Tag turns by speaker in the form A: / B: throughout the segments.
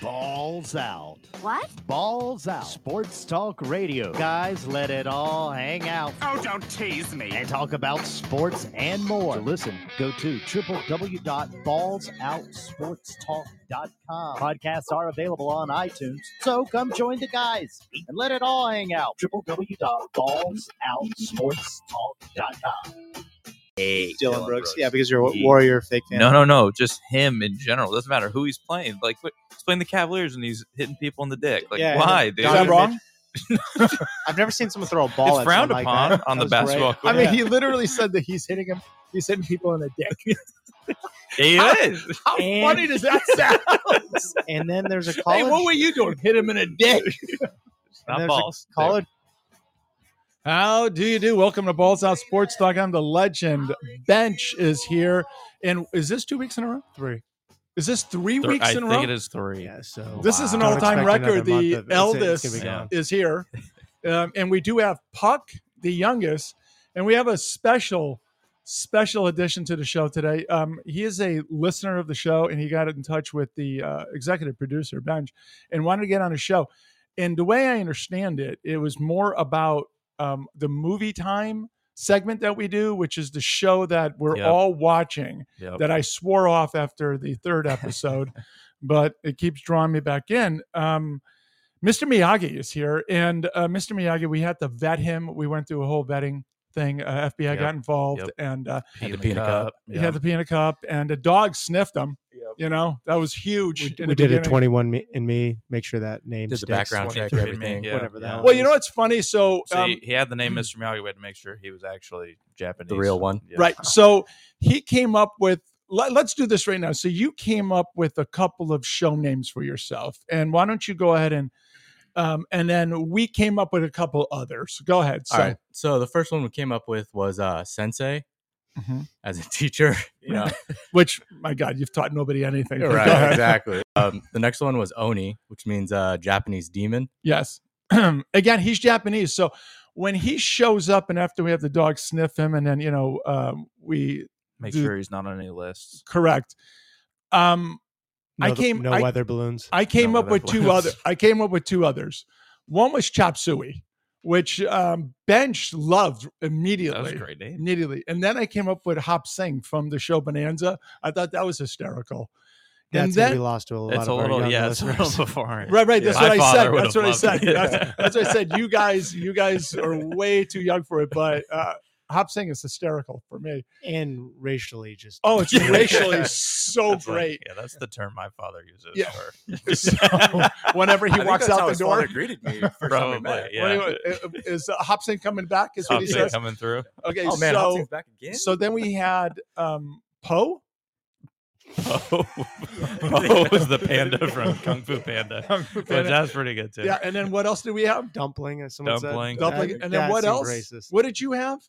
A: Balls out.
B: What?
A: Balls out. Sports talk radio. Guys, let it all hang out
C: Oh, don't tease me.
A: and talk about sports and more. To listen, go to www.ballsoutsportstalk.com. Podcasts are available on iTunes, so come join the guys and let it all hang out. www.ballsoutsportstalk.com.
D: Hey,
E: Dylan, Brooks. Yeah, because you're a Warrior fake fan.
D: No, no, no. Just him in general. Doesn't matter who he's playing. Like, what, he's playing the Cavaliers and he's hitting people in the dick. Like,
E: Yeah,
D: why,
E: Is
D: dude?
E: that wrong? I've never seen someone throw a
D: It's
E: ball. at
D: frowned
E: someone like
D: upon
E: that.
D: on
E: That
D: the
E: was great.
D: basketball
F: I
D: court.
F: mean,
E: Yeah.
F: he literally said that he's hitting him. He's hitting people in the dick.
D: He is.
F: How
E: And-
F: funny does that sound?
E: And then there's a college.
F: hey, what were you doing? Hit him in a dick.
D: It's
E: and
D: Not
E: there's
D: balls.
E: a college.
F: How do you do? Welcome to Balls Out Sports Talk. I'm the legend. Bench is here. And is this two weeks in a row? Three. Is this three,
D: Thir-
F: weeks
D: I
F: in a
D: think
F: row?
D: it is three.
E: Oh,
F: so this is an all-time record. The eldest is here, um, and we do have Puck, the youngest, and we have a special, special addition to the show today. Um, he is a listener of the show, and he got in touch with the uh, executive producer Benj, and wanted to get on a show. And the way I understand it, it was more about um, the movie time segment that we do, which is the show that we're
D: Yep.
F: all watching
D: Yep.
F: that I swore off after the third episode, but it keeps drawing me back in. Um, Mr. Miyagi is here, and uh, Mr. Miyagi, we had to vet him. We went through a whole vetting thing. Uh, FBI
D: Yep.
F: got involved,
D: Yep.
F: and uh,
D: Had the
F: Peanut
D: peanut
F: cup.
D: cup.
F: he had the peanut cup, and a dog sniffed him. You know that was huge.
E: We,
F: in the
E: we did it
F: beginning.
E: 21 me, and me. Make sure that name
D: Did the
E: sticks.
D: background check,
E: Whatever-
D: everything. Yeah.
E: Whatever that.
F: Well, you know what's funny? So,
D: So
F: um,
D: he, he had the name Mr. Miyagi. We had to make sure he was actually Japanese.
G: The real one.
D: Yeah.
F: right, so he came up with. Let, let's do this right now. So you came up with a couple of show names for yourself, and why don't you go ahead and um, and then we came up with a couple others. Go ahead. So,
G: All right. So the first one we came up with was uh, sensei
F: Mhm.
G: as a teacher. You know,
F: which my God, you've taught nobody anything. Go
G: right?
F: ahead.
G: Exactly. Um, the next one was oni, which means uh, Japanese demon.
F: Yes. Again, he's Japanese. So when he shows up and after we have the dog sniff him and then, you know, um, we
D: Make
F: Dude.
D: sure he's not on any lists.
F: correct. Um,
E: No,
F: I
E: the-
F: came-
E: No
F: I-
E: weather balloons.
F: I came
D: No,
F: up with
D: that
F: two
D: was-
F: other. I came up with two others. One was chop suey, which um, Bench loved
D: That was
F: immediately.
D: a great name.
F: Immediately, and then I came up with Hop Sing from the show Bonanza. I thought that was hysterical.
E: That's
F: and
E: gonna
F: then
E: be lost to a lot
D: It's
E: of
D: a
E: our
D: little,
E: young
D: yeah, it's a
E: listeners.
D: little beforehand.
F: Right, right. That's
D: My
F: what I
D: father
F: said.
D: would
F: That's
D: have
F: what I
D: loved
F: said.
D: it.
F: That's, that's what I said. You guys, you guys are way too young for it. But uh, Hop Sing is hysterical for me.
E: and racially just.
F: Oh, it's
D: Yeah.
F: racially so
D: That's like-
F: Oh, great.
D: yeah, that's the term my father uses
F: Yeah.
D: for
F: So whenever he walks out the door,
G: greeted me. First
D: probably.
F: What do you
D: Yeah.
F: want- uh, uh, is uh, Hobson coming back? Is what he
D: Thompson
F: says.
D: coming through.
F: Okay,
G: Oh man,
F: so
G: Hobson's back again.
F: so then we had um, Poe.
D: Oh, oh was the panda from Kung Fu Panda. Which that's pretty good too.
F: Yeah, and then what else did we have?
E: dumpling. As someone
D: Dumpling.
E: Said.
F: Dumpling.
E: That-
F: And
E: that
F: then what
E: seemed
F: else?
E: Racist.
F: What did you have?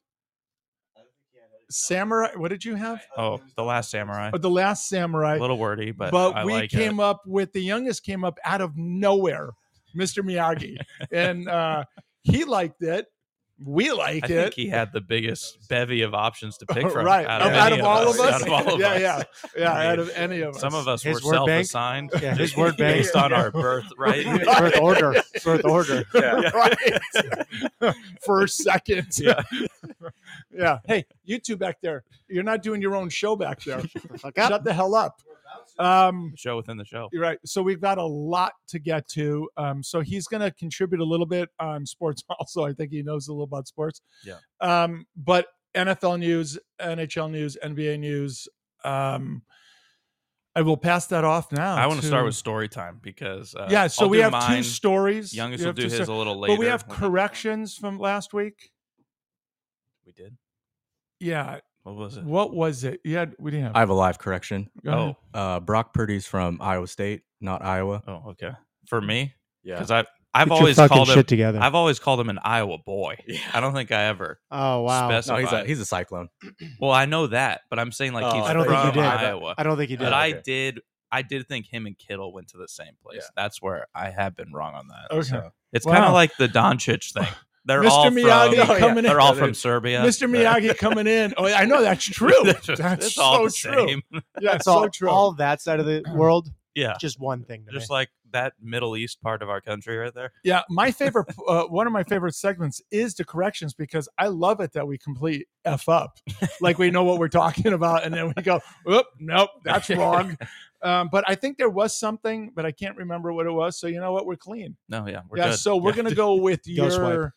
F: Samurai. What did you have?
D: Oh, the last samurai.
F: Oh, the Last Samurai.
D: A little wordy, but, I
F: we
D: like
F: came
D: it.
F: up with the youngest came up out of nowhere, Mr. Miyagi, and uh, he liked it. We liked
D: I
F: it.
D: think he had the biggest bevy of us to pick from.
F: right
D: out of,
F: out
D: any
F: of all of us.
D: Out of all of
F: yeah,
D: us.
F: yeah, yeah.
D: I mean,
F: Out of any of us.
D: Some of us
E: His
D: were
E: word bank-
D: self-assigned.
E: Yeah, his
D: just
E: word bank-
D: based on our birthright.
E: Birth order. Birth order.
D: Yeah.
F: right. First, second.
D: Yeah.
F: yeah. Hey, you two back there, you're not doing your own show back there.
E: Fuck up.
F: Shut the hell up. Um,
D: Show within the show.
F: you're right. So we've got a lot to get to. Um, so he's going to contribute a little bit on sports. Also, I think he knows a little about sports.
D: Yeah.
F: Um, but NFL news, NHL news, NBA news. Um, I will pass that off now.
D: I want to start with story time because uh,
F: yeah. So
D: I'll
F: we
D: do
F: have two
D: mine.
F: stories.
D: Youngest
F: You
D: will
F: have
D: do
F: two
D: his
F: stor-
D: a little later.
F: But we have
D: when
F: corrections from last week.
D: We did.
F: Yeah.
D: What was it?
F: What was it? Yeah, we didn't have.
G: I have a live correction.
F: Go ahead.
D: Oh,
G: Uh, Brock Purdy's from Iowa State, not Iowa.
D: oh, okay. For me,
G: Yeah.
D: because I've I've
E: Get
D: always
E: your fucking
D: called him.
E: shit together.
D: I've always called him an Iowa boy. I don't think I ever.
E: oh wow.
G: No, he's a
D: specified.
G: he's a cyclone.
D: Well, I know that, but I'm saying like
G: Oh,
D: he's
G: I
E: I don't
D: from
E: think you did.
D: Iowa.
E: I don't think you did.
D: but I
G: okay.
D: did. I did think him and Kittle went to the same place. That's where I have been wrong on that.
F: Okay.
D: So, it's kind
F: Wow.
D: of like the Doncic thing. They're
F: Mr.
D: all
F: Miyagi oh,
D: from.
F: coming in.
D: They're all from Serbia.
F: Mr. Miyagi coming in. Oh, yeah, I know that's true.
D: That's
F: That's,
D: just- it's
F: so
D: all the
F: true.
D: same.
F: Yeah,
E: That's all,
F: so true.
E: all that side of the world
D: Yeah.
E: Just one thing. To
D: Just
E: me.
D: like that Middle East part of our country right there.
F: Yeah, my favorite, uh, one of my favorite segments is the corrections because I love it that we complete f up, like we know what we're talking about, and then we go, "Oop, nope, that's wrong." Um, but I think there was something, but I can't remember what it was. So you know what, we're clean.
D: No, yeah, we're
F: yeah,
D: good.
F: so we're
D: Yeah.
F: gonna go with
E: Go
F: your
E: swipe.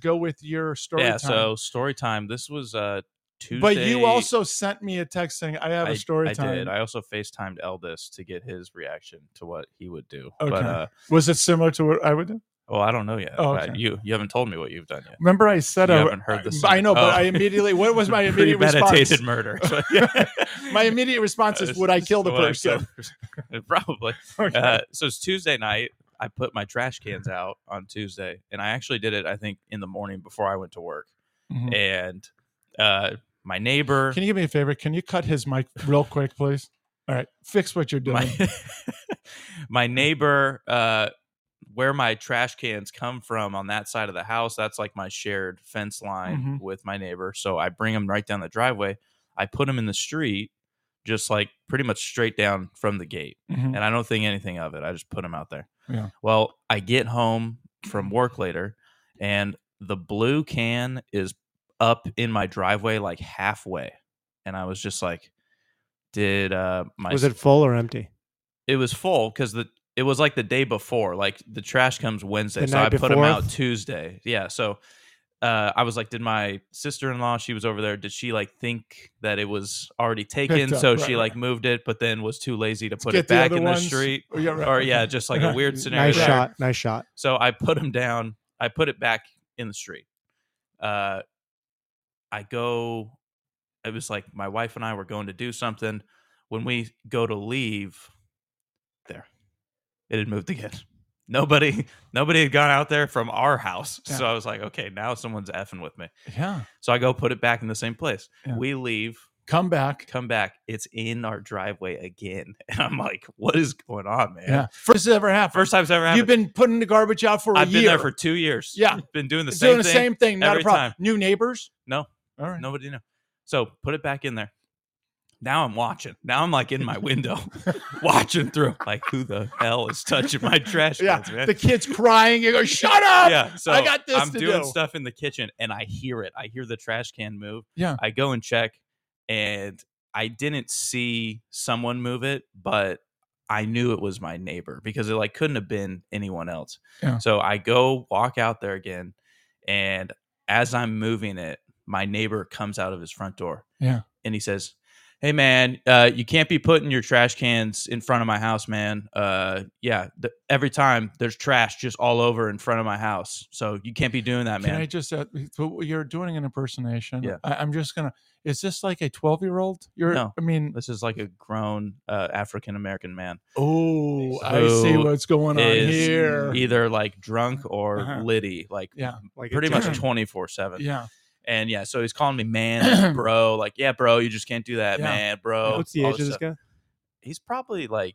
F: go with your story.
D: Yeah,
F: time.
D: so story time. This was uh Tuesday.
F: but you also sent me a text saying I have a story
D: I
F: time.
D: did. I also FaceTimed Eldest to get his reaction to what he would do. But
F: Okay.
D: uh
F: was it similar to what I would do?
D: well, I don't know yet.
F: Oh,
D: but
F: okay.
D: you you haven't told me what you've done yet.
F: Remember, I said
D: You
F: I
D: haven't heard the
F: I know,
D: song.
F: but
D: Oh.
F: I immediately. What was my immediate response?
D: Premeditated murder. So-
F: My immediate response
D: Uh,
F: is, "Would I kill the
D: would I
F: person?"
D: kill the person? Probably.
F: Okay.
D: Uh, so it's Tuesday night. I put my trash cans out on Tuesday, and I actually did it. I think in the morning before I went to work,
F: Mhm.
D: and uh, my neighbor.
F: Can you give me a favor? Can you cut his mic real quick, please? All right, fix what you're doing.
D: my, my neighbor uh where my trash cans come from on that side of the house that's like my shared fence line
F: Mhm.
E: Mm-hmm.
D: with my neighbor so i bring them right down the driveway i put them in the street just like pretty much straight down from the gate
E: Mm.
F: Mhm.
D: and i don't think anything of it i just put them out there
F: Yeah.
D: well i get home from work later and the blue can is up in my driveway like halfway and i was just like did uh my
E: was it full or empty?
D: it was full because the it was like the day before. Like the trash comes Wednesday,
E: The
D: so I
E: night
D: put them
E: before?
D: out Tuesday. Yeah, so uh, I was like, did my sister in law? She was over there. Did she like think that it was already taken?
F: up,
D: so
F: right,
D: she
F: right.
D: like moved it, but then was too lazy to put
F: get
D: it
F: the
D: back
F: other
D: in
F: ones.
D: the street.
F: Oh, yeah, right,
D: Or
F: okay.
D: yeah, just like a weird scenario.
E: Nice
D: there.
E: shot. Nice shot.
D: So I put him down. I put it back in the street. Uh, I go. It was like my wife and I were going to do something. When we go to leave, there, it had moved again. Nobody, nobody had gone out there from our house.
F: Yeah.
D: So I was like, okay, now someone's effing with me.
F: yeah.
D: So I go put it back in the same place.
F: Yeah.
D: We leave,
F: Come back.
D: come back. It's in our driveway again, and I'm like, what is going on, man?
F: Yeah, first ever happened.
D: First time it's ever happened.
F: You've been putting the garbage out for a
D: I've
F: year.
D: been there for two years.
F: Yeah.
D: been doing the same
F: doing the
D: thing.
F: same thing. Not a
D: every
F: problem.
D: time.
F: New neighbors.
D: No.
F: All right.
D: Nobody knew. So put it back in there. Now I'm watching. Now I'm like in my window, watching through. Like, who the hell is touching my trash
F: Yeah,
D: cans, man?
F: The kid's crying. You go, shut up.
D: yeah, so
F: I got this
D: I'm
F: to
D: doing
F: do.
D: stuff in the kitchen, and I hear it. I hear the trash can move.
F: Yeah.
D: I go and check, and I didn't see someone move it, but I knew it was my neighbor because it like couldn't have been anyone else.
F: Yeah.
D: So I go walk out there again, and as I'm moving it, my neighbor comes out of his front door.
F: Yeah.
D: and he says. Hey man, uh, you can't be putting your trash cans in front of my house, man. Uh, yeah, th- every time there's trash just all over in front of my house, so you can't be doing that,
F: Can I
D: man.
F: just? Uh, so you're doing an impersonation.
D: Yeah.
F: I, I'm just gonna. Is this like a 12 year old? You're.
D: No.
F: I mean.
D: this is like a grown uh, African American man,
F: Oh, I see
D: So
F: what's going on
D: is
F: here.
D: either like drunk or
F: Uh-huh.
D: litty, like
F: Yeah.
E: Like it
D: pretty
E: just-
D: much twenty four seven.
F: Yeah.
D: And yeah, so he's calling me man, bro, like yeah, bro, you just can't do that,
F: Yeah.
D: man, bro.
E: What's the
D: all
E: age of this
D: stuff.
E: guy?
D: He's probably like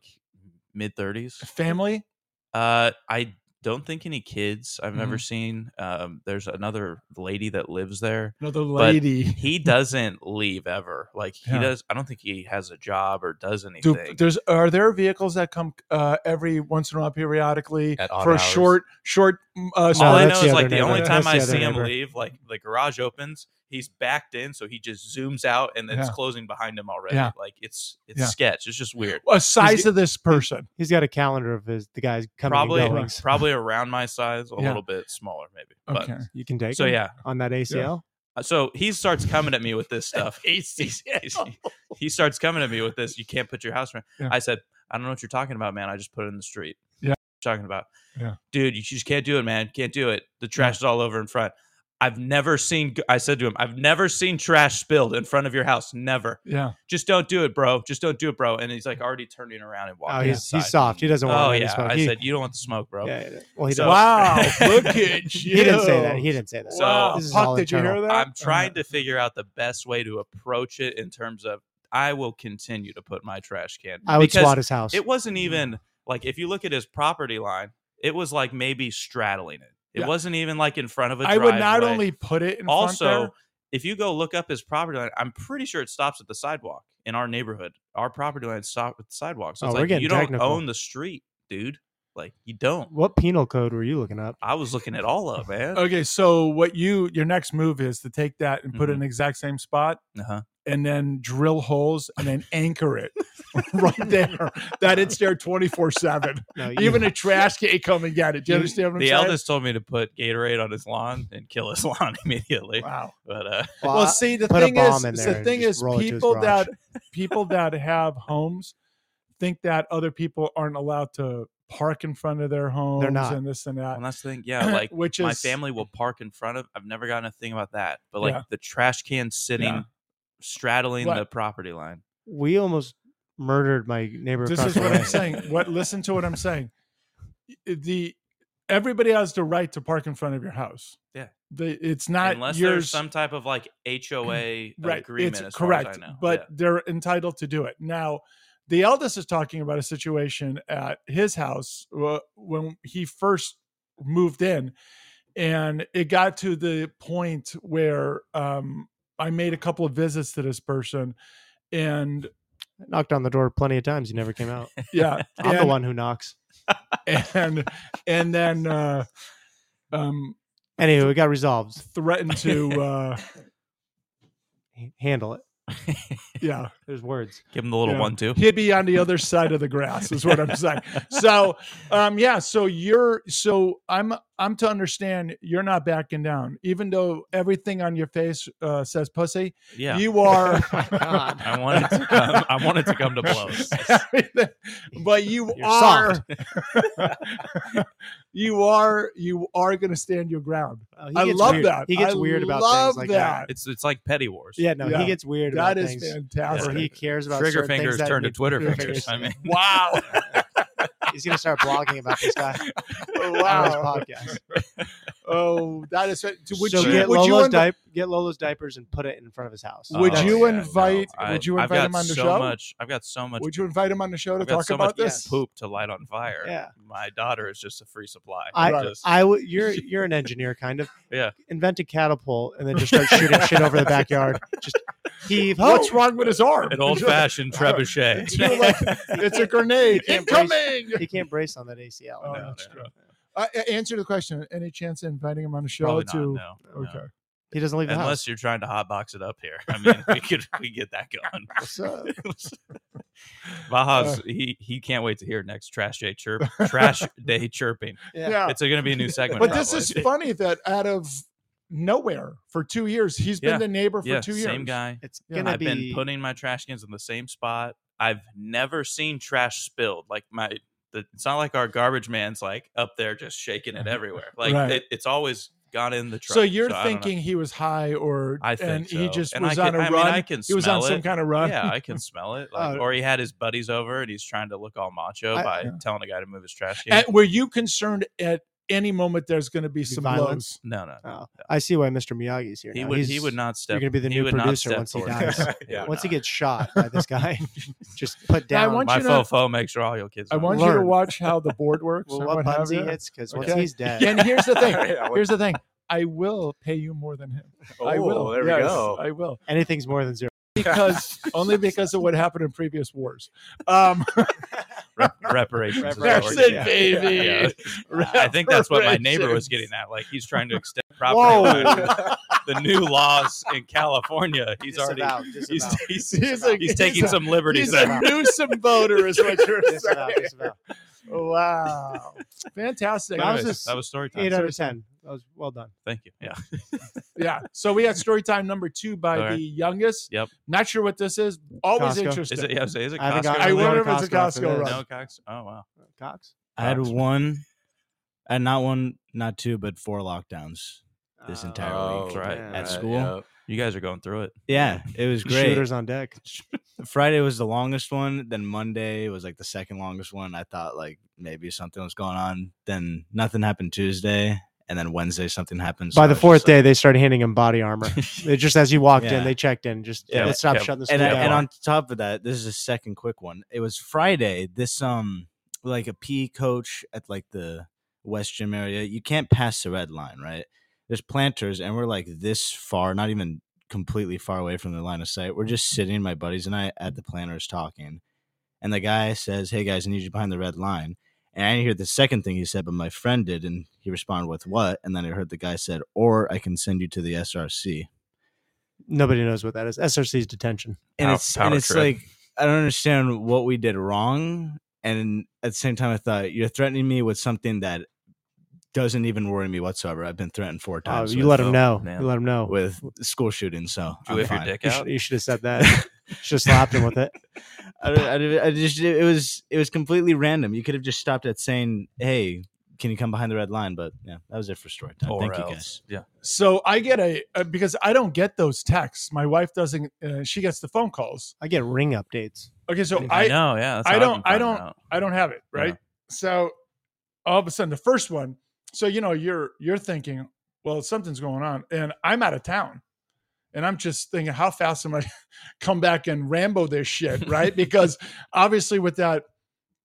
D: mid thirties.
F: Family.
D: Uh, I don't think any kids I've ever
F: Mhm.
D: seen. Um, there's another lady that lives there.
F: Another
D: But
F: lady.
D: He doesn't leave ever. Like he
F: Yeah.
D: does. I don't think he has a job or does anything.
F: Do, there's are there vehicles that come uh, every once in a while periodically
G: At odd
F: for
G: hours.
F: short short uh,
D: All I
E: that's
D: know
E: the
D: is like
E: other
D: the only
E: neighbor.
D: time
E: That's
D: I
E: the other
D: see him
E: neighbor.
D: leave, like the garage opens, he's backed in, so he just zooms out and then it's
F: Yeah.
D: closing behind him already.
F: Yeah.
D: Like it's it's
F: Yeah.
D: sketch. It's just weird.
F: a size of this person.
E: He's got a calendar of his the guys coming
D: probably
E: and going.
D: probably around my size, a
F: Yeah.
D: little bit smaller maybe. But
F: okay.
E: You can take
D: so
E: him
D: yeah,
E: on that ACL.
D: Uh, so he starts coming at me with this stuff. He's- he's- he's- he starts coming at me with this. You can't put your house around.
F: Yeah.
D: I said, I don't know what you're talking about, man. I just put it in the street.
F: Yeah.
D: talking about.
F: Yeah.
D: Dude, you just can't do it, man. Can't do it. The trash is all over in front. I've never seen, I said to him, I've never seen trash spilled in front of your house. Never.
F: Yeah.
D: Just don't do it, bro. Just don't do it, bro. And he's like already turning around and walking.
E: Oh, he's
D: outside.
E: he's soft. He doesn't want
D: Oh,
E: any
D: yeah.
E: smoke.
D: I
E: He-
D: said, You don't want the smoke, bro.
E: yeah, yeah. Well, he
D: So-
E: doesn't.
F: Wow.
D: Oh,
F: Look at you.
E: He didn't say that. He didn't say that.
D: So-
F: wow.
E: This is all
F: Puck, did you hear
E: internal.
F: that?
D: I'm
F: Uh,
D: trying to figure out the best way to approach it in terms of I will continue to put my trash can.
E: I would
D: because
E: swat his house.
D: It wasn't even like if you look at his property line, it was like maybe straddling it. It
F: Yeah.
D: wasn't even like in front of a
F: I would not
D: driveway.
F: only put it in front
D: also
F: there,
D: if you go look up his property line, I'm pretty sure it stops at the sidewalk in our neighborhood. Our property line stops at the sidewalk. So
E: Oh,
D: it's
E: we're
D: like
E: getting
D: you don't
E: technical.
D: own the street, dude. Like you don't.
E: What penal code were you looking up?
D: I was looking it all up, man.
F: Okay, so what you your next move is to take that and put it in the exact same spot
D: Mm-hmm. Uh-huh.
F: and then drill holes and then anchor it right there that it's there 24/7.
E: No, you-
F: Even a trash can come and get it. Do you
E: You-
F: understand what I'm
D: The
F: saying?
D: eldest told me to put Gatorade on his lawn and kill his lawn immediately.
F: Wow.
D: But uh,
F: Well, see, the
E: put a
F: thing is,
E: bomb in
F: is
E: there
F: the
E: and
F: thing
E: just
F: is,
E: roll it to his
F: people
E: garage.
F: that people that have homes think that other people aren't allowed to park in front of their homes
E: not.
F: and this and that.
D: well, that's the thing. Yeah, like
F: which is
D: my family will park in front of. I've never gotten a thing about that. But like
F: Yeah.
D: the trash can sitting
F: Yeah.
D: straddling
F: What?
D: the property line.
E: we almost murdered my neighbor.
F: This
E: across
F: is
E: the
F: what I'm
E: way.
F: saying. What listen to what I'm saying. The everybody has the right to park in front of your house.
D: Yeah.
F: The, it's not
D: Unless
F: yours.
D: there's some type of like HOA
F: right.
D: agreement.
F: it's
D: as
F: correct,
D: far as I know.
F: but
D: Yeah.
F: they're entitled to do it. Now, the eldest is talking about a situation at his house uh, when he first moved in, and it got to the point where um, I made a couple of visits to this person, and
E: Knocked on the door plenty of times. You never came out.
F: yeah,
E: I'm the
F: and-
E: one who knocks.
F: and and then uh, um,
E: Anyway, it got resolved.
F: threatened to uh,
E: H- Handle it.
F: yeah
E: There's words.
D: give him the little
F: Yeah.
D: one too.
F: he'd be on the other side of the grass is what I'm saying. So um yeah so you're so I'm I'm to understand you're not backing down even though everything on your face uh, says pussy
D: Yeah,
F: you are
E: God.
D: I wanted to come. I wanted to come to blows.
F: Everything. but you
E: You're
F: are you are you are going to stand your ground.
E: Oh, he
F: I
E: gets
F: love
E: weird.
F: that.
E: He gets
F: I
E: weird about
F: love
E: things like that.
D: It's it's like petty wars.
E: Yeah, no,
F: Yeah.
E: he gets weird
F: That
E: about
F: is
E: things.
F: fantastic.
E: Or he cares about
D: Trigger
E: certain things
D: fingers
E: that
D: turn to
E: need-
D: Twitter
E: trigger
D: fingers. I mean,
F: wow.
E: He's gonna start blogging about this guy
F: wow.
E: on his podcast.
F: Oh, that is. Would
E: so
F: you
E: get
F: would you
E: Lolo's
F: inv-
E: dip- get Lolo's diapers and put it in front of his house.
F: Would
E: That's-
F: you
D: Oh, yeah,
F: invite-
D: no, I-
F: would you
D: I've
F: invite him
D: got
F: on the
D: so
F: show?
D: Much, I've got so much.
F: Would you invite him on the show to
D: I've got
F: talk
D: so
F: about
D: much
F: this?
D: poop to light on fire.
E: Yeah.
D: my daughter is just a free supply.
E: I
D: just,
E: I would. You're you're an engineer, kind of.
D: Yeah.
E: Invent a catapult and then just start shooting shit over the backyard. Just heave ho.
F: What's wrong with his arm?
D: an old fashioned trebuchet.
F: You're like, it's a grenade.
E: You can't brace-
F: Incoming.
E: He can't brace on that ACL.
F: Oh,
D: No,
F: that's
D: no.
F: true. Uh, a- answer the question. Any chance of inviting him on the show
D: Probably not,
F: to?
D: no, no.
F: okay.
E: He doesn't leave the
D: Unless you're trying to hotbox it up here. I mean, we could we get that going.
E: house. So,
F: Uh.
D: Baja's he he can't wait to hear next trash day chirp trash day chirping.
E: Yeah.
F: Yeah.
D: It's going to be a new segment.
F: Oh. But this is
D: probably.
F: funny that out of nowhere for two years he's been
D: Yeah.
F: the neighbor for
D: yeah,
F: two years.
D: same guy.
E: it's
F: Yeah.
E: gonna
D: I've
E: be.
D: been putting my trash cans in the same spot. I've never seen trash spilled. Like my, the, it's not like our garbage man's like up there just shaking it everywhere. Like
F: Right.
D: it, it's always gone in the truck.
F: So you're
D: I don't know.
F: thinking he was high or
D: I think
F: and he
D: so.
F: just
D: And I
F: was
D: can-
F: on a
D: I mean,
F: run.
D: I can
F: he was on
D: smell
F: some
D: it.
F: kind of run. Uh,
D: yeah, I can smell it. Like,
E: Oh.
D: or he had his buddies over and he's trying to look all macho
E: I-
D: by
F: yeah.
D: telling a guy to move his trash can.
F: And were you concerned at any moment there's going to be
E: Be
F: some
E: violence?
F: blows?
D: no, no,
E: Oh, I see why Mr. Miyagi's here.
D: he
E: now.
D: would
E: He's,
D: he would not step.
E: You're gonna be the
D: he
E: new
D: would not
E: producer
D: step
E: once he
D: forward.
E: dies.
D: Yeah.
E: Once he gets shot by this guy, just put
F: Now, I
E: down.
F: want
D: My
F: you to-
D: fofo, make sure all your kids.
F: I
D: know
F: want
D: that.
F: you to
E: Learn.
F: watch how the board works.
E: well,
F: and
E: what
F: what have
E: buns he
F: you.
E: hits because
F: Okay.
E: once he's dead,
F: And here's the thing.
G: Yeah, what-
F: Here's the thing. I will pay you more than him. I
G: Oh,
F: will.
G: There
F: Yes,
G: we go.
F: I will
E: anything's more than zero.
F: because only because of what happened in previous wars. Um,
D: reparations. is what
E: Reparations,
D: we're
E: yeah.
D: getting. Yeah. I think that's what my neighbor was getting at. Like he's trying to extend property. rights. The new laws in California. He's already
E: Disavow,
D: he's,
E: disavow,
D: he's,
F: He's, a,
D: he's taking
F: a,
D: some liberties
F: He's
D: there.
F: a
E: out.
F: Newsom voter, is what you're
E: disavow,
F: saying.
E: disavow.
F: Wow, fantastic.
E: That was
D: Anyways,
E: a
D: that was story time.
E: Eight out of ten. That was well done.
D: Thank you. Yeah.
F: yeah. So we had story time number two by
D: All right.
F: the youngest.
D: Yep.
F: Not sure what this is. Always
E: Costco.
F: interesting.
D: Is it? Yeah, is it
E: I haven't
D: Costco?
E: gotten
F: I
E: really
F: wonder if it's
E: on
F: a
E: Costco for
F: Costco
E: this.
F: run.
D: no Cox. Oh wow.
E: Cox.
B: I had
D: Dogs.
B: one, and not one, not two, but four lockdowns. This entire
G: Oh,
B: week
D: right,
B: at
G: right,
B: school.
G: yep.
D: You guys are going through it.
B: Yeah, it was great.
E: Shooters on deck.
B: Friday was the longest one. Then Monday was like the second longest one. I thought like maybe something was going on. Then nothing happened Tuesday, and then Wednesday something happened. So
E: By
B: I
E: the
B: was just
E: fourth
B: like-
E: day, they started handing him body armor. They just as you walked
B: Yeah.
E: in, they checked in. Just
D: Yeah,
E: let's stop
D: yeah.
E: shutting this
B: and,
E: down.
B: I- and on top of that, this is a second quick one. It was Friday. This um like a PE coach at like the West Gym area. You can't pass the red line, right? There's planters, and we're like this far, not even completely far away from the line of sight. We're just sitting, my buddies and I, at the planners talking. And the guy says, Hey guys, I need you behind the red line. And I didn't hear the second thing he said, but my friend did. And he responded with, What? And then I heard the guy said, Or I can send you to the SRC.
E: Nobody knows what that is. SRC's detention.
B: and
D: Pow-
B: it's
D: power
B: and it's
D: trip.
B: like I don't understand what we did wrong. And at the same time, I thought you're threatening me with something that doesn't even worry me whatsoever. I've been threatened four
E: Oh,
B: times.
E: you
B: with,
E: let him
D: oh,
E: know.
D: man.
E: You let him know.
B: with school shootings, so
D: Did you
B: I'm
D: whip your
B: fine.
D: dick
E: You
D: out?
E: should, you should have said that. Just slapped him with it.
B: I, don't- I don't- I just it was it was completely random. You could have just stopped at saying, "Hey, can you come behind the red line?" But yeah, that was it for story time.
D: Or
B: Thank
D: else.
B: you guys.
D: Yeah.
F: So I get a, uh because I don't get those texts. My wife doesn't. Uh, she gets the phone calls.
E: I get ring updates.
F: Okay, so
D: Mm, I,
F: I
D: know. Yeah. that's
F: I
D: how I've
F: don't-
D: been
F: I
D: finding
F: don't-
D: out.
F: I don't have it, right?
D: Yeah.
F: So all of a sudden the first one, so you know, you're you're thinking, well, something's going on. And I'm out of town. And I'm just thinking, how fast am I come back and rambo this shit, right? because obviously with that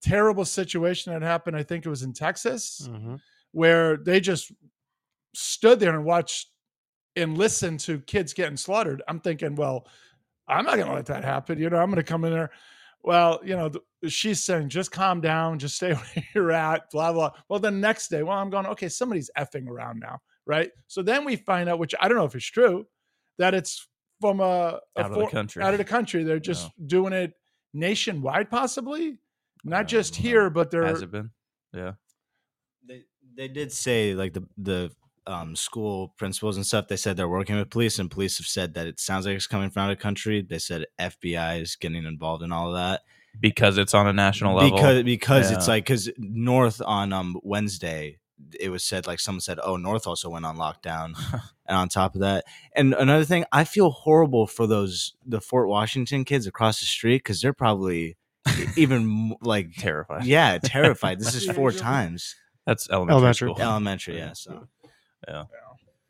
F: terrible situation that happened, I think it was in Texas,
D: Mm-hmm.
F: where they just stood there and watched and listened to kids getting slaughtered. I'm thinking, well, I'm not going to let that happen. You know, I'm going to come in there. Well, you know, th- she's saying, just calm down, just stay where you're at, blah, blah. Well, the next day, well, I'm going, okay, somebody's effing around now. Right. So then we find out, which I don't know if it's true, that it's from a, a
D: Out of the
F: for-
D: country.
F: out of the country. They're just doing it nationwide, possibly. Not
D: don't
F: just
D: know.
F: here, but they're
D: Has it been?
B: They they did say like the the um, school principals and stuff. They said they're working with police, and police have said that it sounds like it's coming from out of country. They said FBI is getting involved in all of that.
D: Because it's on a national level.
B: because because it's
D: Yeah.
B: like because North on um Wednesday it was said like someone said oh North also went on lockdown and on top of that and another thing I feel horrible for those the Fort Washington kids across the street because they're probably e- even mo- like
D: terrified.
B: yeah terrified this is four
F: Teenager.
B: times
D: That's elementary.
E: Elementary.
D: School.
B: elementary yeah so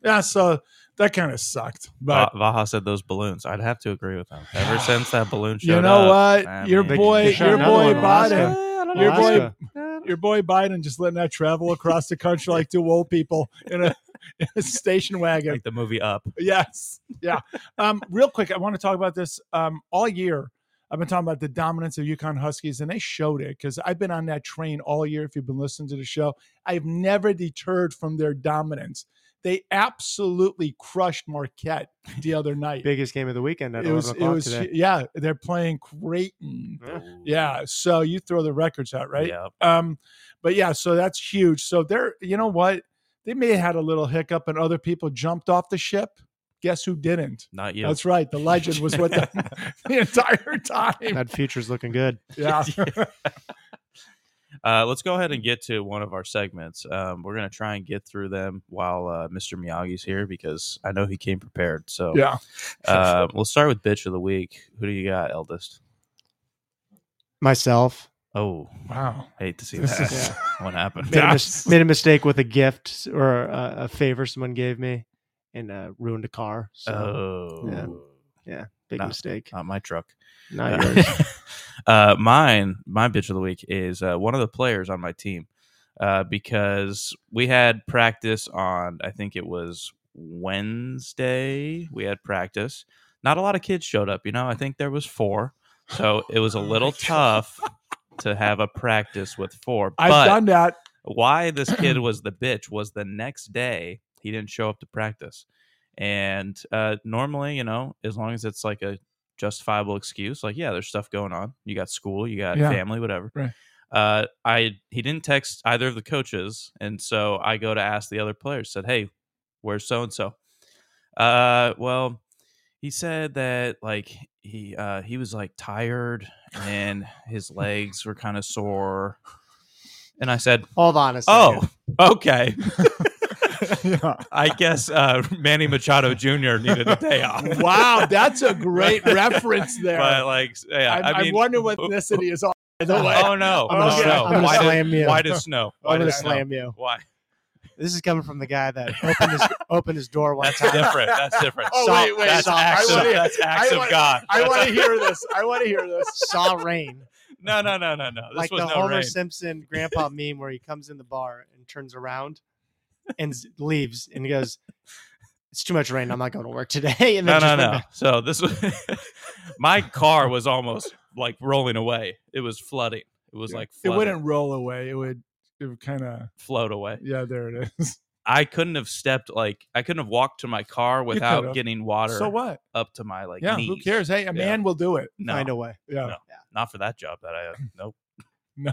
F: yeah, so that kind of sucked. But
D: Va- Vaha said those balloons. I'd have to agree with him. Ever since that balloon showed
F: you know
D: up,
F: what?
D: I
F: your
D: mean-
F: boy,
E: They shot
F: your
E: another
F: boy
E: one in
F: Biden,
E: Alaska. Mhm.
F: Your boy-
E: Alaska.
F: your boy Biden, just letting that travel across the country like two old people in a, in a station wagon.
D: like the movie Up.
F: Yes, yeah. Um, real quick, I want to talk about this. Um, all year, I've been talking about the dominance of Yukon Huskies, and they showed it because I've been on that train all year. If you've been listening to the show, I've never deterred from their dominance. They absolutely crushed Marquette the other night.
E: Biggest game of the weekend at
F: it was,
E: 11
F: it
E: o'clock
F: was,
E: today.
F: yeah. They're playing Creighton. Yeah. So you throw the records out, right?
D: Yeah.
F: Um, but yeah, so that's huge. So they're, you know what? They may have had a little hiccup and other people jumped off the ship. Guess who didn't?
D: Not you.
F: That's right. The legend was with them the entire time.
E: That future's looking good.
F: Yeah.
D: Uh, let's go ahead and get to one of our segments. Um, we're going to try and get through them while uh, Mr. Miyagi's here because I know he came prepared. So
F: Yeah.
D: uh, we'll start with Bitch of the Week. Who do you got, eldest?
E: Myself
D: Oh,
F: Wow.
D: hate to see
F: This
D: that.
F: is-
D: What happened?
E: made, a, mis- made a mistake with a gift or a, a favor someone gave me and uh, ruined a car. So
D: Oh,
E: Yeah. big
D: no.
E: mistake.
D: not my truck.
E: Not
D: Uh,
E: yours.
D: uh, mine, my bitch of the week is uh, one of the players on my team uh, because we had practice on, I think it was Wednesday. We had practice. Not a lot of kids showed up, you know. I think there was four, so it was a
F: Oh my
D: little
F: God.
D: tough to have a practice with four.
F: I've
D: but
F: done that.
D: why this kid was the bitch was the next day he didn't show up to practice. And uh, normally, you know, as long as it's like a justifiable excuse, like yeah, there's stuff going on. You got school, you got
F: Yeah.
D: family, whatever.
F: Right.
D: Uh, I he didn't text either of the coaches, and so I go to ask the other players. Said, "Hey, where's so and so?" Uh, well, he said that like he uh he was like tired and his legs were kind of sore, and I said,
E: Hold on a second.
D: Oh, okay.
F: Yeah.
D: I guess uh, Manny Machado Jr. needed a day off.
F: Wow. That's a great reference there.
D: But like, yeah,
F: I,
D: I,
F: I,
D: mean,
F: wonder what ethnicity is on. By the way,
D: Oh no!
E: I'm gonna,
D: oh,
E: sla-
D: no.
E: I'm gonna
D: Why,
E: slam you.
D: does, why does snow? Why
E: I'm gonna
D: does snow?
E: slam you.
D: Why?
E: This is coming from the guy that opened his opened his door one
D: That's
E: time.
D: different. That's different.
F: Oh,
E: Saw-
F: wait, wait.
D: that's
E: saw-
D: acts
F: I
D: of,
F: wanna-
D: that's acts
F: I
D: of
F: wanna-
D: God.
F: I want to hear this. I want to hear this.
E: saw rain.
D: No, no, no, no, no. This
E: like
D: was
E: the
D: no
E: Homer
D: rain.
E: Simpson grandpa meme where he comes in the bar and turns around and s- leaves and he goes, it's too much rain. I'm not going to work today. And
D: No, no,
E: then just
D: no.
E: went back.
D: So this was my car was almost like rolling away. It was flooding. It was like
F: it
D: flooding,
F: wouldn't roll away. It would. It would kind of.
D: float away.
F: Yeah, there it is.
D: I couldn't have stepped like I couldn't have walked to my car without
F: could've.
D: getting water
F: so what?
D: up to my like
F: yeah, who
D: knees.
F: cares? Hey, a man will do it.
D: No,
E: Find a way.
F: Yeah.
D: No. not for that job that I have. Nope.
F: No.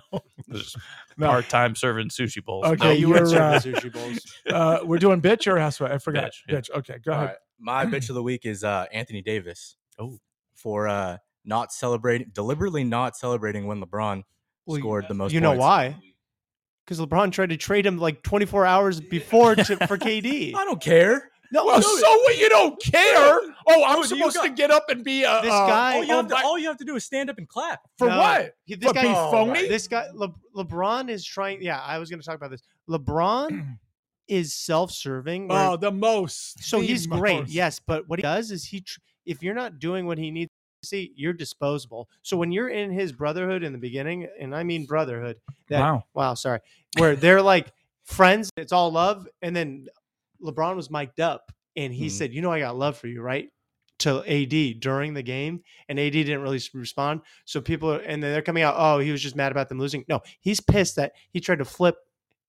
D: Just
F: No.
D: Part time serving sushi bowls.
F: Okay,
E: No,
D: Nope.
E: you were
F: you're, uh,
E: serving sushi bowls.
F: Uh, we're doing bitch or housewife. I forgot.
D: Bitch, yeah.
F: Okay, go
G: All
F: ahead.
G: right. My bitch of the week is uh, Anthony Davis.
D: Oh.
G: For uh, not celebrating, deliberately not celebrating when LeBron
E: Well, you-
G: scored the most.
E: you know
G: points.
E: why? Because LeBron tried to trade him like 24 hours before to, for KD.
G: I don't care.
E: No,
F: Well,
E: no,
F: so what? You don't care? Oh, I'm
G: Dude, you
F: supposed to
G: got-
F: get up and be a
E: This
F: uh, oh,
E: guy- uh,
G: All you,
E: oh
G: have to,
E: my-
G: all you have to do is stand up and clap.
F: for
E: No.
F: what?
E: He- this
F: What,
E: guy,
F: be phony?
E: This guy, Le- LeBron is trying. Yeah, I was going to talk about this. LeBron is self-serving. where-
F: Oh, the most.
E: so
F: The
E: he's great,
F: most.
E: yes. But what he does is he, tr- if you're not doing what he needs, to see, you're disposable. So when you're in his brotherhood in the beginning, and I mean brotherhood, that
F: Wow.
E: Wow, sorry. Where they're like friends, it's all love, and then LeBron was mic'd up and he
G: Mhm.
E: said, "You know, I got love for you, right?" To AD during the game, and AD didn't really s- respond. So people are, and then they're coming out, "Oh, he was just mad about them losing." No, he's pissed that he tried to flip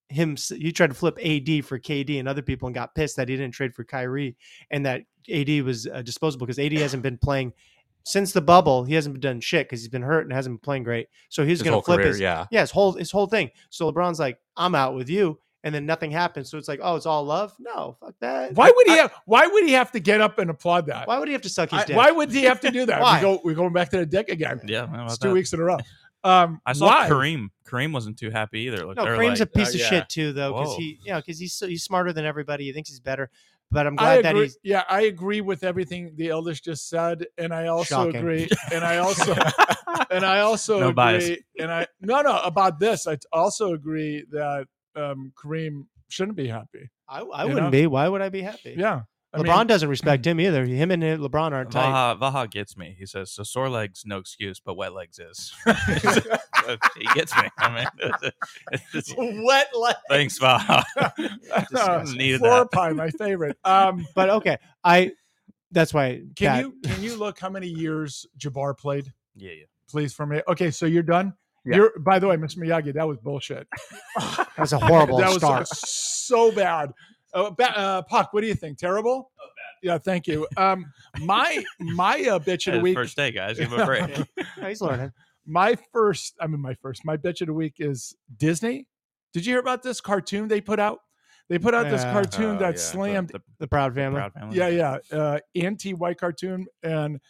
E: him. s- He tried to flip AD for KD and other people, and got pissed that he didn't trade for Kyrie and that AD was uh, disposable because AD hasn't been playing. Since the bubble, he hasn't done shit because he's been hurt and hasn't been playing great. So he's
G: His
E: going to
G: whole
E: flip
G: career,
E: his
G: yeah.
E: yeah, his whole his whole thing. So LeBron's like, I'm out with you, and then nothing happens. So it's like, oh, it's all love. No, fuck that.
F: Why would he? Have, why would he have to get up and applaud that?
E: Why would he have to suck his
F: I-
E: dick?
F: why would he have to do that?
E: Why?
F: We go. We're going back to the dick again.
D: Yeah. how about
F: It's two
D: that?
F: weeks in a row. Um,
D: I saw
F: why?
D: Kareem. Kareem wasn't too happy either. Like,
E: no,
D: they're
E: Kareem's
D: like, uh,
E: a piece of
G: yeah.
E: shit too, though, because
D: Whoa.
E: he, you know, because he's so, he's smarter than everybody. He thinks he's better. But I'm
F: I
E: glad that
F: agree.
E: he's
F: Yeah, I agree with everything the eldest just said, and I also
E: Shocking.
F: agree. And I also and I also
D: No
F: agree.
D: bias.
F: And I no no about this. I t- also agree that um, Kareem shouldn't be happy.
E: I, I
F: You
E: wouldn't
F: know?
E: be. Why would I be happy?
F: Yeah, I mean, Ah.
E: LeBron doesn't respect him either. Him and LeBron aren't tight.
D: Vaha, Vaha gets me. He says, "So sore legs, no excuse, but wet legs is." he gets me. I mean,
E: Wet like.
D: thanks, Vaha.
F: uh,
D: needed
F: floor
D: that.
F: pie, my favorite. Um,
E: But okay, I. That's why.
F: can
E: Pat-
F: you can you look how many years Jabbar played?
D: Yeah, yeah.
F: please for me. Okay, so you're done.
G: Yeah.
F: You're by the way, Mr. Miyagi, that was bullshit.
E: That's a horrible
F: that was uh,
E: start.
F: so bad. Uh, ba- uh, Puck, what do you think? Terrible? Yeah, thank you. Um, my my uh, bitch of
D: Hey,
F: the
D: it's
F: week.
D: First day, guys. Give him a break.
E: No, he's learning.
F: My first, I mean, my first. My bitch of the week is Disney. Did you hear about this cartoon they put out? They put out this
E: Yeah.
F: cartoon
G: Oh,
F: that
G: yeah,
F: slammed
D: The, the
E: The proud family.
D: proud family.
F: yeah yeah uh anti-white cartoon and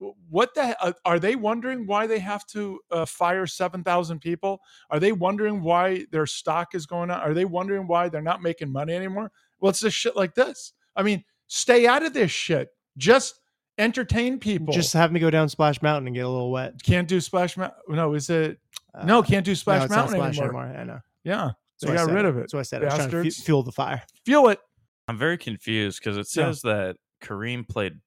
F: w- what the uh, are they wondering why they have to uh, fire 7000 people are they wondering why their stock is going up are they wondering why they're not making money anymore well it's just shit like this i mean stay out of this shit just entertain people
E: Just
F: just
E: have me go down Splash Mountain and get a little wet.
F: can't do splash mountain no is it
E: Uh,
F: no can't do
E: no,
F: splash
E: it's not
F: mountain
E: Splash
F: anymore.
E: anymore. I know.
F: yeah
E: That's
F: they
E: why I
F: got
E: said
F: rid of it
E: That's what I said. I was trying to fu-
F: Bastards.
E: fuel the fire.
F: feel it
D: I'm very confused because it
F: Yeah.
D: says that Kareem played.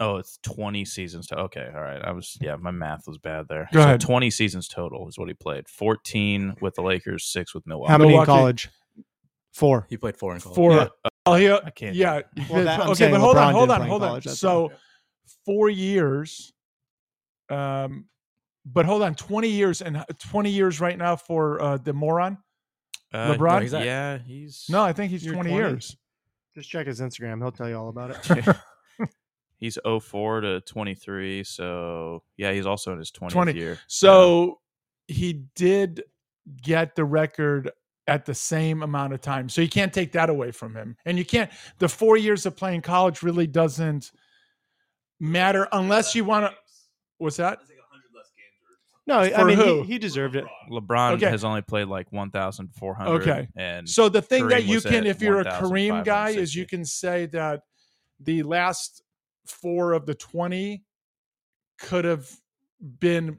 D: Oh, it's 20 seasons. To, okay, all right. I was yeah, my math was bad there.
F: Go
D: So
F: ahead.
D: 20 seasons total is what he played. 14 with the Lakers, six with Milwaukee.
E: How many in
F: Milwaukee.
E: college? Four.
G: He played four in college.
F: for
D: Yeah.
F: oh, he-
D: I can't.
F: yeah.
E: Well, that- I'm
F: okay,
E: saying
F: but hold
E: LeBron
F: on, hold
E: didn't
F: on,
E: play in
F: hold on.
E: college, that's
F: So, four years, um, but hold on, twenty years and uh, twenty years right now for uh, the moron.
D: Uh,
F: LeBron?
D: no, he's at- yeah, he's
F: No, I think he's
E: You're
F: twenty
E: 20?
F: years.
E: Just check his Instagram. He'll tell you all about it.
D: he's 04 to 23. So yeah, he's also in his 20th
F: 20.
D: year.
F: So he did get the record at the same amount of time, so you can't take that away from him. And you can't. The four years of playing college really doesn't matter unless you want to. What's that?
E: No, I
F: For
E: mean
F: who?
E: he, he deserved it.
D: Yeah. LeBron
F: Okay.
D: has only played like 1,400.
F: Okay.
D: and
F: So the thing that
D: Kareem
F: you
D: was
F: can,
D: at
F: if you're a Kareem guy, is
D: 1,560.
F: you can say that the last four of the 20 could have been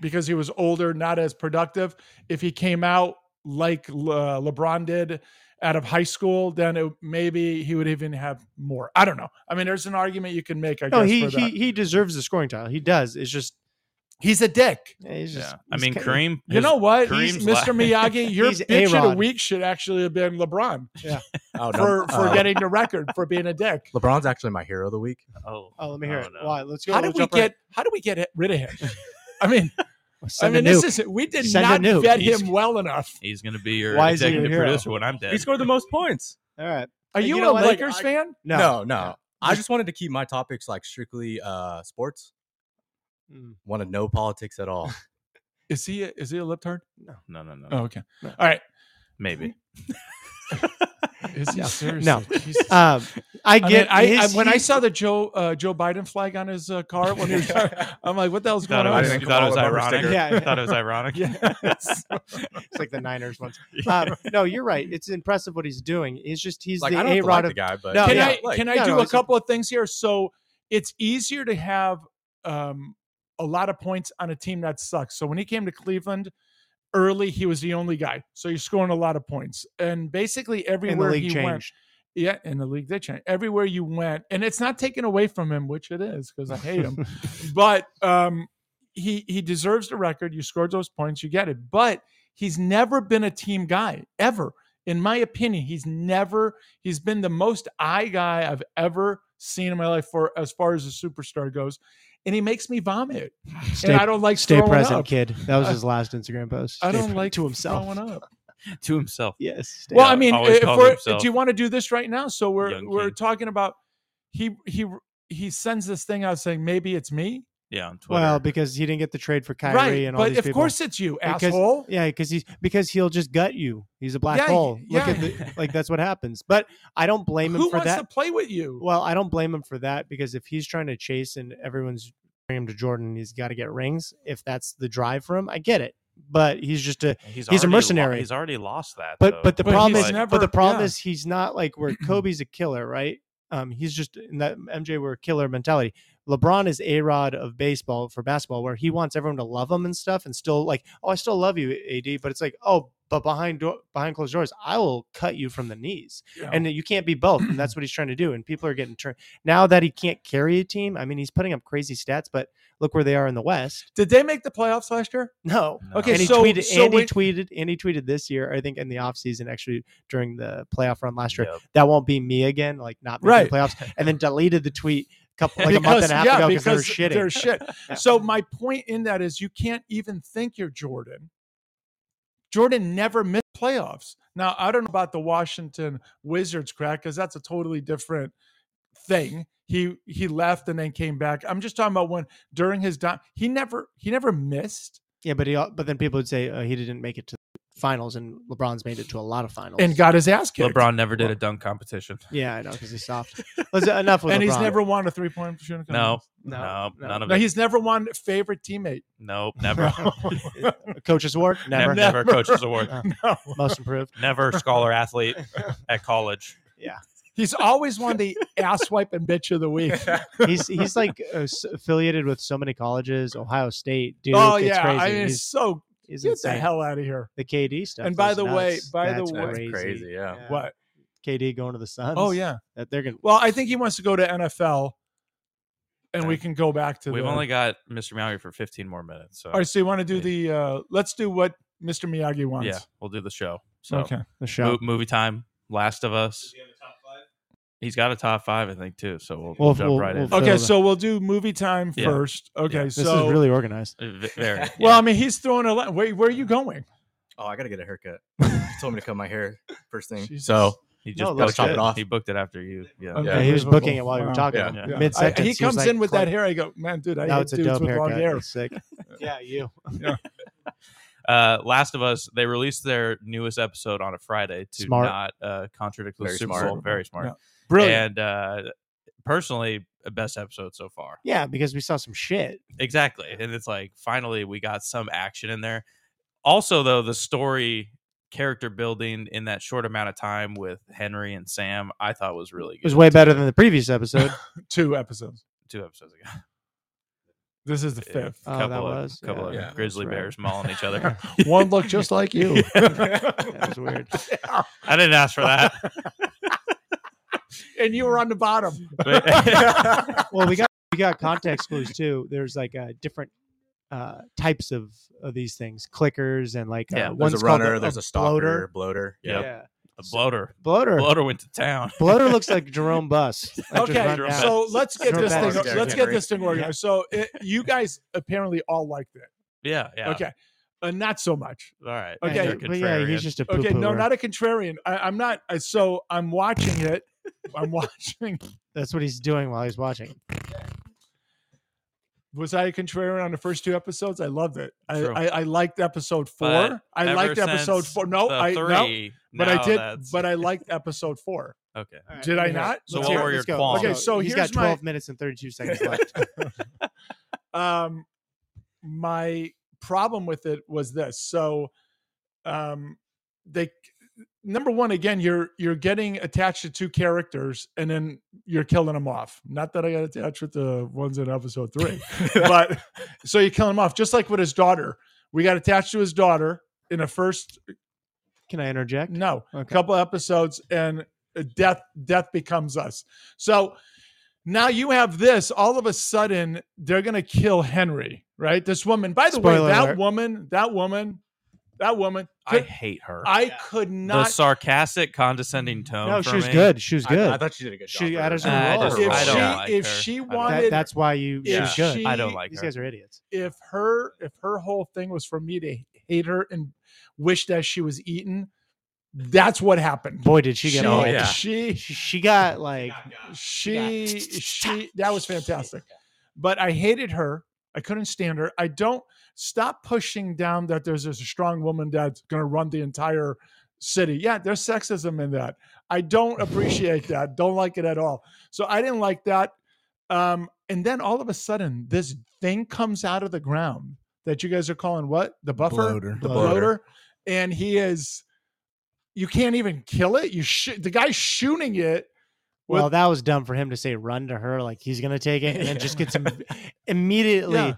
F: because he was older, not as productive. If he came out like Le- uh, LeBron did out of high school, then it, maybe he would even have more. I don't know. I mean, there's an argument you can make. I
E: No,
F: guess
E: he
F: for that.
E: he he deserves the scoring title. He does. It's just
F: He's a dick.
E: Yeah, he's just,
D: Yeah. I
E: he's
D: mean,
E: ca-
D: Kareem.
F: You
D: his-
F: know what? He's
D: Kareem's
F: Mr.
D: li-
F: Miyagi. Your
E: He's
F: bitch of the
E: A-Rod.
F: week should actually have been LeBron
G: Oh, no,
F: for, for
G: uh,
F: getting the record for being a dick.
G: LeBron's actually my hero of the week.
D: Oh,
E: Oh, let me hear
D: oh,
E: it.
D: no.
E: Why? Let's go.
F: How did
E: We'll
F: we
E: jump right-
F: get? How do we get rid of him? I mean,
E: Send
F: I
E: a
F: mean, this
E: nuke.
F: is we did
E: Send a
F: not
E: nuke.
F: vet
D: He's-
F: him well enough.
D: He's gonna be your
E: Why is he your
D: executive
E: hero?
D: producer when I'm dead.
G: He scored the most points.
E: All right.
F: Are
E: Hey,
F: you,
E: you know
F: a
E: what?
F: Lakers
E: I-
F: fan?
E: No.
G: no. I just wanted to keep my topics like strictly uh sports.
E: Mm.
G: Wanted no politics at all.
F: Is he? A, is he a libtard?
D: No, no, no.
F: Oh, okay.
E: No.
F: All right.
D: Maybe.
F: Is he
E: No.
F: serious?
E: No.
F: Jesus.
E: Um, I
F: I mean,
E: get.
F: I, I,
E: his-
F: when I
E: he-
F: saw the Joe uh, Joe Biden flag on his uh, car when he was driving, I'm like, what the hell's
D: Thought
F: going
D: it
F: on?
D: was,
G: didn't
D: you thought it was
G: call it a bumper
D: ironic.
G: sticker.
E: Yeah.
D: Thought it was ironic.
E: it's like the Niners ones. Um, no, you're right. It's impressive what he's doing. He's just he's
G: like
E: the
G: I don't
E: A
G: have to like
E: Rod
G: the
E: of
G: guy, but
E: No,
F: can
E: Oh, yeah,
F: I can I
E: no,
F: do
E: no,
F: a
E: it's a-
F: couple of things here? So it's easier to have um, a lot of points on a team that sucks. So when he came to Cleveland early, he was the only guy. So you're scoring a lot of points, and basically
E: in the
F: everywhere
E: league
F: he went,
E: changed.
F: yeah, in the league did change. Everywhere you went, and it's not taken away from him, which it is because I hate him. but um, he he deserves the record. You scored those points, you get it. But he's never been a team guy ever, in my opinion. He's never he's been the most I guy I've ever seen in my life for as far as a superstar goes, and he makes me vomit.
E: Stay,
F: and I don't like
E: stay
F: throwing
E: present,
F: up.
E: kid. That was his last Instagram post.
F: I
E: Stay
F: don't
E: pre-
F: like
E: to himself.
F: throwing up.
D: to himself.
E: Yes. stay
F: Well,
E: up.
F: I mean,
D: always
F: if
D: calls
F: we're,
D: himself
F: do you want to do this right now? So we're
D: Young
F: we're
D: King.
F: talking about he he he sends this thing out saying maybe it's me,
D: Yeah, on Twitter.
E: well, because he didn't get the trade for Kyrie
F: right?
E: and all
F: but
E: these
F: of
E: people.
F: course it's you,
E: Because-
F: asshole.
E: Yeah, because he's because he'll just gut you. He's a black
F: Yeah,
E: hole.
F: yeah.
E: Look at the, like that's what happens. But I don't blame him
F: Who
E: for
F: wants
E: that.
F: to play with you?
E: Well, I don't blame him for that because if he's trying to chase and everyone's bringing him to Jordan, he's got to get rings. If that's the drive for him, I get it. But he's just a he's a
D: already lo-
E: mercenary.
D: he's already lost that.
E: but
D: though.
E: but the
F: But
E: problem
F: he's
E: is
F: never-
E: but the problem
F: yeah.
E: is he's not like where Kobe's a killer, right? Um, he's just in that MJ were killer mentality. LeBron is a rod of baseball for basketball, where he wants everyone to love him and stuff, and still like, oh, I still love you, AD. But it's like, oh, but behind door, behind closed doors, I will cut you from the knees and you can't be both and that's what he's trying to do and people are getting turned now that he can't carry a team i mean he's putting up crazy stats but look where they are in the west
F: Did they make the playoffs last year?
E: no
F: Okay,
E: and he
F: so-
E: tweeted
F: so
E: and he
F: when-
E: tweeted and he tweeted this year i think in the offseason actually during the playoff run last year
D: Yep.
E: that won't be me again like not making the playoffs and then deleted the tweet a couple like a month and a half ago because they were shitting
F: they're shit.
E: Yeah.
F: So my point in that is you can't even think you're Jordan. Jordan never missed playoffs. Now I don't know about the Washington Wizards crack because that's a totally different thing. He he left and then came back. I'm just talking about when during his time he never he never missed
E: yeah but he al- but then people would say uh, he didn't make it to finals and lebron's made it to a lot of finals
F: and got his ass kicked.
D: LeBron never did a dunk competition.
E: yeah i know because he's soft Let's- enough with
F: and he's
E: LeBron.
F: never won a three point shooting
D: No,
F: contest.
D: no, none of
F: No,
D: it.
F: he's never won favorite teammate.
D: Nope, never,
E: coach's award
D: never, never, coaches award,
F: No.
E: most improved
D: never scholar athlete at college.
F: He's always won the ass wipe and bitch of the week.
E: he's he's like uh, s- affiliated with so many colleges, Ohio State, dude.
F: oh
E: it's
F: yeah,
E: crazy.
F: I mean it's
E: he's,
F: so
E: he's
F: get the
E: insane.
F: hell out of here.
E: The KD stuff.
F: And by
E: is
F: the way-
E: nuts.
F: by the
E: That's
F: way-
E: crazy.
G: crazy, yeah.
F: What?
E: KD going to the Suns?
F: Oh yeah.
E: that they're gonna.
F: Well, I think he wants to go to NFL, and we can go back to.
D: We've
F: the,
D: only got Mr. Miyagi for 15 more minutes. So
F: All right, so you want to do the? uh Let's do what Mr. Miyagi wants.
D: yeah, we'll do the show. So
F: okay.
E: The
D: mo-
E: show.
D: movie time, Last of Us. He's got a top five, I think, too. So we'll,
E: We'll-
D: we'll jump
E: we'll-
D: right
E: we'll
D: in.
E: fill
F: Okay,
E: the-
F: so we'll do movie time
D: Yeah.
F: first. Okay,
E: This
F: so
E: is really organized.
D: Uh, v- Very.
F: well, I mean, he's throwing a lot. Where, where are you going?
G: Oh, I gotta get a haircut. he told me to cut my hair first thing.
F: Jesus.
G: So
D: He
E: No,
D: just
E: let's
D: booked
G: chop
D: it.
G: it off.
D: He booked it after you. Yeah.
F: Okay.
G: Yeah,
E: Yeah, he was
F: Unbelievable.
E: booking it while you
F: Wow.
E: were talking.
G: Yeah.
F: Yeah.
E: Mid
F: I-
E: sentence,
F: he comes in with that hair. I go, man, dude, I
E: Now
F: hate
E: it's a
F: dudes
E: dope
F: with long
E: haircut.
F: hair.
E: It's sick. yeah, you.
D: Uh, Last of Us. They released their newest episode on a Friday to
E: Smart.
D: not uh, contradict the
G: Very
D: Super
G: smart.
D: Bowl. Very smart.
F: Yeah.
D: And
F: Brilliant.
D: uh, personally, the best episode so far.
E: Yeah, because we saw some shit.
D: Exactly. And it's like finally we got some action in there. Also, though, the story character building in that short amount of time with Henry and Sam, I thought was really
E: It
D: good.
E: was way better than the previous episode.
F: Two episodes.
D: two episodes ago.
F: This is the
D: Yeah.
F: fifth.
E: Oh, that
D: couple of
E: was-
D: couple
E: yeah,
D: of
G: yeah, that's
D: grizzly
E: right.
D: bears mauling each other.
F: One looked just like you.
E: That was weird.
D: I didn't ask for that.
F: and you were on the bottom.
D: But-
E: well, we got we got context clues too. There's like uh, different uh, types of, of these things, clickers and like
D: Yeah,
E: uh,
D: there's
E: one's
G: there's a
E: called
G: runner, there's a stalker,
E: bloater.
G: bloater.
D: Yep.
E: Yeah,
D: A bloater.
E: bloater. bloater.
D: Bloater went to town.
E: looks like Jerome Bus. Like just
F: Okay,
E: run out.
F: so let's get
E: Throw
F: this
E: back
F: thing.
G: to
F: Let's get
G: Jerry.
F: this thing organized. So it, you guys apparently all liked it.
D: Yeah, yeah.
F: Okay, uh, not so much.
D: All right.
F: Okay.
D: You're a
E: but yeah,
D: contrarian.
E: he's just a poo
F: Okay, no, not a contrarian. I, I'm not. I, so I'm watching it. I'm watching.
E: That's what he's doing while he's watching.
F: Was I a contrarian on the first two episodes? I loved it. I
D: True.
F: I, I liked episode four.
D: But
F: I
D: ever
F: liked episode
D: since
F: four. No,
D: the
F: Oh, I no.
D: three.
F: But
D: now
F: I did.
D: that's-
F: But I liked episode four.
D: okay.
F: Did I not?
D: So
F: Let's
D: what
F: hear
D: were
F: it.
D: your
E: let's go,
D: qualms?
E: let's go.
F: Okay, so
E: he's
F: here's
E: got
F: my-
E: 12 minutes and 32 seconds left.
F: um my problem with it was this so um they number one again you're you're getting attached to two characters and then you're killing them off not that i got attached with the ones in episode three but so you kill him off just like with his daughter we got attached to his daughter in the first
E: Can I interject?
F: no
E: Okay.
F: couple episodes and uh, death death becomes us so now you have this all of a sudden they're gonna kill henry right this woman by the
E: Spoiler
F: way that
E: alert.
F: woman that woman that woman
D: I
F: could,
D: hate her.
F: I, could
D: the
F: not
D: sarcastic, condescending tone.
E: No,
D: for
E: she was
D: me.
E: good. She was
G: I-
E: good.
G: I, thought she did a good job.
E: She-
G: for
E: I
G: her.
E: just-
D: I
E: Roll.
D: just-
F: if
D: I don't
F: she
D: like
F: if
D: her. I
F: she
D: don't-
E: That-
F: wanted
E: that's why you.
F: if
E: She was good.
F: she-
D: I don't like
E: These
D: her.
E: guys are idiots.
F: if her if her whole thing was for me to hate her and wish that she was eaten that's what happened
E: Boy, did she get
D: Oh,
E: old.
D: yeah.
F: she
E: She, she got like.
F: she she that was fantastic but i hated her i couldn't stand her i don't stop pushing down that there's this strong woman that's going to run the entire city yeah there's sexism in that i don't appreciate that don't like it at all so i didn't like that um and then all of a sudden this thing comes out of the ground that you guys are calling what the buffer
B: Bloater.
F: the bloater,
G: Bloater.
F: and he is you can't even kill it you shoot the guy shooting it
E: Well,
F: with-
E: that was dumb for him to say run to her like he's gonna take it and then just gets im- immediately.
F: Yeah.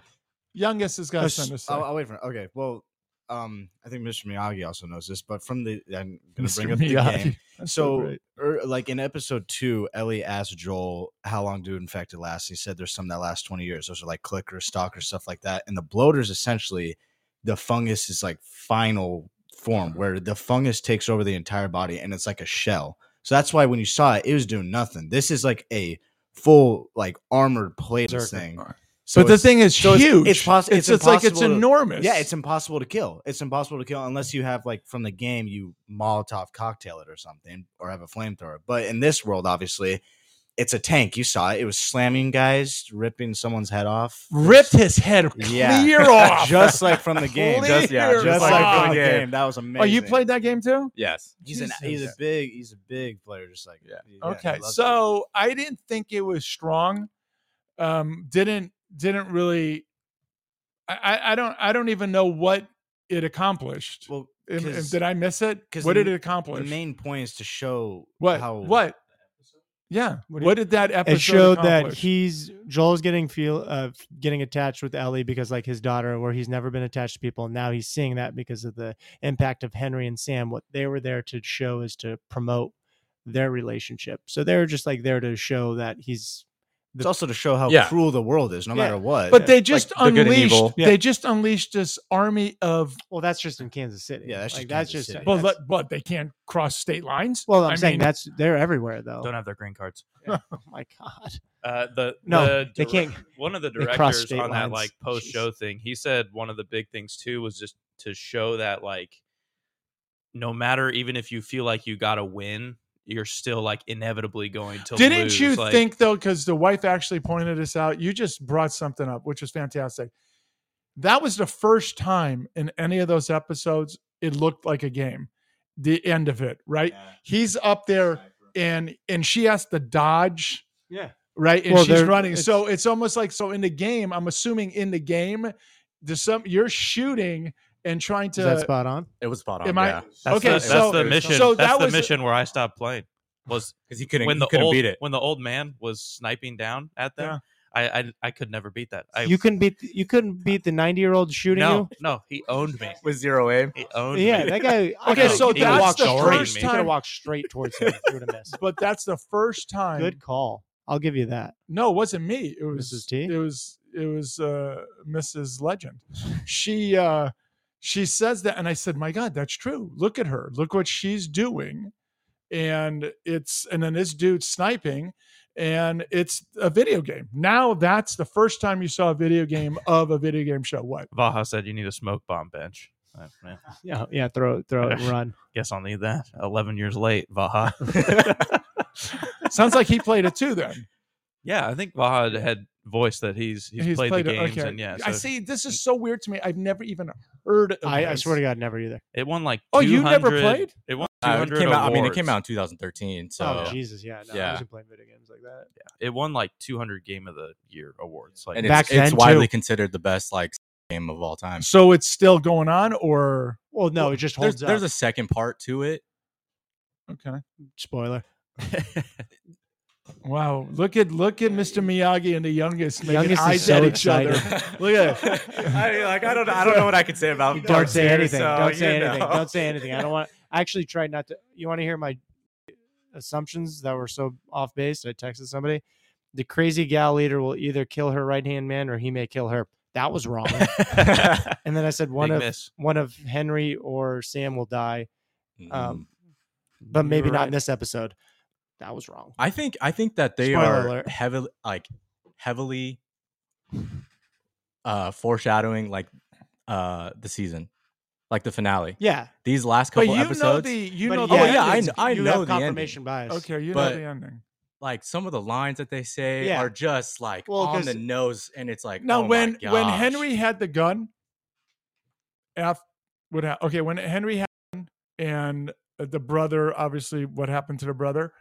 F: Youngest has got
E: Us-
F: something to say.
B: Oh, I'll, I'll wait for Okay, well, um, I think Mr. Miyagi also knows this, but from the I'm gonna
F: Mr.
B: bring up
F: Miyagi.
B: the game.
F: That's
B: So,
F: great.
B: er, like in episode two, Ellie asked Joel how long do infected last. He said there's some that last 20 years. Those are like clicker, stalker, stuff like that. And the bloaters essentially the fungus is like final
F: Uh-huh.
B: form where the fungus takes over the entire body and it's like a shell. So that's why when you saw it, it was doing nothing. This is like a full like armored plate
E: Berserker.
B: thing. So
F: but the
B: it's-
F: thing is
B: so it's-
F: huge.
B: It's, poss-
F: it's, it's like it's
B: impossible to-
F: enormous.
B: yeah, it's impossible to kill. It's impossible to kill unless you have like from the game you Molotov cocktail it or something or have a flamethrower. But in this world, obviously, it's a tank. You saw it. It was slamming guys, ripping someone's head off.
F: ripped his head
B: Yeah.
F: clear off.
B: Just like from the game.
F: Clear
G: Just- yeah, just
B: Just like
F: off.
B: from the
G: off.
B: game. That was amazing.
F: Oh, you played that game too?
G: yes.
B: He's an, he's a big he's a big player. Just like
G: Yeah.
B: he
F: okay,
B: loves it.
F: so I didn't think it was strong. Um, didn't didn't really. I- I, I don't I don't even know what it accomplished.
B: well,
F: Am- am-
B: 'cause
F: did I miss it?
B: 'cause
F: What
B: the
F: did it
B: m-
F: accomplish?
B: the main point is to show
F: what
B: how
F: what? Yeah.
E: What
F: What
E: did-
F: did, that episode?
E: It showed that
F: accomplish?
E: he's Joel's getting feel uh, getting attached with Ellie because like his daughter, where he's never been attached to people. Now he's seeing that because of the impact of Henry and Sam. What they were there to show is to promote their relationship. So they're just like there to show that he's
B: It's also to show how
G: Yeah.
B: cruel the world is, no
E: Yeah.
B: matter what.
F: But they just
G: the good and
F: unleashed.
G: evil.
E: Yeah.
F: They just unleashed this army of.
E: well. That's just in Kansas City.
B: Yeah, that's
E: Like,
B: just
E: that's just
B: Kansas City.
F: But
E: that's-
F: let- but they can't cross state lines.
E: well, I'm
F: I
E: saying
F: mean-
E: that's they're everywhere though.
D: Don't have their green cards.
E: oh my god.
D: Uh, the
E: No,
D: the
E: they
D: direc-
E: can't-
D: One of the
E: they cross
D: directors
E: state
D: on that
E: lines.
D: like post show thing, he said one of the big things too was just to show that like, no matter even if you feel like you got to win, you're still like inevitably going to.
F: Didn't
D: lose.
F: you
D: like,
F: think though? Because the wife actually pointed this out. You just brought something up, which was fantastic. That was the first time in any of those episodes it looked like a game. The end of it, right? He's up there, and and she has to dodge.
E: Yeah.
F: Right, and
E: Well,
F: she's
E: they're-
F: running. so it's almost like so in the game. I'm assuming in the game, there's some you're shooting and trying to.
E: Is that spot on?
G: It was spot on.
F: Am I-
G: yeah.
D: That's
F: Okay,
D: the,
F: so-
D: that's the mission.
F: so
D: that's
F: that
D: the
F: was-
D: mission where I stopped playing. Was
G: because he couldn't.
D: when
G: he
D: the
G: couldn't
D: old
G: beat it.
D: when the old man was sniping down at them. I, I I could never beat that. I
E: you couldn't beat you couldn't beat the 90 year old shooting
D: no no he owned me.
G: With zero aim.
D: He
E: you.
D: owned
E: Yeah,
D: me.
E: that guy. I
F: Okay,
E: could've-
F: so
E: he could've
F: that's
E: walked
F: the
E: straight-
F: first
E: he could've
F: time-
E: walked straight towards him. if he would've missed.
F: but that's the first time.
E: Good call. I'll give you that.
F: No, it wasn't me. It was
E: Mrs. T?
F: It was it was uh, Mrs. Legend. She uh, she says that, and I said, "My God, that's true. Look at her. Look what she's doing." And it's and then this dude sniping, and it's a video game. Now that's the first time you saw a video game of a video game show. What?
D: Vaha said you need a smoke bomb bench. I man,
E: Yeah, yeah. Throw it, throw it, and run.
D: guess I'll need that. Eleven years late, Vaha.
F: Sounds like he played it too. Then
D: yeah, I think Vaha had voiced that he's he's, played, the
F: it,
D: games and yeah,
F: I
D: so
F: see. This is so weird to me. I've never even heard. Of
E: I, I
F: this.
E: swear to God, never either.
D: It won like
F: Oh, you never
D: 200
F: played?
D: It won two
G: Uh, it
D: hundred.
G: came out. I mean, it came out in 2013. So
E: oh Jesus, yeah, no, I
G: Yeah.
E: wasn't playing video games like that.
D: It won like two hundred Game of the Year awards. Like
G: and
E: Back
G: it's, it's
E: then,
G: widely
E: too.
G: considered the best like game of all time.
F: So it's still going on, or
E: Well, no, it just
G: There's,
E: holds
G: there's
E: up.
G: a second part to it.
F: okay.
E: Spoiler.
F: Wow! Look at look at Mr. Miyagi and the youngest making
E: Youngest is
F: eyes
E: so
F: at each other.
E: excited.
F: Look at that.
G: I, like I don't I don't know what I could say about.
E: Don't say
G: Darkseer,
E: anything.
G: so,
E: Don't say
G: you know.
E: anything. Don't say anything. I don't want. I actually tried not to. You want to hear my assumptions that were so off base? I texted somebody. The crazy gal leader will either kill her right hand man or he may kill her. That was wrong. and then I said one
D: big
E: of
D: miss.
E: one of Henry or Sam will die,
G: Mm-hmm.
E: um, but
D: You
E: maybe
D: were
E: not
D: right.
E: in this episode. That was wrong.
G: I think I think that they
E: Spoiler
G: are
E: alert.
G: heavily like heavily uh foreshadowing like uh the season. Like the finale.
E: Yeah,
G: These last
F: But
G: couple
F: you know
G: episodes
F: the you
E: but
F: know
G: yeah,
F: the
G: oh, yeah, I
E: it's-
F: ending.
G: kn- I
E: you
G: know
E: have
G: the ending.
E: confirmation bias.
F: okay you
G: but-
F: know the ending.
G: like some of the lines that they say
E: Yeah.
G: are just like
E: Well,
G: on
E: 'cause-
G: the nose and it's like
F: Now
G: oh my
F: when when
G: gosh.
F: Henry had the gun, af what hap- okay when Henry had the gun and the brother obviously what happened to the brother.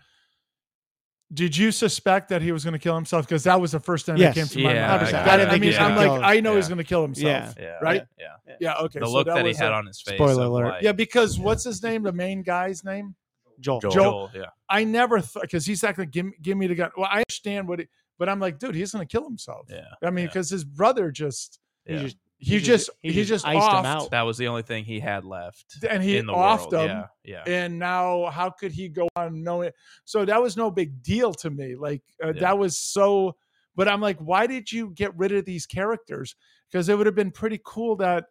F: Did you suspect that he was going to kill himself? Because that was the first thing
E: Yes.
F: that came to
D: Yeah,
F: my mind.
E: 100%.
D: I
F: That-
D: got
F: I
D: it.
F: mean,
D: Yeah.
F: I'm like,
E: Yeah.
F: I know he's going to kill himself.
E: Yeah.
D: Yeah.
F: right?
D: Yeah.
F: Yeah, Okay.
D: The
F: so
D: look that, he
F: was
D: had
F: a-
D: on his face.
E: Spoiler
D: of,
E: alert.
D: like,
F: Yeah, because what's his name? The main guy's name.
E: Joel.
G: Joel.
F: Joel-
D: Joel, yeah.
F: I never thought because he's acting like, give, me- give me the gun. Well, I understand what, he, but I'm like, dude, he's gonna kill himself.
D: Yeah.
F: I mean,
D: Yeah.
F: because his brother just
E: He
D: Yeah.
E: just
F: he, just, he just,
E: iced
F: offed,
E: him out.
D: That was the only thing he had left
F: and he
D: in the
F: offed
D: world.
F: him.
D: Yeah. Yeah.
F: And now, how could he go on knowing? So that was no big deal to me. Like uh,
D: Yeah.
F: that was so. But I'm like, why did you get rid of these characters? Because it would have been pretty cool that.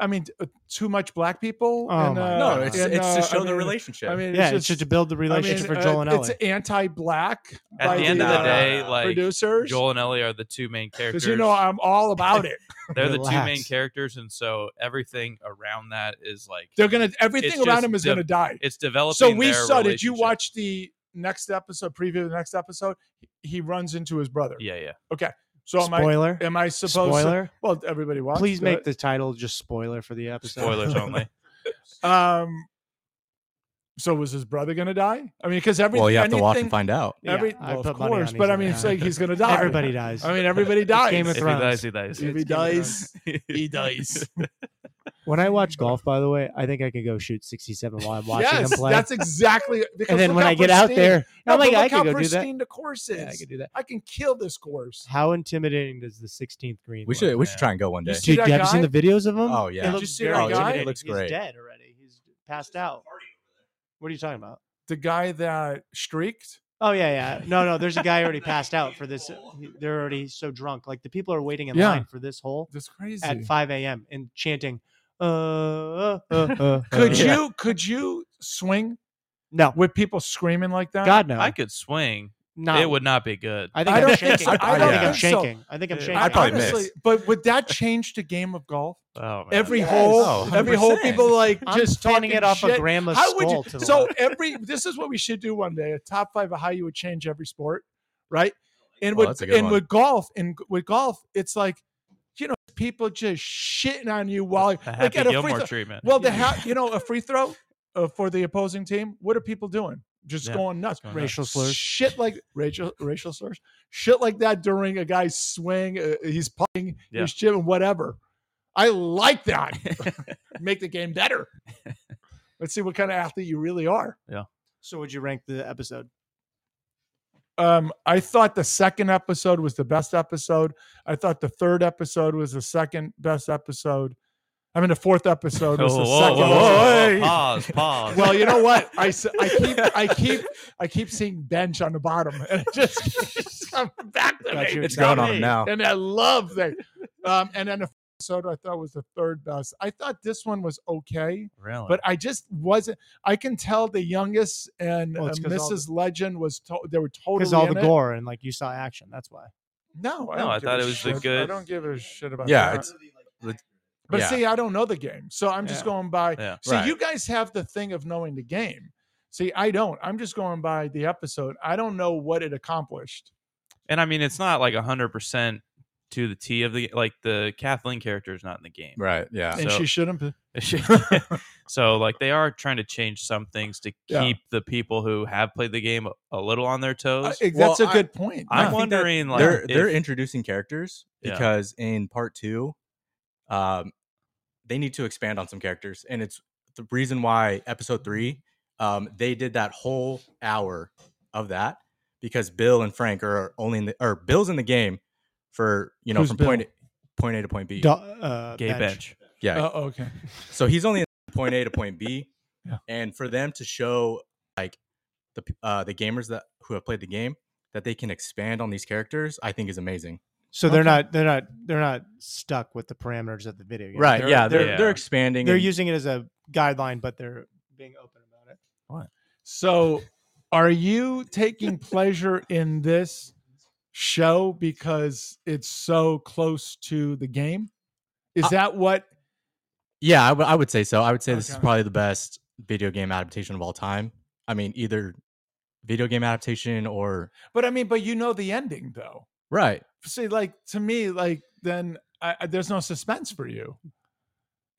F: I mean, t- uh, too much black people.
E: Oh my
F: uh,
G: No,
E: God.
G: it's
F: and,
G: it's to
F: uh,
G: show
F: I
G: the
F: mean-
G: relationship.
F: I mean,
E: yeah, it's just to build the relationship for Joel and
F: uh, It's
E: Ellie.
F: anti-black.
D: At
F: by
D: the end of
G: the-
D: the
F: uh,
D: day, like
F: producers.
D: Joel and Ellie are the two main characters.
F: because you know I'm all about it.
D: They're the two main
E: Relax.
D: characters, and so everything around that is like
F: They're gonna everything
D: It's
F: around
D: just
F: him is
D: the-
F: gonna die.
D: it's developing.
F: So we
D: their
F: saw. Did you
D: relationship.
F: watch the next episode preview? Of the next episode, he runs into his brother.
D: Yeah, yeah.
F: So am I?
E: spoiler.
F: Am I supposed? To,
E: spoiler.
F: well, everybody watched.
E: Please make
F: it.
E: the title just spoiler for the episode.
D: Spoilers only.
F: Um. So was his brother gonna die? I mean, because every
G: well, you have to watch and
F: anything-
G: find out.
E: Yeah,
F: Every,
E: I
F: well, of
E: put money on
F: course,
E: he's
F: but I
E: gonna
F: mean, it's
E: die.
F: like he's gonna die.
E: Everybody dies.
F: I mean, everybody dies.
E: Game of
D: if he
E: Thrones.
D: dies, he dies.
F: If he dies, he dies.
E: when I watch golf, by the way, I think I can go shoot 67 while I'm watching
F: yes,
E: him play.
F: that's exactly. Because
E: and then
F: look
E: when
F: how
E: I get out
F: pristine-
E: there,
F: no, but
E: I'm like,
F: look how
E: I can go do that.
F: pristine the course is.
E: Yeah, I can do that.
F: I can kill this course.
E: How intimidating does the 16th green?
G: We
E: look?
G: should we
D: Yeah.
G: should try and go one day.
F: You see
E: Dude,
F: that
E: have you seen
F: guy?
E: the videos of him?
G: Oh,
E: It
G: yeah.
F: you
G: Did
E: looks
F: see that
E: very
F: guy?
E: intimidating.
G: It looks
E: He's
G: great.
E: dead already. He's passed out. What are you talking about?
F: the guy that streaked.
E: Oh yeah, yeah. No, no. There's a guy already passed out for this. They're already so drunk. Like the people are waiting in
F: Yeah.
E: line for this hole
F: That's crazy.
E: at 5 a.m. and chanting. Uh, uh, uh,
F: could
E: uh.
F: you could you swing
E: No,
F: with people screaming like that?
E: God no.
D: I could swing.
E: no.
D: It would not be good.
E: I
F: I
E: think I'm
F: don't think
E: shaking.
F: so.
E: I,
F: I
G: don't
E: think I'm
F: think so.
E: shaking. I think I'm
D: Yeah.
E: shaking.
G: I'd probably miss.
F: honestly, But would that change the game of golf?
D: Oh man.
F: Every
E: Yes.
F: hole,
G: Oh,
F: every hole,
G: 100%.
F: people like
E: I'm
F: just talking
E: fanning it off
F: shit.
E: a grandma's
F: how would
E: skull
F: you?
E: to the
F: So
E: left.
F: every this is what we should do one day: a top five of how you would change every sport, right? And
G: Well,
F: with
G: Oh, that's a good
F: and
G: one.
F: with golf and with golf, it's like you know people just shitting on you
D: a
F: while like
D: Happy
F: at a free
D: Gilmore
F: throw.
D: treatment.
F: Well, the ha- you know a free throw uh, for the opposing team. What are people doing? Just
D: Yeah,
F: going nuts.
D: going nuts.
E: racial slurs.
F: Shit like racial racial slurs. Shit like that during a guy's swing, uh, he's putting,
D: Yeah.
F: he's chipping, whatever. I like that. Make the game better. Let's see what kind of athlete you really are.
E: So would you rank the episode?
F: Um, I thought the second episode was the best episode. I thought the third episode was the second best episode. I'm in the fourth episode. This is the
D: Whoa, whoa,
F: second.
D: whoa, whoa, whoa.
F: Hey.
D: Pause, pause.
F: Well, you know what? I, s- I keep I keep I keep seeing bench on the bottom, and it just keeps coming back to
E: Got
F: me.
E: you.
G: It's
F: Not
G: going on
F: me.
G: him now.
F: And I love that. Um, and then the episode I thought was the third best. I thought this one was okay,
D: really?
F: but I just wasn't. I can tell the youngest and
E: Well,
F: uh,
E: it's 'cause all the-
F: Mrs. Legend was to, they were
E: because
F: totally
E: all the
F: in it.
E: gore and like you saw action. That's why.
F: No, I,
D: No,
F: don't
D: I
F: give
D: thought
F: a
D: it was the
F: shit. I
D: good-
F: don't give a shit about.
G: Yeah,
F: that.
G: it's-
F: But
G: Yeah.
F: see, I don't know the game, so I'm just
E: Yeah.
F: going by.
D: Yeah.
F: See,
G: Right.
F: you guys have the thing of knowing the game. See, I don't. I'm just going by the episode. I don't know what it accomplished.
D: and I mean, it's not like hundred percent to the T of the like the Kathleen character is not in the game.
G: Right. Yeah.
F: and
D: So-
F: she shouldn't. be-
D: so like they are trying to change some things to keep
F: Yeah.
D: the people who have played the game a, a little on their
F: I-
D: toes.
F: it-
G: Well,
F: that's a
G: I-
F: good point.
D: I, am
F: Yeah.
G: think that
D: wondering like
G: they're they're
D: if-
G: introducing characters
D: Yeah.
G: because in part two, um, they need to expand on some characters, and it's the reason why episode three, um, they did that whole hour of that because Bill and Frank are only in the or Bill's in the game for you know
F: Who's
G: from
F: Bill?
G: point A, point A to point B.
E: Do- uh,
D: gay bench.
G: Yeah,
F: Oh, okay.
G: so he's only at point A to point B,
F: Yeah.
G: and for them to show like the p- uh, the gamers that who have played the game that they can expand on these characters, I think is amazing.
E: So they're
F: Okay.
E: not they're not they're not stuck with the parameters of the video. game.
G: Right?
E: They're-
G: yeah, they're
E: they're
G: they're,
D: yeah.
G: expanding.
E: they're
G: and-
E: using it as a guideline, but they're being open about it.
F: So, are you taking pleasure in this show because it's so close to the game? Is
G: I-
F: that what?
G: Yeah, I would- I would say so. I would say this is
F: Okay.
G: probably the best video game adaptation of all time. I mean, either video game adaptation or
F: But I mean, but you know the ending though.
G: right.
F: See, like to me, like then I, I- there's no suspense for you.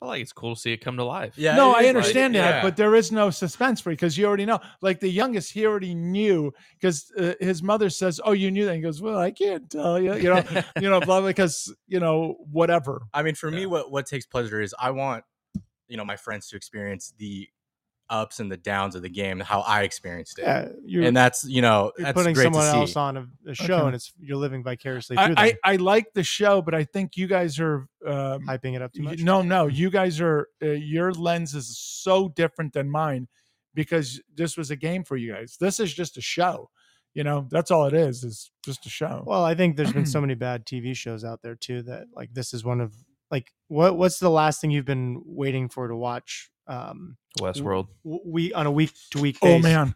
D: But like it's cool to see it come to life.
G: Yeah,
F: no,
G: it
F: I
G: is, like-
F: understand that,
G: yeah.
F: but there is no suspense for you because you already know. Like the youngest, he already knew because uh, his mother says, "Oh, you knew that." He goes, "Well, I can't tell you." You know, you know, blah because you know whatever.
G: I mean, for me,
D: Yeah.
G: what what takes pleasure is I want you know my friends to experience the ups and the downs of the game, how I experienced it,
E: Yeah, you're,
G: and that's you know
E: you're
G: that's
E: putting
G: great
E: someone
G: to see.
E: else on a, a show,
F: Okay.
E: and it's you're living vicariously through
F: I,
E: them,
F: I I like the show, but I think you guys are. Um,
E: hyping it up too
F: y-
E: much. Mm-hmm.
F: No, no, you guys are. Uh, your lens is so different than mine because this was a game for you guys. This is just a show. You know, that's all it is. Is just a show.
E: Well, I think there's been so many bad TV shows out there too that like this is one of like what what's the last thing you've been waiting for to watch? Um,
D: Westworld.
E: w- we on a week to week.
F: oh man,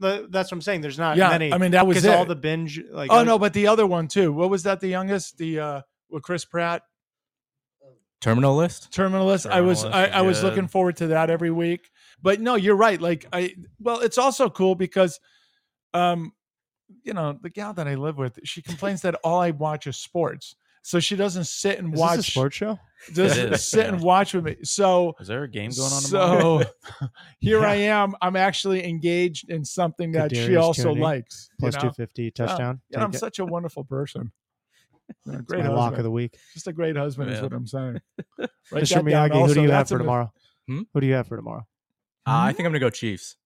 E: that's what I'm saying. There's not
F: yeah.
E: many.
F: I mean, that was
E: because
F: it.
E: all the binge like
F: oh no, but the other one too. What was that? The youngest, the uh, with Chris Pratt,
G: Terminal list.
F: Terminalist. I was
D: Terminalist
F: I,
D: is
F: I was
D: good.
F: looking forward to that every week. But no, you're right. Like I, well, it's also cool because, um, you know, the gal that I live with, she complains that all I watch is sports. So she doesn't sit and
E: is
F: watch
E: this a sports show?
F: doesn't
D: It is,
F: sit
D: yeah.
F: and watch with me. So
D: Is there a game going on tomorrow?
F: so here I am. I'm actually engaged in something that she
E: Kadarius
F: also
E: Toney,
F: likes.
E: Plus
F: you know?
E: two fifty touchdown.
F: Yeah, I'm
E: Take it.
F: such a wonderful person. And a
E: It's
F: great
E: my
F: husband.
E: lock of the week.
F: Just a great husband is
D: Yeah.
F: what I'm saying. Write that
E: Mr.
F: down
E: Miyagi, who
F: also.
E: do you have
F: That's a
E: for
F: mi-
E: tomorrow?
G: Hmm?
E: Who do you have for tomorrow?
G: Uh, I think I'm gonna go Chiefs.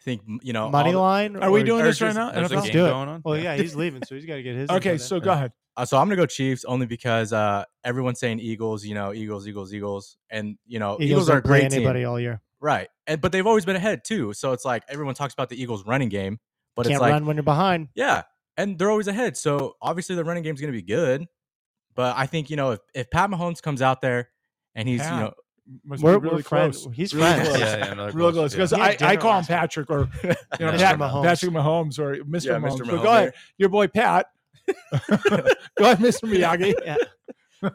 G: I think m- you know Oh,
E: Mm-hmm.
G: all
E: Money
G: the-
E: line?
F: Are we
E: or-
F: doing
G: or
F: this right
G: just-
F: now?
D: There's a
F: NFL?
E: Let's
D: game
E: do it.
D: going on.
E: Well, yeah, he's leaving, so he's got to get his.
F: Okay,
E: input in.
F: so go ahead.
G: Uh, so I'm gonna go Chiefs only because uh, everyone's saying Eagles. You know, Eagles, Eagles, Eagles, and you know Eagles,
E: Eagles
G: are a
E: don't play
G: great team.
E: anybody all year.
G: right? And but they've always been ahead too. So it's like everyone talks about the Eagles running game, but
E: Can't
G: it's like
E: run when you're behind.
G: yeah, and they're always ahead. So obviously the running game's gonna be good. But I think you know if, if Pat Mahomes comes out there and he's you
F: Pat.
G: know
F: Must be
E: We're,
F: really
E: we're
F: close.
E: friends. He's
F: Really
E: friends.
F: close.
D: Yeah, yeah, another
F: Real
D: close,
F: close. Because
E: yeah. He had
F: I, I
E: dinner
F: call him
E: last week.
F: Patrick or you know,
E: Mr.
F: Pat,
E: Mahomes.
F: Patrick Mahomes or Mr.
G: Yeah,
F: Mahomes.
G: Mr.
F: But
G: Mahomes
F: go ahead.
G: there.
F: Your boy Pat. go ahead, Mr. Miyagi.
E: Yeah.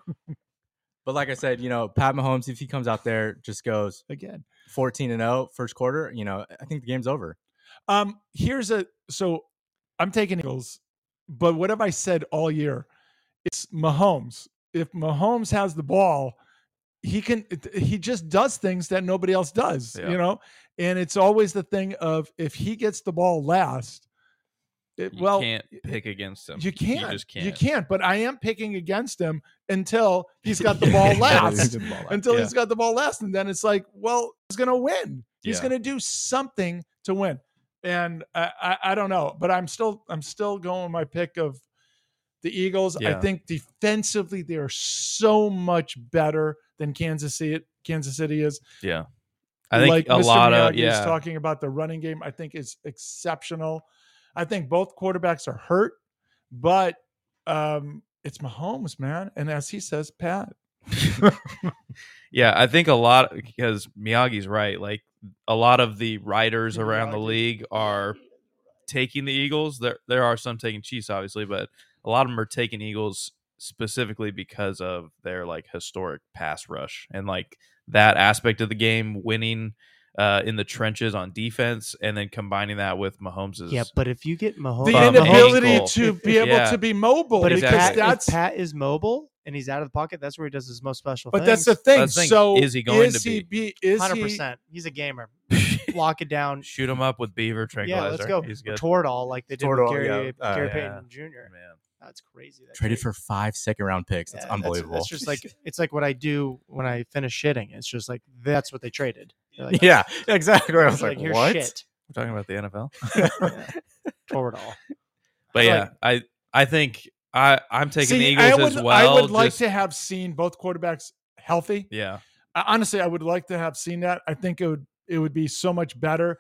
G: but like I said, you know Pat Mahomes if he comes out there just goes
F: Again.
G: 14 and 0 first quarter, you know I think the game's over.
F: Um, here's a so I'm taking Eagles, but what have I said all year? It's Mahomes. If Mahomes has the ball, he can it- he just does things that nobody else does,
D: Yeah.
F: you know? And it's always the thing of if he gets the ball last, it,
D: You
F: well
D: can't pick against them.
F: you can't.
D: You just can't.
F: You can't, but I am picking against him until he's got the ball last. until
G: Yeah.
F: he's got the ball last. And then it's like, well, he's going to win. He's
G: Yeah.
F: going to do something to win. And I, I, I don't know, but I'm still, I'm still going with my pick of the Eagles. I
G: Yeah.
F: think defensively they are so much better. than Kansas City. Kansas City is.
D: Yeah. I think a
F: Mr.
D: lot of
F: Miyagi is
D: yeah.
F: talking about the running game. I think is exceptional. I think both quarterbacks are hurt, but um, it's Mahomes, man, and as he says, Pat.
D: yeah, I think a lot because Miyagi's right. Like a lot of the riders around the
F: Miyagi.
D: league are taking the Eagles. There there are some taking Chiefs, obviously, but a lot of them are taking Eagles specifically because of their like historic pass rush and like that aspect of the game winning uh in the trenches on defense and then combining that with Mahomes's
E: Yeah, but if you get Mahomes,
F: The
D: Bum
F: inability
D: ankle.
F: to be able
D: Yeah.
F: to be mobile,
E: but if,
D: Exactly.
E: Pat,
F: because
E: if
F: that's
E: Pat is mobile and he's out of the pocket, that's where he does his most special.
F: but that's the
E: things.
F: thing.
D: That's the thing.
F: So
D: Is he going
F: is
D: to
F: he be? Is
E: hundred
F: he?
E: percent. He's a gamer. Lock it down.
D: shoot him up with Beaver
E: Yeah,
D: tranquilizer.
E: let's go.
D: He's
E: Or
D: good.
E: Toradol, like they did
G: Toradol,
E: with Gary,
G: yeah. Uh,
E: Gary
D: yeah.
E: Payton Jr.
D: Man.
E: That's crazy. That
G: Traded
E: trade.
G: for five second round picks. That's
E: Yeah,
G: unbelievable.
E: That's, just like it's like what I do when I finish shitting. It's just like that's what they traded. They're Like,
G: yeah, exactly. I was like,
E: here's
G: what?
E: shit.
D: We're talking about the NFL.
E: Toradol.
D: But
E: I
D: yeah,
E: like-
D: I I think I I'm taking the
F: See,
D: Eagles
F: I would,
D: as well.
F: I would like
D: just-
F: to have seen both quarterbacks healthy.
D: Yeah,
F: I- honestly, I would like to have seen that. I think it would it would be so much better.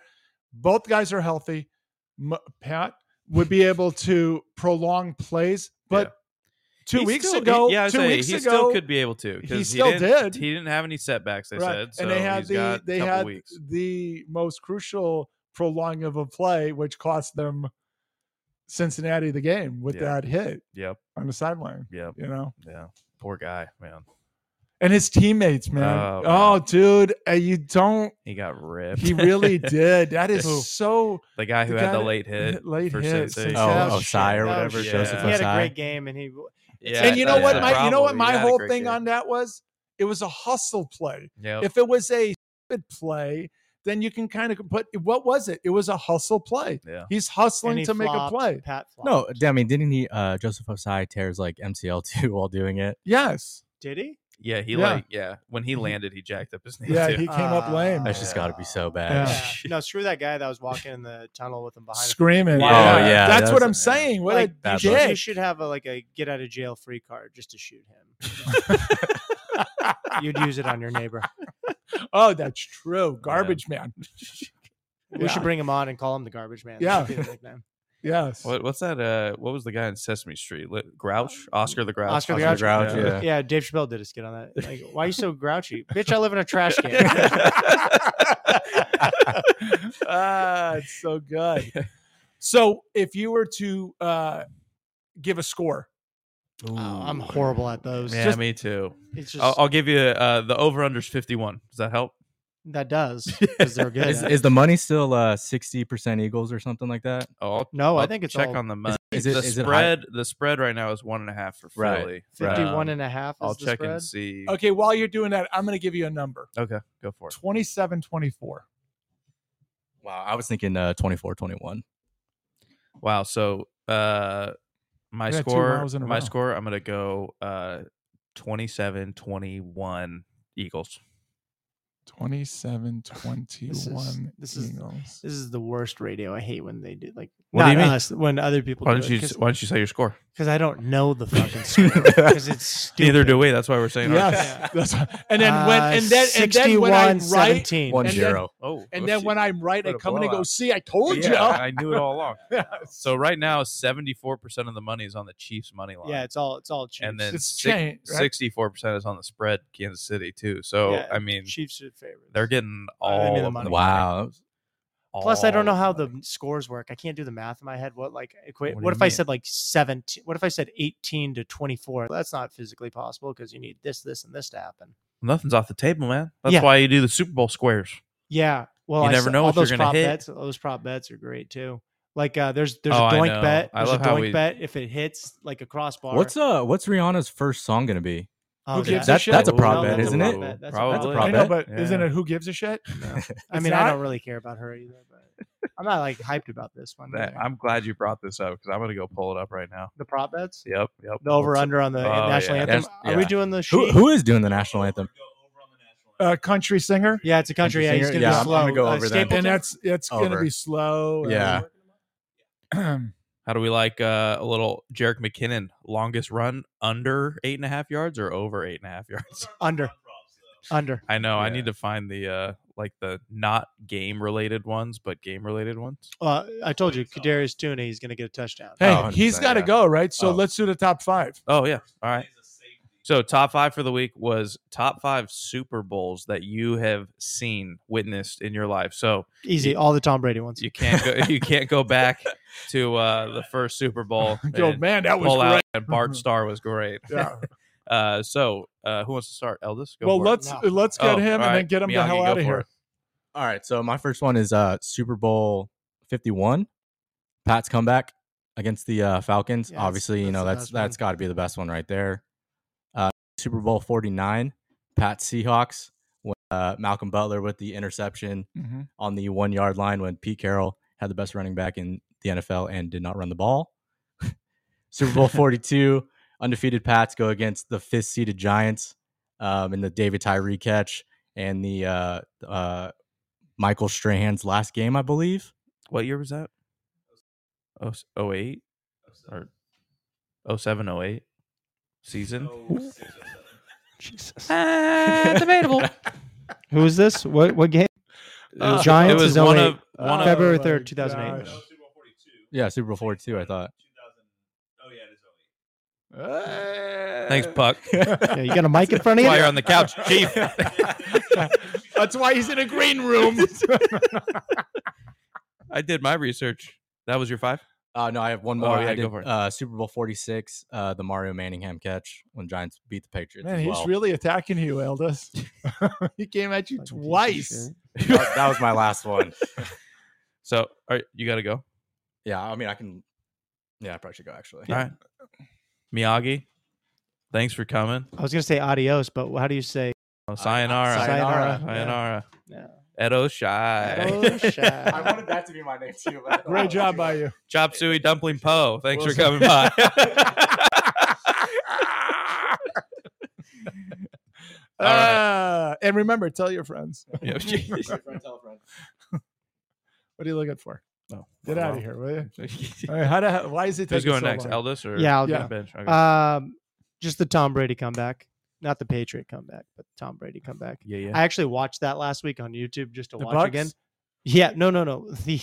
F: Both guys are healthy. M- Pat would be able to prolong plays, but two
D: He
F: weeks
D: still- he-
F: ago,
D: yeah, I was
F: two
D: saying,
F: weeks
D: he
F: ago,
D: still could be able to.
F: he
D: 'cause
F: still
D: didn't-
F: did.
D: He didn't have any setbacks. They said,
F: right,
D: so
F: and they had
D: he's
F: the
D: got
F: they
D: a couple
F: had
D: weeks.
F: the most crucial prolonging of a play, which cost them Cincinnati the game with
D: Yeah.
F: that hit
D: Yep,
F: on the sideline.
D: yep,
F: You know,
D: yeah. Poor guy, man.
F: and his teammates, man.
D: Oh,
F: Oh,
D: wow.
F: dude, uh, you don't.
D: He got ripped.
F: He really did. That is
D: Who?
F: so.
D: the guy who
F: the
D: had
F: guy
D: the
F: that-
D: late hit.
F: late
D: for
F: hit,
D: Cincinnati.
F: Joseph
G: Oh, Osai or
E: Shit.
G: whatever.
D: Yeah.
G: Joseph
E: He had a
G: Osai.
E: great game, and he
D: Yeah,
F: and you know
D: that's
F: what?
D: the
F: My you know what?
D: problem.
F: My
D: had a
F: whole
D: great
F: thing
D: game.
F: on that was it was a hustle play.
D: Yep.
F: If it was a stupid play, then you can kind of. But what was it? It was a hustle play.
D: Yeah.
F: He's
E: and
F: hustling
E: he
F: to make a
E: flopped,
F: play.
E: Pat flopped.
G: No, I mean, didn't he? Uh, Joseph Osai tears like MCL two while doing it.
F: Yes.
E: did he?
D: yeah, he
F: Yeah.
D: like yeah. When he landed, he jacked up his knee
F: Yeah,
D: too.
F: he came up lame.
G: That's just got to be so bad.
E: Uh, Yeah. No, screw that guy that was walking in the tunnel with him behind. him.
F: Screaming.
E: Oh,
G: yeah,
F: That's,
G: that's-
F: what I'm saying. What
E: Like,
F: a
G: that
E: you, should, you
F: dick.
E: should have a, like a get out of jail free card just to shoot him. You'd use it on your neighbor.
F: Oh, that's true. Garbage man.
E: We
F: Yeah.
E: should bring him on and call him the garbage man.
F: Yeah.
E: That'd be the nickname.
F: Yes.
D: What, what's that? Uh, what was the guy in Sesame Street? Li- Grouch, Oscar the Grouch.
E: Oscar the
G: Oscar
E: Grouch.
G: Grouch, yeah.
E: Yeah, Dave Chappelle did a skit on that. Like, why are you so grouchy? Bitch, I live in a trash can.
F: ah, it's so good. So, if you were to uh, give a score,
E: Oh, I'm horrible at those.
D: Yeah,
E: Just-
D: me too.
E: it's just
D: I'll, I'll give you uh, the over unders 51. Does that help?
E: that does because they're good.
G: Is, is the money still uh sixty percent Eagles or something like that?
D: Oh, I'll-
E: no, I
D: I'll
E: think it's
D: check
E: all
D: on the money.
G: is it-
D: the
G: is it high?
D: spread? the spread right now is one and a half for
G: Right,
D: Philly.
E: 51
D: Um,
E: and a half. Is
D: I'll
E: the
D: check
E: spread?
D: and see. Okay.
F: okay, while you're doing that, I'm going to give you a number
D: go for it.
F: 27 24.
G: Wow, I was thinking uh 24-21.
D: Wow. So uh, my
F: We got two
D: score,
F: miles in a
D: my
F: row.
D: score, I'm gonna go uh, 27, 21 Eagles.
F: 27 21.
E: this is- This is the worst radio. I hate when they do like.
D: What do you
E: not
D: mean?
E: us, when other people.
D: Why don't you Why don't you say your score?
E: Because I don't know the fucking score. Because it's stupid.
D: Neither do we. That's why we're saying. ours.
E: Yeah.
F: Yes. That's right. And then
E: Uh,
F: when and then and then when I'm right
G: One
F: And
G: zero.
D: Oh,
F: and then when I'm right, I
D: What a
F: come in and go,
D: blowout.
F: see, I told
D: yeah,
F: you.
D: I knew it all along.
F: Yes.
D: So right now, 74 percent of the money is on the Chiefs money line.
E: Yeah, it's all it's all Chiefs.
D: and then
F: It's
D: six-
F: chain, right?
D: 64% is on the spread Kansas City too. So
E: Yeah,
D: I mean
E: Chiefs are favorites.
D: they're getting
E: I mean,
D: all
E: the
D: of
E: money.
D: the
G: Wow.
D: money.
E: Plus, I don't know
D: All
E: how
D: of
E: the
D: money.
E: scores work. I can't do the math in my head. What like equate?
D: What
E: What,
D: do you
E: if I
D: mean?
E: said like seventeen? What if I said eighteen to twenty-four? That's not physically possible because you need this, this, and this to happen.
D: nothing's off the table, man. That's
E: Yeah.
D: why you do the Super Bowl squares.
E: Yeah. Well,
D: You
E: I
D: never
E: saw-
D: know
E: all
D: what you're
E: those
D: gonna
E: prop
D: hit.
E: bets. Those prop bets are great too. Like uh, there's there's
D: Oh,
E: a
D: I
E: doink
D: know.
E: bet.
D: I
E: There's
D: love
E: a
D: how
E: doink
D: we-
E: bet if it hits like a crossbar.
G: What's uh what's Rihanna's first song gonna be?
E: Oh,
F: Who
E: that-
F: gives a
G: That,
F: shit?
G: that's a
F: Ooh,
G: prop
E: no,
G: bet,
E: that's a
G: isn't
E: prop
G: it?
E: bet. That's a prop
D: Probably.
G: bet.
F: I
G: I
F: know,
G: bet.
F: but isn't
D: Yeah.
F: it who gives a shit?
E: I
F: It's
E: mean, I
F: not?
E: don't really care about her either. But I'm not like hyped about this one.
D: That-
E: either.
D: I'm glad you brought this up because I'm gonna go pull it up right now.
E: The prop bets.
D: Yep, yep.
E: The over under on the
D: Oh,
E: national
D: yeah.
E: anthem.
G: That's-
E: Are we
G: yeah.
E: doing the sheet?
G: Who who is doing the
E: Oh,
G: national anthem?
F: Uh, country singer.
E: Yeah, it's a country. Yeah, he's
G: singer?
E: gonna
G: Yeah,
E: be
G: I'm- I'm
E: slow.
G: gonna go
E: Uh,
G: over that.
E: Stapleton?
F: And that's it's going to
G: Over.
F: be slow. and-
G: Yeah.
D: How do we like uh, a little Jarek McKinnon longest run under eight and a half yards or over eight and a half yards?
E: under. Under.
D: I know. I
G: Yeah.
D: need to find the uh like the not game related ones, but game related ones.
E: Well, I told you, Kadarius Tooney is going to get a touchdown.
F: Hey,
G: Oh,
F: he's
G: 100%,
F: got to
G: yeah.
F: go, right? So
G: Oh.
F: let's do the top five.
D: Oh yeah. All right. So top five for the week was top five Super Bowls that you have seen, witnessed in your life. So
E: Easy, all the Tom Brady ones.
D: you can't go you can't go back to uh the first Super Bowl.
F: Yo,
D: and
F: man, that was
D: pull
F: great.
D: out and Bart Starr was great.
F: Yeah.
D: Uh so uh who wants to start? Eldest? Go
F: Well,
D: for it.
F: let's
E: No.
F: let's get
D: Oh,
F: him
D: all
F: and then
D: right.
F: get him the
D: Miyagi,
F: hell
D: go
F: out of
D: for
F: here.
D: it.
G: All right, so my first one is uh Super Bowl 51, Pat's comeback against the uh, Falcons.
E: Yeah, that's-
G: Obviously, you
E: that's
G: know
E: the
G: that's
E: best one.
G: that's got to be the best one right there. Uh, Super Bowl 49, Pat Seahawks when uh, Malcolm Butler with the interception
F: Mm-hmm.
G: on the one yard line when Pete Carroll had the best running back in the NFL and did not run the ball. Super Bowl 42, undefeated Pats go against the fifth seeded Giants um, in the David Tyree catch and the uh, uh, Michael Strahan's last game, I believe.
D: What year was that? Oh, s- 08 or oh, 07, 08 season?
E: Jesus.
D: Eh, debatable.
E: Who is this? What what game?
D: It
F: Uh,
D: was,
E: Giants
D: it was
E: is
D: one
E: 08.
D: of one of
E: February
F: my
E: 3rd, 2008.
F: gosh.
G: Yeah, Super Bowl 42, I thought.
D: Thanks, Puck.
E: Yeah, you got a mic in front of
D: While you're
E: you?
D: on the couch, Chief.
F: That's why he's in a green room.
D: I did my research. That was your five.
G: Uh, no, I have one
D: Oh,
G: more.
D: yeah,
G: I
D: go
G: did,
D: for it.
G: Uh, Super Bowl 46, uh, the Mario Manningham catch when Giants beat the Patriots.
F: Man,
G: as
F: he's
G: well.
F: really attacking you, Eldest. he came at you
E: Fucking piece of
F: twice.
E: shit.
G: that, that was my last one.
D: So, all right, you got to go.
G: Yeah, I mean, I can. Yeah, I probably should go actually.
D: All right, Miyagi. Thanks for coming.
E: I was going to say adios, but how do you say?
D: Oh, sayonara.
E: Sayonara.
D: Sayonara.
E: Yeah.
D: Edo Shai.
E: Oh, shit.
G: I wanted that to be my name too. But
E: Oh.
F: Great job by you.
D: Chop Suey Dumpling Po. Thanks for coming
G: Wilson.
D: by. All right.
F: Uh, and remember, tell your friends.
D: Yeah, geez.
F: What are you looking for?
D: No.
F: Get out of
D: Well.
F: here, will you?
D: Who's
F: All right, how the, why is it taking
D: going
F: so
D: next?
F: long?
D: Eldest or
E: Yeah, I'll
F: Yeah.
D: Bench? Okay.
E: go. Um, just the Tom Brady comeback. Not the Patriot comeback, but Tom Brady comeback.
D: yeah, yeah.
E: I actually watched that last week on YouTube just to
F: The
E: watch again.
F: Bucks?
E: Yeah, no, no, no. The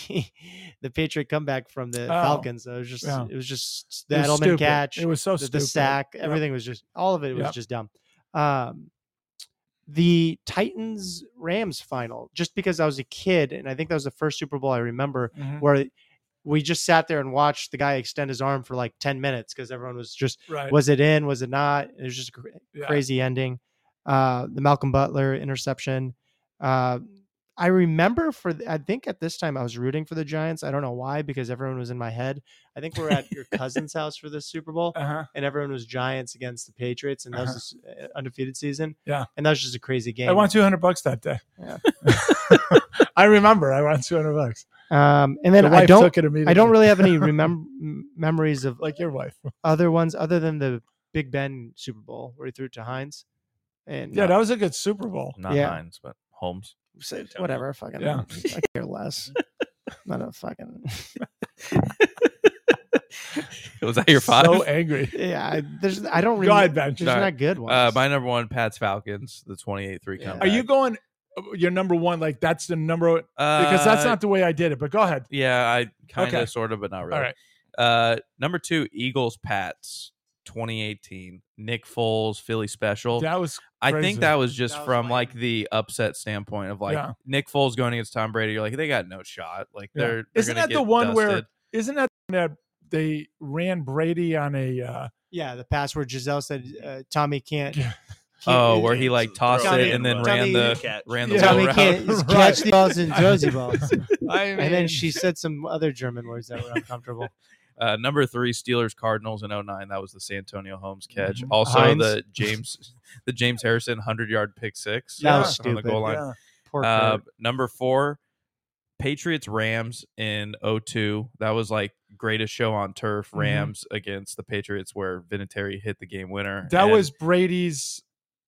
E: the Patriot comeback from the
F: Oh,
E: Falcons. It was just
F: yeah.
E: it was just the
F: It was
E: Edelman
F: stupid.
E: catch,
F: It was so
E: the,
F: stupid.
E: the sack,
F: Yep.
E: everything was just all of it was
F: Yep.
E: just dumb. Um, the Titans Rams final, just because I was a kid, and I think that was the first Super Bowl I remember
F: Mhm.
E: where we just sat there and watched the guy extend his arm for like ten minutes because everyone was just
F: Right.
E: was it in? Was it not? It was just a cr-
F: Yeah.
E: crazy ending. Uh, the Malcolm Butler interception. Uh, I remember for th- I think at this time I was rooting for the Giants. I don't know why because everyone was in my head. I think we we're at your cousin's house for this Super Bowl,
F: Uh-huh.
E: and everyone was Giants against the Patriots, and that
F: Uh-huh.
E: was this uh, undefeated season.
F: Yeah.
E: and that was just a crazy game.
F: I won 200 bucks that day.
E: Yeah.
F: I remember I won 200 bucks.
E: um, and then
F: The
E: I
F: wife
E: don't.
F: took it immediately.
E: I don't really have any remem- memories of
F: like your wife.
E: other ones other than the Big Ben Super Bowl where he threw it to Hines. And
F: Yeah, that was a good Super Bowl.
D: Not
E: Yeah.
D: Hines, but Holmes.
E: So, whatever. Fucking,
F: Yeah.
E: I care less. Not a fucking.
D: Was that your five?
F: So angry.
E: Yeah, I, there's. I don't.
F: Go ahead, Ben.
E: remem- There's
D: Sorry.
E: not good ones.
D: uh, my number one, Pat's Falcons, the 28 3
E: Yeah.
D: comeback.
F: Are you going uh, your number one? Like that's the number one because
D: Because
F: that's not the way I did it. But go ahead.
D: Uh, Yeah, I kind of,
F: Okay.
D: sort of, but not really.
F: All right.
D: Uh, number two, Eagles, Pats, 2018. Nick Foles, Philly special.
F: That was
D: I
F: crazy.
D: think that was just
E: That was
D: from
E: mine.
D: like the upset standpoint of like
F: Yeah.
D: Nick Foles going against Tom Brady. You're like, they got no shot. Like
F: Yeah.
D: they're, they're
F: Isn't
D: gonna
F: that the
D: get
F: one where-
D: dusted.
F: isn't that that they ran Brady on a uh,
E: yeah, the pass where Giselle said uh, Tommy can't.
F: Yeah.
E: can't-
D: Oh, where he like tossed
E: Tommy-
D: it and then
E: Tommy-
D: ran the ran the
F: Yeah.
D: wheel
E: Tommy
D: route.
E: can't
F: Right.
E: catch the balls and Josie balls.
F: I
E: and then
F: mean,
E: she said some other German words that were uncomfortable.
D: Uh, number three, Steelers Cardinals in 09. That was the Santonio Holmes catch.
F: Mhm.
D: Also
E: Hines.
D: the James the James Harrison hundred yard pick six.
E: That
F: was
D: on the
E: stupid.
D: goal line.
F: yeah.
E: Poor
D: Uh,
E: Kurt.
D: number four, Patriots Rams in 02. That was like greatest show on turf.
F: Mhm.
D: Rams against the Patriots, where Vinatieri hit the game winner.
F: that
D: And
F: was Brady's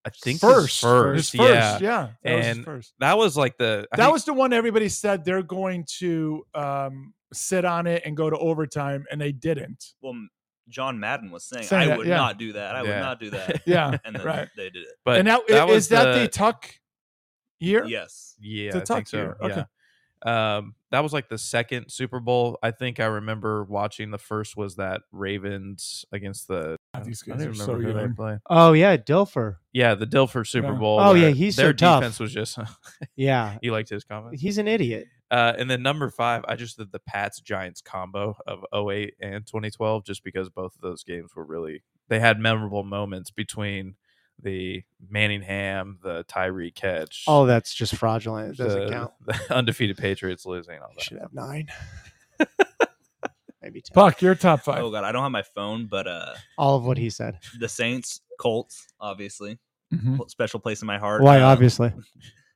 D: I think his
F: first,
D: first,
F: His
D: yeah.
F: first, yeah. That was his
D: And
F: first.
D: That was like the I
F: that
D: think-
F: was the one everybody said they're going to um, sit on it and go to overtime, and they didn't.
C: Well, m- John Madden was saying,
F: Saying
C: I
F: that,
C: would
F: yeah.
C: not do that. I would
D: Yeah.
C: not do that.
F: Yeah.
C: And then
F: Right.
C: they did it.
D: But
F: and now
D: that
F: i-
D: was
F: is that
D: the-
F: the Tuck year?
C: Yes.
D: Yeah,
F: It's a
D: I think
F: tuck
D: so.
F: year. Okay.
D: Yeah. Um, that was like the second Super Bowl. I think I remember watching the first was that Ravens against the.
F: God, Oh, these
D: I don't
F: guys
D: even
F: are so
D: remember who they
F: young.
D: played.
E: Oh yeah, Dilfer.
D: Yeah, the Dilfer Super
F: Yeah.
D: Bowl.
E: Oh, yeah,
D: where
E: he's so
D: their
E: tough.
D: defense was just.
E: Yeah,
D: you liked his comment.
E: he's an idiot.
D: Uh, and then number five, I just did the Pats Giants combo of 08 and 2012, just because both of those games were really they had memorable moments between the Manningham, the Tyree catch.
E: Oh, that's just fraudulent. It doesn't
D: the,
E: count.
D: the undefeated Patriots losing and all
E: I
D: that.
E: should have nine, maybe ten.
F: Buck, your top five.
C: Oh god, I don't have my phone, but uh
E: All of what he said.
C: the Saints, Colts, obviously.
F: Mhm.
C: Special place in my heart.
E: Why?
C: Uh,
E: Obviously.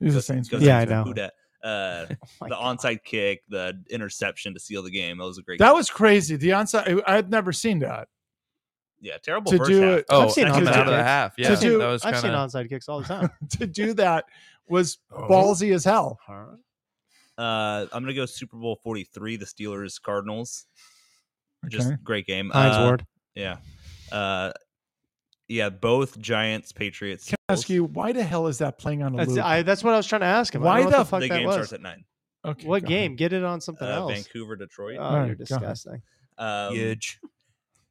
F: He's a
C: just
F: Saints
C: goes
F: fan.
E: Yeah, I
C: into
E: know.
C: who dat. Uh,
E: My
C: the
E: God.
C: onside kick, the interception to seal the game. That was a great.
F: That
C: game.
F: was crazy. The onside, I- I'd never seen that.
C: yeah, terrible
F: to
C: first
F: do
C: half.
F: it-
D: Oh,
E: I've seen
D: coming
F: onside
D: out of the
E: kicks.
D: half. Yeah,
F: To do-
D: that was
E: I've seen
D: kinda-
E: onside kicks all the time.
F: to do that was
D: Oh.
F: ballsy as hell.
C: Uh, I'm gonna go Super Bowl 43, the Steelers Cardinals. Just
F: Okay.
C: great game.
E: Heinz
C: Uh,
E: Ward.
C: Yeah. Uh, yeah, both Giants, Patriots.
F: Can I ask you, why the hell is that playing on a
E: That's
F: loop?
E: I, that's what I was trying to ask him.
F: Why
E: I don't know
F: the
E: what the fuck
C: the
E: that
C: game
E: was?
C: starts at nine.
F: okay,
E: What
F: go
E: game? Get it on something
C: Uh,
E: else.
C: Vancouver, Detroit.
E: Oh,
F: Alright,
E: you're
F: go ahead.
E: disgusting.
C: um,
D: Huge.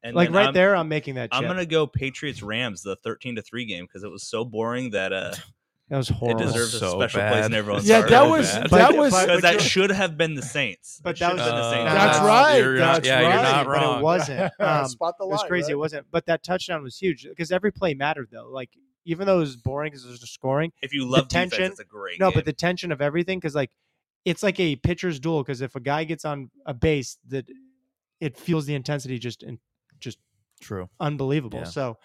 C: and
E: Like
C: then
E: right
C: I'm,
E: there, I'm making that.
C: I'm
E: chip.
C: gonna go Patriots Rams, the 13 to three game because it was so boring that uh,
E: That was
C: it
E: horrible.
C: deserves a
D: So
C: special place
D: bad.
C: in everyone's
F: Yeah,
C: heart.
F: that
D: So
F: was
D: bad.
F: that
E: But-
F: was.
E: but-
C: because
E: but
C: that
E: you're-
C: should have been the Saints.
E: But
C: It
E: that
C: should
E: was
C: have been the Saints.
E: Uh, That's
F: right.
D: You're not,
F: That's
D: yeah, you're not
F: right.
E: But
D: wrong.
E: it wasn't. Um,
F: Spot the
E: it was
F: line,
E: crazy.
F: right?
E: It wasn't. But that touchdown was huge because every play mattered though. Like even though it was boring because it was just scoring.
C: If you love
E: tension-
C: defense, it's a great
E: No,
C: game.
E: but the tension of everything because like it's like a pitcher's duel because if a guy gets on a base that it feels the intensity just in, just
D: True.
E: unbelievable.
D: Yeah.
E: So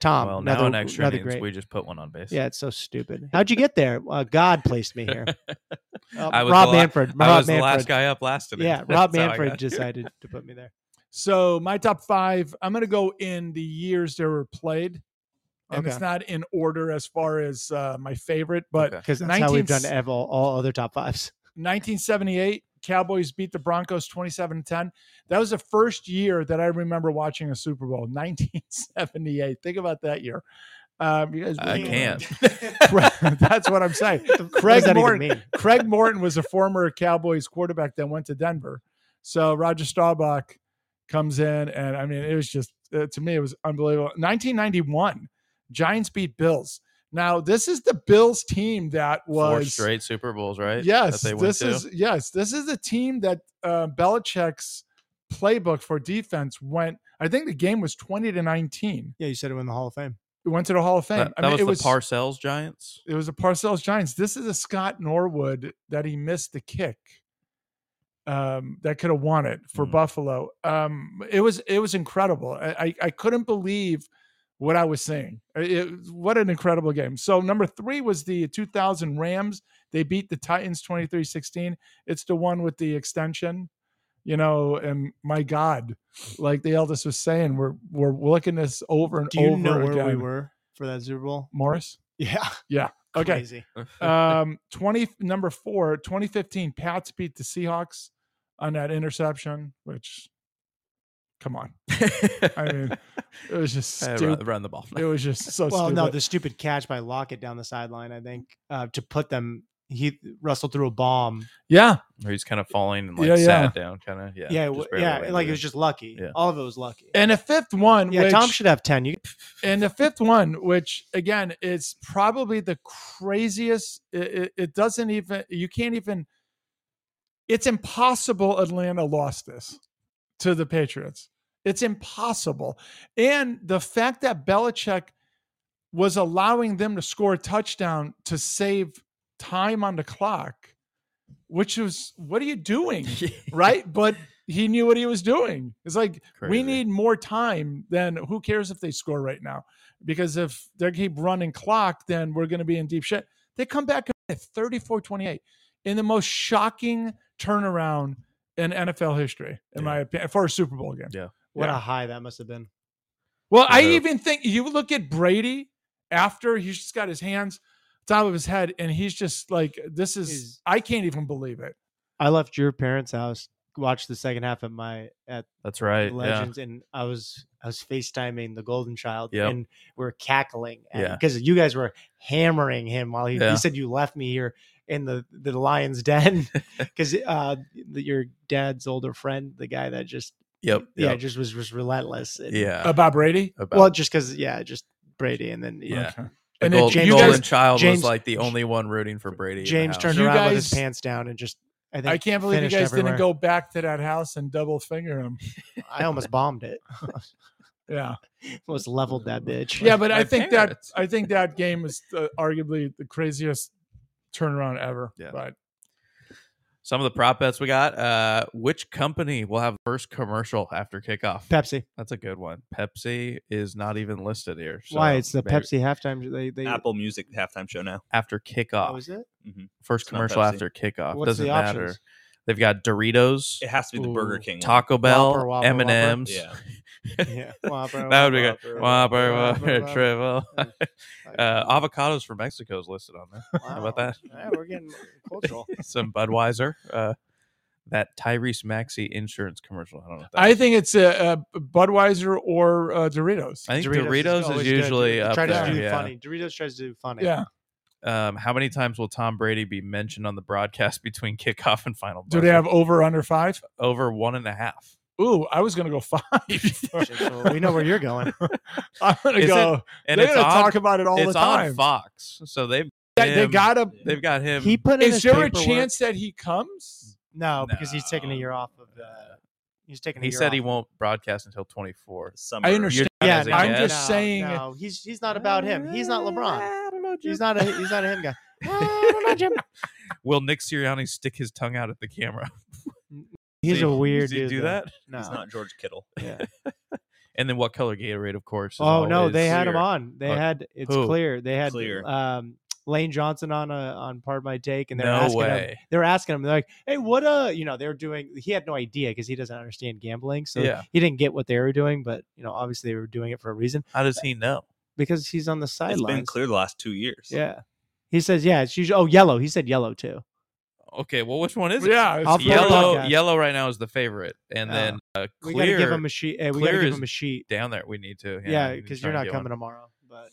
E: Tom,
D: well,
E: another,
D: now in extra
E: another
D: innings,
E: great.
D: we just put one on base.
E: Yeah, it's so stupid. How'd you get there? Uh, God placed me here. Uh,
D: I was
E: Rob
D: the la-
E: Manfred.
D: I
E: Rob
D: was
E: Manfred.
D: the last guy up last inning.
E: Yeah, Rob
D: That's how I
E: Manfred
D: got-
E: decided to put me there.
F: So my top five, I'm going to go in the years they were played, and it's
E: Okay.
F: not in order as far as uh, my favorite, but
D: Okay.
E: Because that's how we've
F: 19
E: done ev- all, all other top fives.
F: 1978 Cowboys beat the Broncos 27 10. That was the first year that I remember watching a Super Bowl. 1978. Think about that year. Um, you guys
D: I
F: really-
D: can't.
F: That's what I'm saying.
E: What does
F: Craig
E: that
F: Morton,
E: even mean?
F: Craig Morton was a former Cowboys quarterback that went to Denver. So Roger Staubach comes in, and I mean, it was just uh, to me, it was unbelievable. 1991, Giants beat Bills. Now this is the Bills team that
D: Four
F: was
D: straight Super Bowls, right?
F: Yes,
D: That they went
F: this
D: to.
F: is yes, this is the team that uh, Belichick's playbook for defense went. I think the game was twenty to nineteen.
E: Yeah, you said it in the Hall of Fame.
F: It went to the Hall of Fame.
D: That, that
F: I mean,
D: was
F: it
D: the
F: was
D: Parcells Giants.
F: it was a Parcells Giants. This is a Scott Norwood that he missed the kick um, that could have won it for
D: Mm.
F: Buffalo. Um, it was it was incredible. I, I I couldn't believe what I was seeing. I- it- what an incredible game. So number three was the 2000 Rams. They beat the Titans 23-16. It's the one with the extension, you know. And my God, like the eldest was saying, we're we're looking this over and
E: Do you
F: over
E: know where
F: again.
E: we were for that Super Bowl?
F: Morris.
E: Yeah.
F: Yeah. Okay
E: Crazy.
F: um 20 number four 2015 pats beat the seahawks on that interception which come on i mean it was just
D: Hey, run,
F: stupid
D: run the ball.
F: it was just so
E: well,
F: stupid
E: no, the stupid catch by Lockett down the sideline, I think, uh, to put them. He Russell threw a bomb.
F: yeah
D: Where he's kind of falling and like
F: Yeah, yeah.
D: sat down, kind of. Yeah.
E: Yeah, yeah,
D: just
E: it,
D: barely landed.
E: like it was just lucky.
D: Yeah.
E: All of it was lucky.
F: and a fifth one
E: yeah,
F: which,
E: Tom should have ten. You
F: and the fifth one which again is probably the craziest it, it, it doesn't even you can't even it's impossible atlanta lost this to the patriots it's impossible and the fact that belichick was allowing them to score a touchdown to save time on the clock which was what are you doing right but he knew what he was doing it's like we
D: Crazy.
F: need more time than who cares if they score right now because if they keep running clock then we're going to be in deep shit they come back at 34-28 in the most shocking turnaround in nfl history in my opinion for a super bowl game
E: what
F: Yeah.
E: a high that must have been.
F: well, I
D: Yeah.
F: even think you look at Brady after he's just got his hands top of his head, and he's just like, "This is
E: He's-
F: I can't even believe it."
E: I left your parents' house watched the second half at my at
D: That's right.
E: Legends, and I was I was FaceTiming the Golden Child,
D: Yep.
E: and we are cackling
D: Yeah.
E: because you guys were hammering him while he,
D: Yeah.
E: he said you left me here in the the lion's den because uh the, your dad's older friend, the guy that just
D: Yeah. Yep.
E: yeah
D: Yep.
E: just was was relentless. and-
D: Yeah.
F: Uh, Bob Brady.
D: About-
E: well, just because yeah, just Brady, and then yeah.
D: Yeah.
F: Okay.
D: The
F: And
D: gold-
F: then
E: James-
F: you
D: golden
F: guys,
D: child
E: James-
D: was like the only one rooting for Brady. in the
E: James
D: house.
E: turned
F: You
E: around with his
F: guys-
E: pants down and just I think
F: I can't believe you
E: finished
F: guys
E: everywhere.
F: didn't go back to that house and double finger him.
E: I almost bombed it.
F: Yeah,
E: almost leveled that bitch.
F: yeah, but
D: my
F: I think
D: parents.
F: that I think that game is uh, arguably the craziest turnaround ever.
D: Yeah.
F: But
D: Some of the prop bets we got. Uh, which company will have first commercial after kickoff?
E: Pepsi.
D: That's a good one. Pepsi is not even listed here. So
E: Why? It's the
D: maybe
E: Pepsi halftime. They they.
C: Apple Music halftime show now.
D: after
E: Oh,
D: kickoff.
E: is it?
D: First
C: It's not
D: commercial
C: Pepsi.
D: after kickoff.
E: What's
D: Doesn't
E: the
D: matter.
E: options?
D: They've got Doritos,
C: It has to be the Burger
E: Ooh.
C: King. one.
D: Taco Bell,
E: Whopper, Whopper,
D: M and M's.
C: Yeah.
E: Yeah. Whopper,
D: That would be good.
E: Whopper,
D: Whopper,
E: Whopper,
D: Whopper, Triple.
E: Whopper.
D: Uh, avocados from Mexico is listed on there. How about that?
E: Yeah, we're getting cultural.
D: Some Budweiser. Uh, that Tyrese Maxey insurance commercial. I don't know. What that
F: I
D: is.
F: think it's uh, uh, Budweiser or uh, Doritos.
D: I think
E: always
D: Doritos is,
E: good.
D: usually
E: They
D: up
E: try to
D: there.
E: do
D: yeah.
E: funny. Doritos tries to do funny.
F: yeah,
D: Um, how many times will Tom Brady be mentioned on the broadcast between kickoff and final?
F: do they
D: buzzer?
F: have over under five?
D: over one and a half?
F: Ooh, I was gonna go five.
E: So we know where you're going.
F: I'm gonna
D: Is
F: go.
D: And
F: They're
D: it's
F: gonna
D: on,
F: talk about it all
D: it's
F: the time.
D: on um, Fox, so they've
F: They- they
D: him-
F: gotta.
D: they've got him.
E: He put in
F: Is
E: his
F: there a
E: paperwork-
F: chance that he comes?
E: No, because he's taking a
D: No.
E: year off of the. He's taking. A
D: he
E: year
D: said
E: off.
D: he won't broadcast until twenty four.
C: Summer.
F: I understand.
D: You're-
E: Yeah,
D: as a
E: no,
D: I'm
E: no,
D: guest.
F: just saying-
E: No, he's he's not about him. He's not LeBron.
D: I don't know, Jim.
E: He's not a he's not a him guy. I don't know, Jim.
D: Will Nick Sirianni stick his tongue out at the camera?
E: He's
D: See,
E: a weird
D: does he
E: dude.
D: do
E: though.
D: that?
E: No.
C: He's not George Kittle.
E: Yeah.
D: And then what color Gatorade? Of course. is
E: Oh no,
D: always-
E: they had him
C: Clear.
E: on. They
D: Oh,
E: had it's
D: who?
E: clear. They had
C: Clear.
E: um Lane Johnson on a on part of my take, and they're
D: No
E: asking him.
D: way.
E: They're asking him. They're like, "Hey, what uh, you know?" They're doing. He had no idea because he doesn't understand gambling, so
D: Yeah.
E: he didn't get what they were doing. But you know, obviously they were doing it for a reason
D: How does he know?
E: because he's on the
C: It's been
E: sidelines.
C: clear the last two years.
E: Yeah, he says, "Yeah, it's usually." Oh, yellow. He said yellow too.
D: Okay, well, which one is it?
F: Yeah,
E: I'll
F: it's-
E: throw it on
D: Yellow,
E: podcast.
D: yellow right now is the favorite, and
E: Oh.
D: then uh,
E: We gotta
D: clear
E: give him a sheet. eh, we gotta
D: clear
E: give
D: is-
E: him a sheet.
D: down there. We need to,
E: Yeah,
D: we need to
E: because
D: try
E: you're
D: and
E: not
D: get
E: coming
D: one.
E: tomorrow, but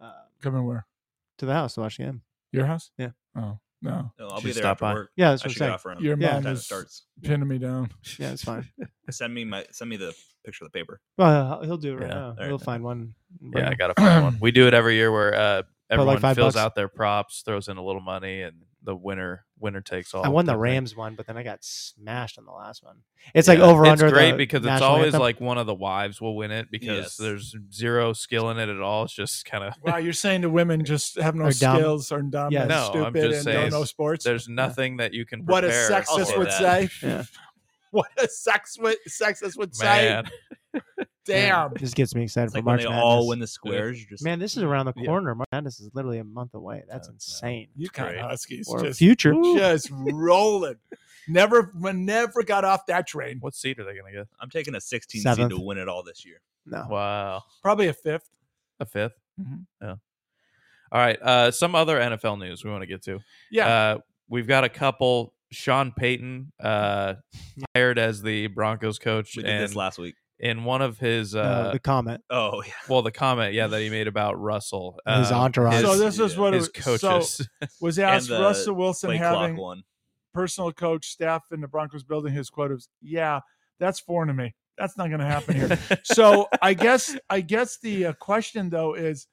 E: uh,
F: coming where?
E: to the house to watch the game.
F: Your house?
E: Yeah.
F: Oh no,
C: No, I'll
D: Should
C: be there
D: stop
C: after
D: by.
C: work.
E: Yeah, that's
C: I
E: what I'm
C: should get
E: saying.
C: off around.
F: your
E: Yeah.
F: mom
C: Time it
F: is
C: starts.
F: pinning me down.
E: Yeah, it's fine.
C: Send me my send me the picture of the paper.
E: Well, he'll- he'll do it right
D: Yeah,
E: now.
C: right.
E: He'll find one. and bring
D: Yeah, I
E: it.
D: gotta find one. We do it every year where uh,
E: like
D: everyone
E: five
D: fills
E: bucks?
D: out their props, throws in a little money, and the winner winner takes all.
E: I won the
D: type thing.
E: Rams one, but then I got smashed on the last one. It's like
D: Yeah,
E: over under.
D: It's great
E: the
D: because it's
E: national
D: always
E: anthem.
D: like one of the wives will win it because
C: Yes.
D: there's zero skill in it at all. It's just kind of
F: Wow, you're saying the women just have no
E: Are dumb.
F: skills, are dumb,
E: Yeah.
F: and
D: No, I'm
F: stupid,
D: just
F: and
D: saying
F: don't know sports.
D: there's nothing that you can.
F: What a
D: prepare.
C: I'll
F: sexist
C: say
F: would
C: that.
F: say.
E: Yeah.
F: What a sex would sexist would say.
D: Man,
E: Yeah,
F: Damn.
E: This gets me excited
C: It's
E: for
C: like when
E: March
C: they
E: Madness.
C: all win the squares. You're just "Mm,
E: Man, this is around the
D: Yeah.
E: corner. March Madness is literally a month away. That's
D: Uh, no.
E: insane.
F: You kind
D: Great.
F: of huskies
E: Or
F: just,
E: future.
F: just rolling. Never, never got off that train.
D: what seed are they gonna get?
C: I'm taking a 16
E: Seventh.
C: seed to win it all this year.
E: No.
D: Wow,
F: Probably a fifth.
D: a 5th
E: Mm-hmm.
F: Mhm.
D: Yeah. All right. Uh, some other NFL news we want to get to.
F: Yeah,
D: Uh, we've got a couple. Sean Payton uh, hired as the Broncos coach,
C: We did
D: and
C: this last week.
D: in one of his, uh,
E: No, the comment.
C: Oh yeah.
D: well, the comment, yeah, that he made about Russell,
E: His
D: um,
E: entourage.
F: so
D: his,
F: this is
C: yeah,
F: what it
D: his
F: was. So
D: coaches.
F: was asked
C: the
F: Russell Wilson
C: Play clock
F: having
C: one. Oh,
F: personal coach staff in the Broncos building. His quote was, "Yeah, that's foreign to me. That's not going to happen here." so I guess I guess the uh, question though is,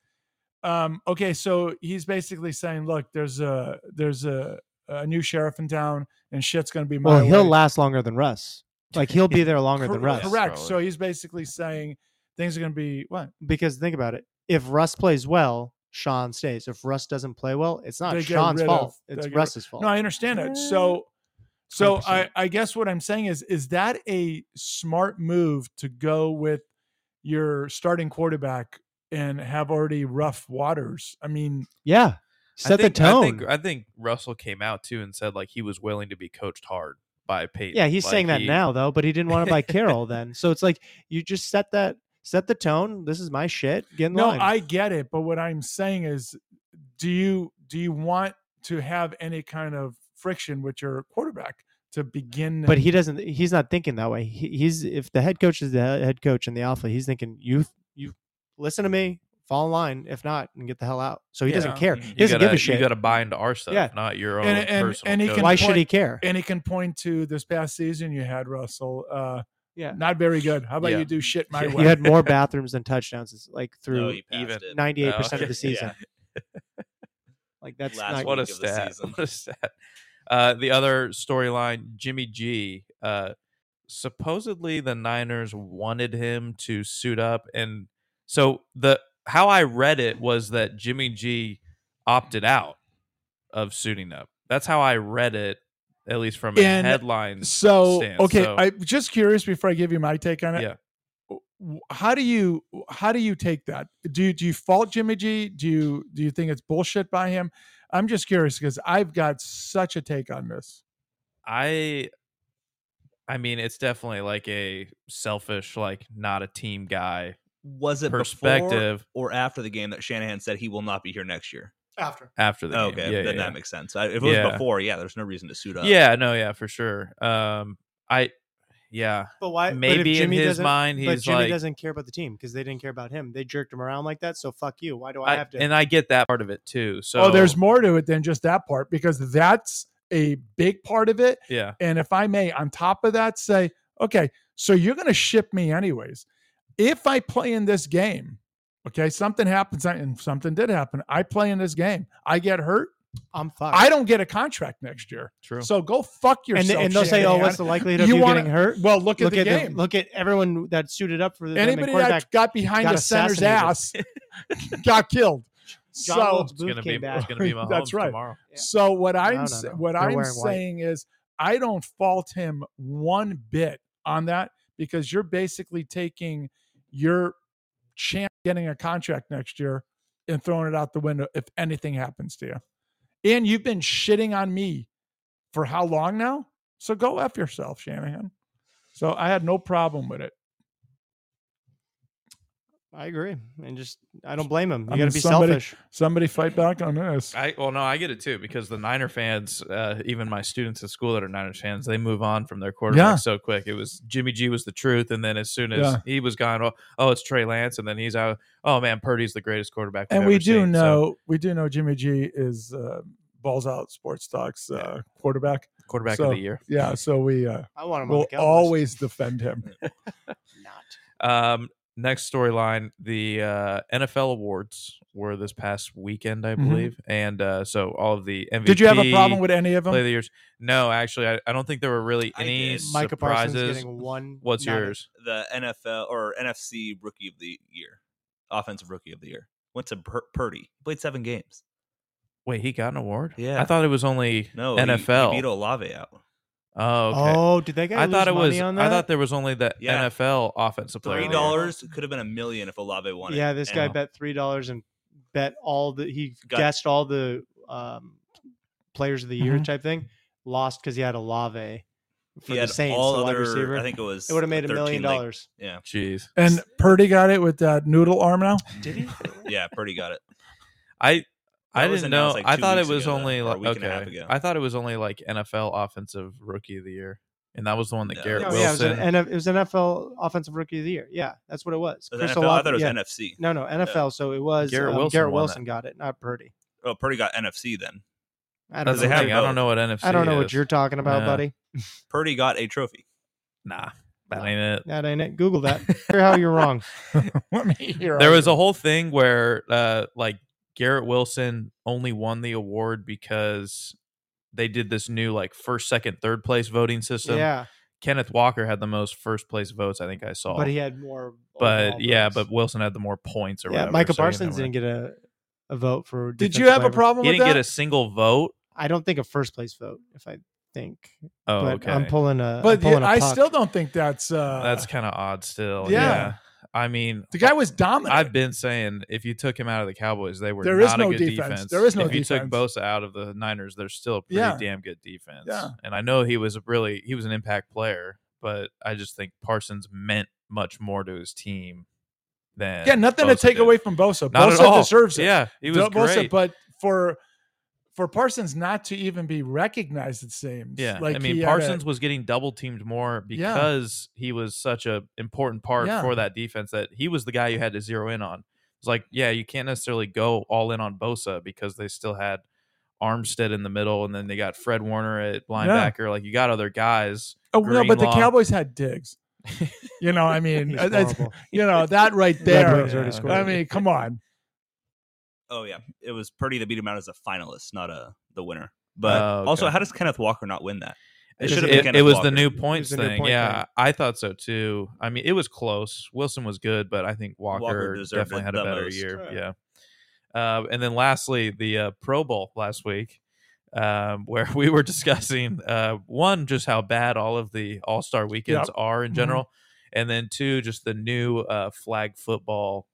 F: um, okay, so he's basically saying, look, there's a there's a, a new sheriff in town, and shit's gonna be my
E: Well, he'll
F: way.
E: last longer than Russ. Like he'll be there longer than
F: Cor-
E: Russ.
F: Correct.
D: Probably.
F: So he's basically saying things are gonna be what
E: Because think about it. If Russ plays well, Sean stays. If Russ doesn't play well, it's not
F: They get
E: Sean's
F: rid
E: fault.
F: of-
E: it's
F: they get-
E: Russ's fault.
F: No, I understand that. So, so I,
E: 100%.
F: I guess what I'm saying is, is that a smart move to go with your starting quarterback and have already rough waters? I mean,
E: yeah.
D: I
E: Set
D: think-
E: the tone.
D: I think, I think Russell came out too and said like he was willing to be coached hard by Payton.
E: Yeah, he's
D: Like,
E: saying that
D: he-
E: now though, but he didn't want it by Carroll then. So it's like you just set that set the tone. This is my shit. Get in
F: no,
E: line.
F: I get it, but what I'm saying is, do you do you want to have any kind of friction with your quarterback? to begin.
E: But he doesn't. He's not thinking that way. He, he's if the head coach is the he- head coach and the alpha, he's thinking you you listen to me, fall in line. If not, and get the hell out. So he doesn't
F: Yeah. Mm-hmm.
E: care.
D: You
E: He doesn't
D: gotta,
E: give a
D: You
E: shit.
D: got to buy into our stuff,
E: Yeah.
D: not your own
F: And- and-
D: personal.
F: and he
D: coach.
F: can-
E: Why should he
F: point-
E: care?
F: and he can point to this past season you had Russell. Uh,
E: Yeah.
F: not very good. How about
C: Yeah.
F: you do shit my
C: Yeah.
F: way?
E: You had more bathrooms than touchdowns, it's like
C: No,
E: through
C: he passed
D: even-
C: it.
E: ninety eight percent
D: okay.
E: of the season. Like that's
C: Last
E: not
D: what a
C: week of the
D: stat!
C: season.
D: What a stat! Uh, the other storyline: Jimmy G. Uh, supposedly, the Niners wanted him to suit up, and so the how I read it was that Jimmy G. opted out of suiting up. That's how I read it, at least from a
F: And
D: headline.
F: so
D: stance,
F: okay.
D: so-
F: I'm just curious before I give you my take on it.
D: Yeah.
F: w- how do you how do you take that? Do you do you fault Jimmy G? Do you do you think it's bullshit by him? I'm just curious because I've got such a take on this.
D: I I mean it's definitely like a selfish, like not a team guy
C: Was it perspective
D: perspective
C: or after the game that Shanahan said he will not be here next year?
F: After
D: after the
C: okay,
D: game. Yeah,
C: then
D: yeah.
C: that makes sense. I- If it was
D: Yeah.
C: before, yeah, there's no reason to suit up.
D: yeah, no, yeah, for sure. Um I yeah.
E: But why?
D: Maybe in his mind
E: but
D: he's
E: Jimmy
D: like
E: doesn't care about the team because they didn't care about him. They jerked him around like that. So fuck you. Why do I,
D: I,
E: have to?
D: and I get that part of it too. So
F: oh, there's more to it than just that part because that's a big part of it.
D: yeah.
F: And if I may, on top of that, say, okay, so you're going to ship me anyways. If I play in this game, okay, something happens and something did happen. I play in this game. I get hurt.
E: I'm fucked.
F: I don't get a contract next year.
D: True.
F: So go fuck
E: and,
F: yourself.
E: and they'll say, "Oh,
F: Shanahan."
E: what's the likelihood of
F: You
E: you,
F: wanna-
E: getting hurt?"
F: Well, look at
E: look
F: the
E: at the-
F: game.
E: look at everyone that suited up for the them at
F: Anybody
E: quarterback.
F: that got behind
E: got
F: the center's ass got killed.
E: John
F: so,
E: Wilkes
D: It's gonna
E: Booth
D: be it's
E: came back.
D: gonna be Mahomes
F: That's right.
D: tomorrow.
E: Yeah.
F: so what I'm
E: no,
F: sa-
E: no.
F: what
E: They're
F: I'm
E: wearing white.
F: saying is, I don't fault him one bit on that because you're basically taking your chance of getting a contract next year and throwing it out the window if anything happens to you. And you've been shitting on me for how long now? So go f yourself, Shanahan. So I had no problem with it.
E: I agree, and just I don't blame him. You
F: I
E: got to
F: mean,
E: be
F: somebody-
E: selfish.
F: Somebody fight back on this.
D: I well no, I get it too because the Niner fans, uh, even my students at school that are Niners fans, they move on from their quarterback
F: Yeah.
D: so quick. It was Jimmy G was the truth, and then as soon as
F: Yeah.
D: he was gone, oh, oh, it's Trey Lance, and then he's out. Oh man, Purdy's the greatest quarterback. we've
F: and we
D: ever
F: do
D: seen. So,
F: know we do know Jimmy G is uh, balls out sports talks uh, quarterback.
D: quarterback
F: so-
D: of the year.
F: Yeah, so we uh,
E: I want him on
F: will
E: the Cowboys.
F: always defend him.
E: not.
D: Um, next storyline: the uh, NFL awards were this past weekend, I
C: Mm-hmm.
F: Mhm.
D: believe, and uh, so all of the MVP.
F: Did you have a problem with any of
D: play of
F: them?
D: the years? No, actually, I, I don't think there were really
C: I
D: any
C: did.
E: Micah Parsons
D: surprises.
E: getting one.
D: What's
E: nada.
D: yours?
C: The NFL or NFC Rookie of the Year, Offensive Rookie of the Year, went to Pur- Purdy. Played seven games.
D: Wait, he got an award?
C: Yeah.
D: I thought it was only
C: No, he-
D: NFL.
C: he beat Olave out.
D: oh, okay.
E: Oh, did that guy?
D: I
E: lose
D: thought it
E: money
D: was.
E: On that?
D: I thought there was only the
C: Yeah.
D: NFL offensive player. of
C: Three
D: the year.
C: dollars could have been a million if Olave won it.
E: Yeah, this guy
C: And
E: bet three dollars and bet all the he
C: Got-
E: guessed all the um, playars of the year
F: Mhm.
E: type thing. Lost because he had a lave for
C: he
E: the
C: had
E: Saints,
C: all
E: the wide
C: other-
E: receiver.
C: I think it was.
E: it would have made a
C: 13
E: million
C: leg-
E: dollars.
C: Yeah,
D: Jeez.
F: And Purdy got it with that noodle arm now.
E: Did he?
C: yeah, Purdy got it.
D: I I
C: That was
D: didn't know.
C: announced, like,
D: I
C: two
D: thought it
C: weeks
D: was
C: ago, though,
D: only
C: or a
D: like
C: week and a half
D: okay.
C: ago.
D: I thought it was only like NFL offensive rookie of the year, and that was the one that
C: No,
D: Garrett
E: No,
C: Wilson.
E: yeah, it was,
D: Wilson.
E: an, NF it was NFL Offensive Rookie of the Year. Yeah, that's what it was.
C: It was
E: Chris
C: NFL. I
E: Olave-
C: thought it was
E: yeah.
C: NFC.
E: No, no, NFL. So it was
D: Garrett
E: Garrett Wilson,
D: Wilson
E: Garrett
D: won that.
E: Wilson got it, not Purdy.
C: Oh, Purdy got NFC then.
E: I don't
D: That's
E: know.
D: the
C: they have
D: thing. I don't
C: both.
D: know what NFC.
E: I don't know what
D: is.
E: you're talking about,
D: Yeah.
E: buddy.
C: Purdy got a trophy.
D: Nah, that ain't it.
E: That ain't it. Google that. Figure how you're wrong.
F: Let me hear.
D: There
F: all
D: was
F: your-
D: a whole thing where uh like Garrett Wilson only won the award because they did this new like first, second, third place voting system.
E: yeah,
D: Kenneth Walker had the most first place votes. I think I saw.
E: but he had more. overall
D: but yeah,
E: votes.
D: but Wilson had the more points or
E: yeah,
D: whatever.
E: Micah
D: so he
E: Parsons
D: win.
E: didn't get a, a vote for.
F: Did you
E: defensive
F: have a
E: player.
F: problem
D: He
F: with
D: didn't
F: that?
D: get a single vote.
E: I don't think a first place vote. If I think,
D: Oh,
E: but
D: okay.
E: I'm pulling a.
F: but
E: i
F: yeah, I still don't think that's uh,
D: That's kind of odd. Still,
F: yeah.
D: yeah. I mean, uh,
F: the guy was dominant.
D: I've been saying if you took him out of the Cowboys, they were
F: There is
D: not
F: no
D: a good
F: defense.
D: defense.
F: There is no
D: if you took
F: defense.
D: Bosa out of the Niners, they're still a pretty
F: Yeah.
D: damn good defense.
F: Yeah.
D: And I know he was a really he was an impact player, but I just think Parsons meant much more to his team than
F: yeah, nothing to
D: Bosa
F: take
D: did.
F: away from Bosa.
D: Not at
F: Bosa
D: all.
F: deserves it.
D: Yeah, he was
F: Bosa,
D: great.
F: but for for Parsons not to even be recognized, it seems.
D: Yeah,
F: like
D: I
F: he
D: mean
F: had a-
D: Parsons was getting double teamed more
F: Yeah.
D: because he was such a important part
F: Yeah.
D: for that defense that he was the guy you had to zero in on. It's like, yeah, you can't necessarily go all in on Bosa because they still had Armstead in the middle, and then they got Fred Warner at linebacker. Like you got other guys.
F: oh no, but the
D: Greenlaw.
F: Cowboys had Diggs. You know, I mean, uh,
E: He's
F: that's,
E: horrible.
F: you know that right
E: Red
F: there.
E: Wings already scored.
F: I mean, come on.
C: Oh yeah, it was Purdy that beat him out as a finalist, not a the winner. But
D: Oh, okay.
C: also, how does Kenneth Walker not win that?
D: It,
C: should've
D: it,
C: been
D: it
C: Kenneth
D: was
C: Walker.
D: the new points
E: the new
D: thing.
E: point
D: yeah,
E: thing.
D: I thought so too. I mean, it was close. Wilson was good, but I think Walker,
C: deserved
D: definitely
C: it
D: had a
C: the
D: better
C: most.
D: year. Yeah. Uh, and then lastly, the uh, Pro Bowl last week, um, where we were discussing uh, one, just how bad all of the All Star weekends are in
E: Mm-hmm.
F: Mhm.
D: general, and then two, just the new uh, flag football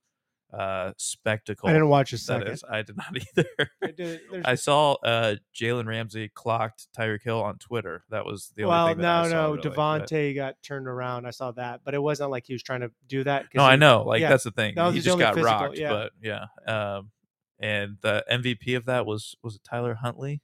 D: uh, spectacle.
E: I didn't watch a
D: that
E: second.
D: is, I did not either.
E: I did- there's-
D: I saw uh, Jalen Ramsey clocked Tyreek Hill on Twitter. That was the only
E: well,
D: thing. that
E: no,
D: I saw,
E: no,
D: really, but-
E: Devontae got turned around. I saw that, but it wasn't like he was trying to do that. 'cause
D: No, I
E: he-
D: know. Like
E: yeah,
D: that's the thing.
E: that was
D: he
E: his
D: just
E: only
D: got
E: physical,
D: rocked.
E: yeah.
D: But yeah. Um, and the MVP of that was was it Tyler Huntley?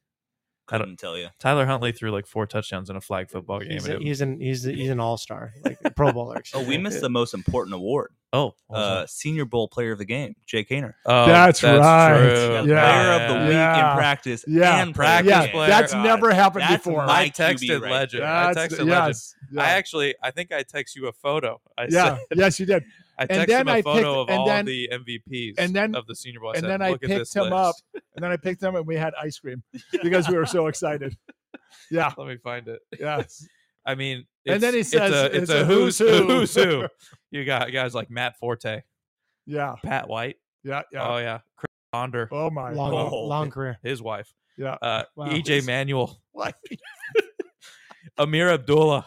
D: I don't-
C: Couldn't tell you.
D: Tyler Huntley threw like four touchdowns in a flag football game.
E: He's,
D: and
E: a,
D: it-
E: he's an he's a, he's an all star, like a Pro Bowler. excuse
C: Oh, we
E: me.
C: missed the most important award,
D: oh, what was
C: uh,
D: that?
C: Senior Bowl Player of the Game, Jay Kaner.
D: Oh,
F: that's right.
D: True.
F: Uh, Yeah.
C: Player of the
D: Yeah.
C: week
F: Yeah.
C: in practice
F: Yeah.
C: and practice.
F: yeah,
C: player.
F: that's
D: Uh,
C: God.
F: never happened
C: That's
F: before.
C: my
D: I texted
C: QB right
D: Legend. I
F: That's-
D: texted Legend.
F: yes,
D: I
F: yeah.
D: actually, I think I text you a photo. I
F: yeah,
D: said,
F: yes, you did.
D: I
F: And
D: texted
F: then
D: him a
F: I
D: photo
F: picked-
D: of
F: and
D: all
F: then-
D: the MVPs
F: and then-
D: of the Senior Bowl. I
F: and
D: said,
F: then I
D: Look at this
F: picked him up.
D: list.
F: And then I picked them, and we had ice cream because we were so excited. Yeah,
D: Let me find it.
F: yes.
D: I mean, it's,
F: And then he says,
D: it's a, it's a who's who. Who's who. You got guys like Matt Forte,
F: Yeah,
D: Pat White.
F: yeah, yeah.
D: Oh yeah, Chris Ponder,
F: Oh, my.
E: long
F: God.
D: Oh.
E: long career.
D: his wife,
F: Yeah.
D: uh,
E: Wow.
D: EJ Manuel,
F: What?
D: Amir Abdullah,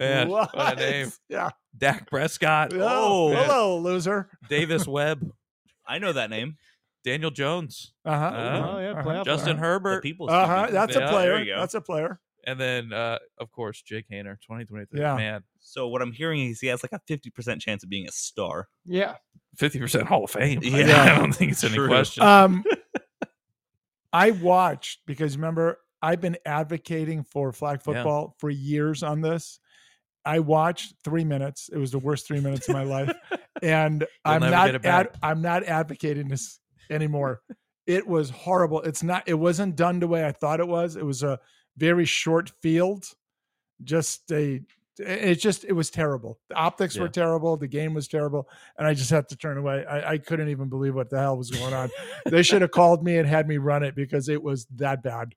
D: man, what,
F: What?
D: a name,
F: Yeah.
D: Dak Prescott,
F: Yeah.
D: oh, man.
F: hello, loser.
D: Davis Webb,
C: I know that name.
D: Daniel Jones,
F: Uh-huh.
D: Uh-huh.
E: Oh, yeah,
F: Uh-huh.
E: playoff
D: Justin
E: run.
C: The
D: Herbert,
C: people's
F: Uh-huh.
C: QB.
F: That's
D: Yeah,
F: a
C: There you
F: player.
C: go.
F: That's a player.
D: and then uh, of course Jake Hayner, twenty twenty three,
F: Yeah.
D: man,
C: so what I'm hearing is he has like a 50% chance of being a star.
E: Yeah,
D: fifty percent Hall of Fame. I-
C: Yeah.
D: I don't think it's any
C: True.
D: question.
F: Um, I watched because remember I've been advocating for flag football for years on this. I watched three minutes. It was the worst three minutes of my life, and I'm
D: never
F: not
D: get it
F: ad-
D: back.
F: I'm not advocating this anymore. it was horrible. It's not. It wasn't done the way I thought it was. It was a very short field. Just a. It just it was terrible. The optics were
D: Yeah.
F: terrible. The game was terrible, and I just had to turn away. I, I couldn't even believe what the hell was going on. they should have called me and had me run it because it was that bad,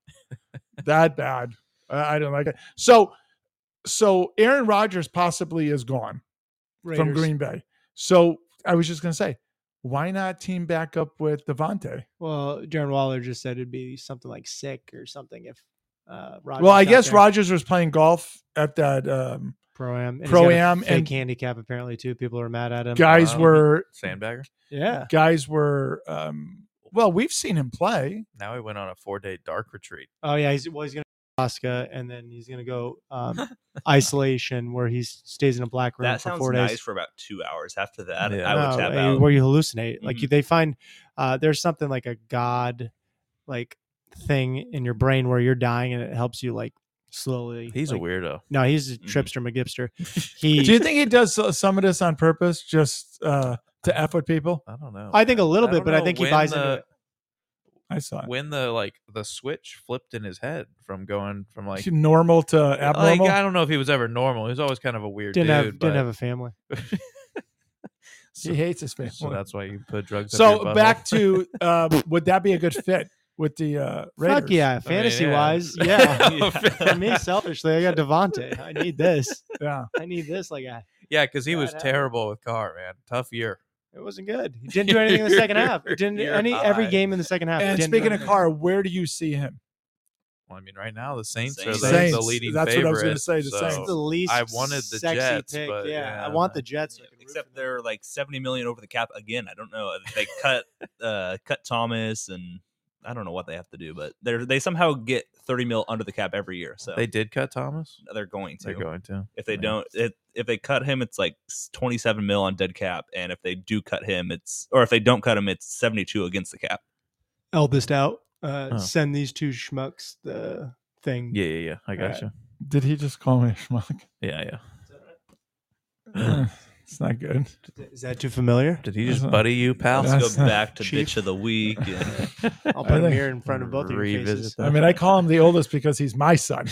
F: that bad. I, I don't like it. So, so Aaron Rodgers possibly is gone from
E: Raiders.
F: Green Bay. So I was just gonna say, why not team back up with Devontae?
E: Well, Jaron Waller just said it'd be something like sick or something if uh, Rodgers
F: well, I
E: got
F: guess
E: there.
F: Rogers was playing golf at that. Um,
E: pro am
F: Pro-Am
E: and
F: and-
E: fake handicap apparently too. People are mad at him.
F: guys
D: Wow.
F: were
D: Sandbagger.
E: yeah.
F: guys were. Um, well, we've seen him play.
D: Now he went on a four day dark retreat.
E: Oh yeah, he's well, he's gonna go to Alaska and then he's gonna go um, isolation where he stays in a black room
C: That
E: for
C: sounds
E: four
C: nice
E: days.
C: for about two hours. After that,
D: Yeah.
C: I would tap
E: uh,
C: out.
E: where you hallucinate. Like
C: Mhm.
E: you, they find uh, there's something like a god like thing in your brain where you're dying and it helps you like slowly.
D: He's
E: like-
D: a weirdo.
E: No, he's a
C: Mhm.
E: tripster McGipster.
F: Do
E: He,
F: you think he does so- some of this on purpose, just uh, to f with people?
D: I don't know.
E: I think a little
D: I
E: bit,
D: don't
E: but I
D: know
E: think he
D: when
E: buys
D: the-
E: into it.
F: I saw it.
D: when the like the switch flipped in his head from going from like
F: normal to
D: like
F: abnormal.
D: I don't know if he was ever normal. He was always kind of a weird
E: Didn't
D: dude.
E: have
D: but,
E: didn't have a family.
F: he hates his family.
D: so that's why you put drugs. up your
F: So
D: butthole.
F: back to uh, would that be a good fit with the uh, Raiders?
E: Fuck yeah, fantasy wise, yeah. For me, selfishly, I got Devonte. I need this.
F: yeah.
E: I need this. Like I,
D: yeah, because he was
E: God, I-
D: terrible with Carr, man. Tough year.
E: it wasn't good. He didn't do anything in the second half. He didn't
D: You're
E: any every
D: high.
E: game in the second half. he
F: And
E: didn't do
F: speaking of
E: anything.
F: Carr, where do you see him?
D: Well, I mean, right now the Saints,
C: Saints.
D: are the,
F: Saints.
D: the leading
F: That's what I
D: favorite.
F: was gonna say, the
D: so-
E: It's the least.
D: I wanted the
E: sexy
D: Jets,
E: pick.
D: but
E: yeah,
D: yeah,
E: I want the Jets. so I can root
C: Except
E: for them.
C: they're like 70 million over the cap again. I don't know. They cut uh, cut Thomas and I don't know what they have to do, but they're they somehow get 30 mil under the cap every year. So
D: They did cut Thomas.
C: they're going to.
D: They're going to.
C: If they
D: Yeah.
C: don't, if if they cut him, it's like s- 27 mil on dead cap, and if they do cut him, it's or if they don't cut him, it's 72 against the cap.
E: eldest out. uh,
D: Oh.
E: send these two schmucks the thing.
D: Yeah, yeah, yeah. I got gotcha.
F: Did he just call me a schmuck?
D: you. Yeah, yeah.
F: Eh, it's not good.
E: Is that too familiar?
D: Did he just buddy you, pal?
F: Yeah.
C: Let's go back to
E: Chief.
C: bitch of the week. And
E: I'll
F: I
E: put a
F: think-
E: mirror in front of both of your
D: Revisit
E: faces.
D: that.
F: I mean, I call him the oldest because he's my son.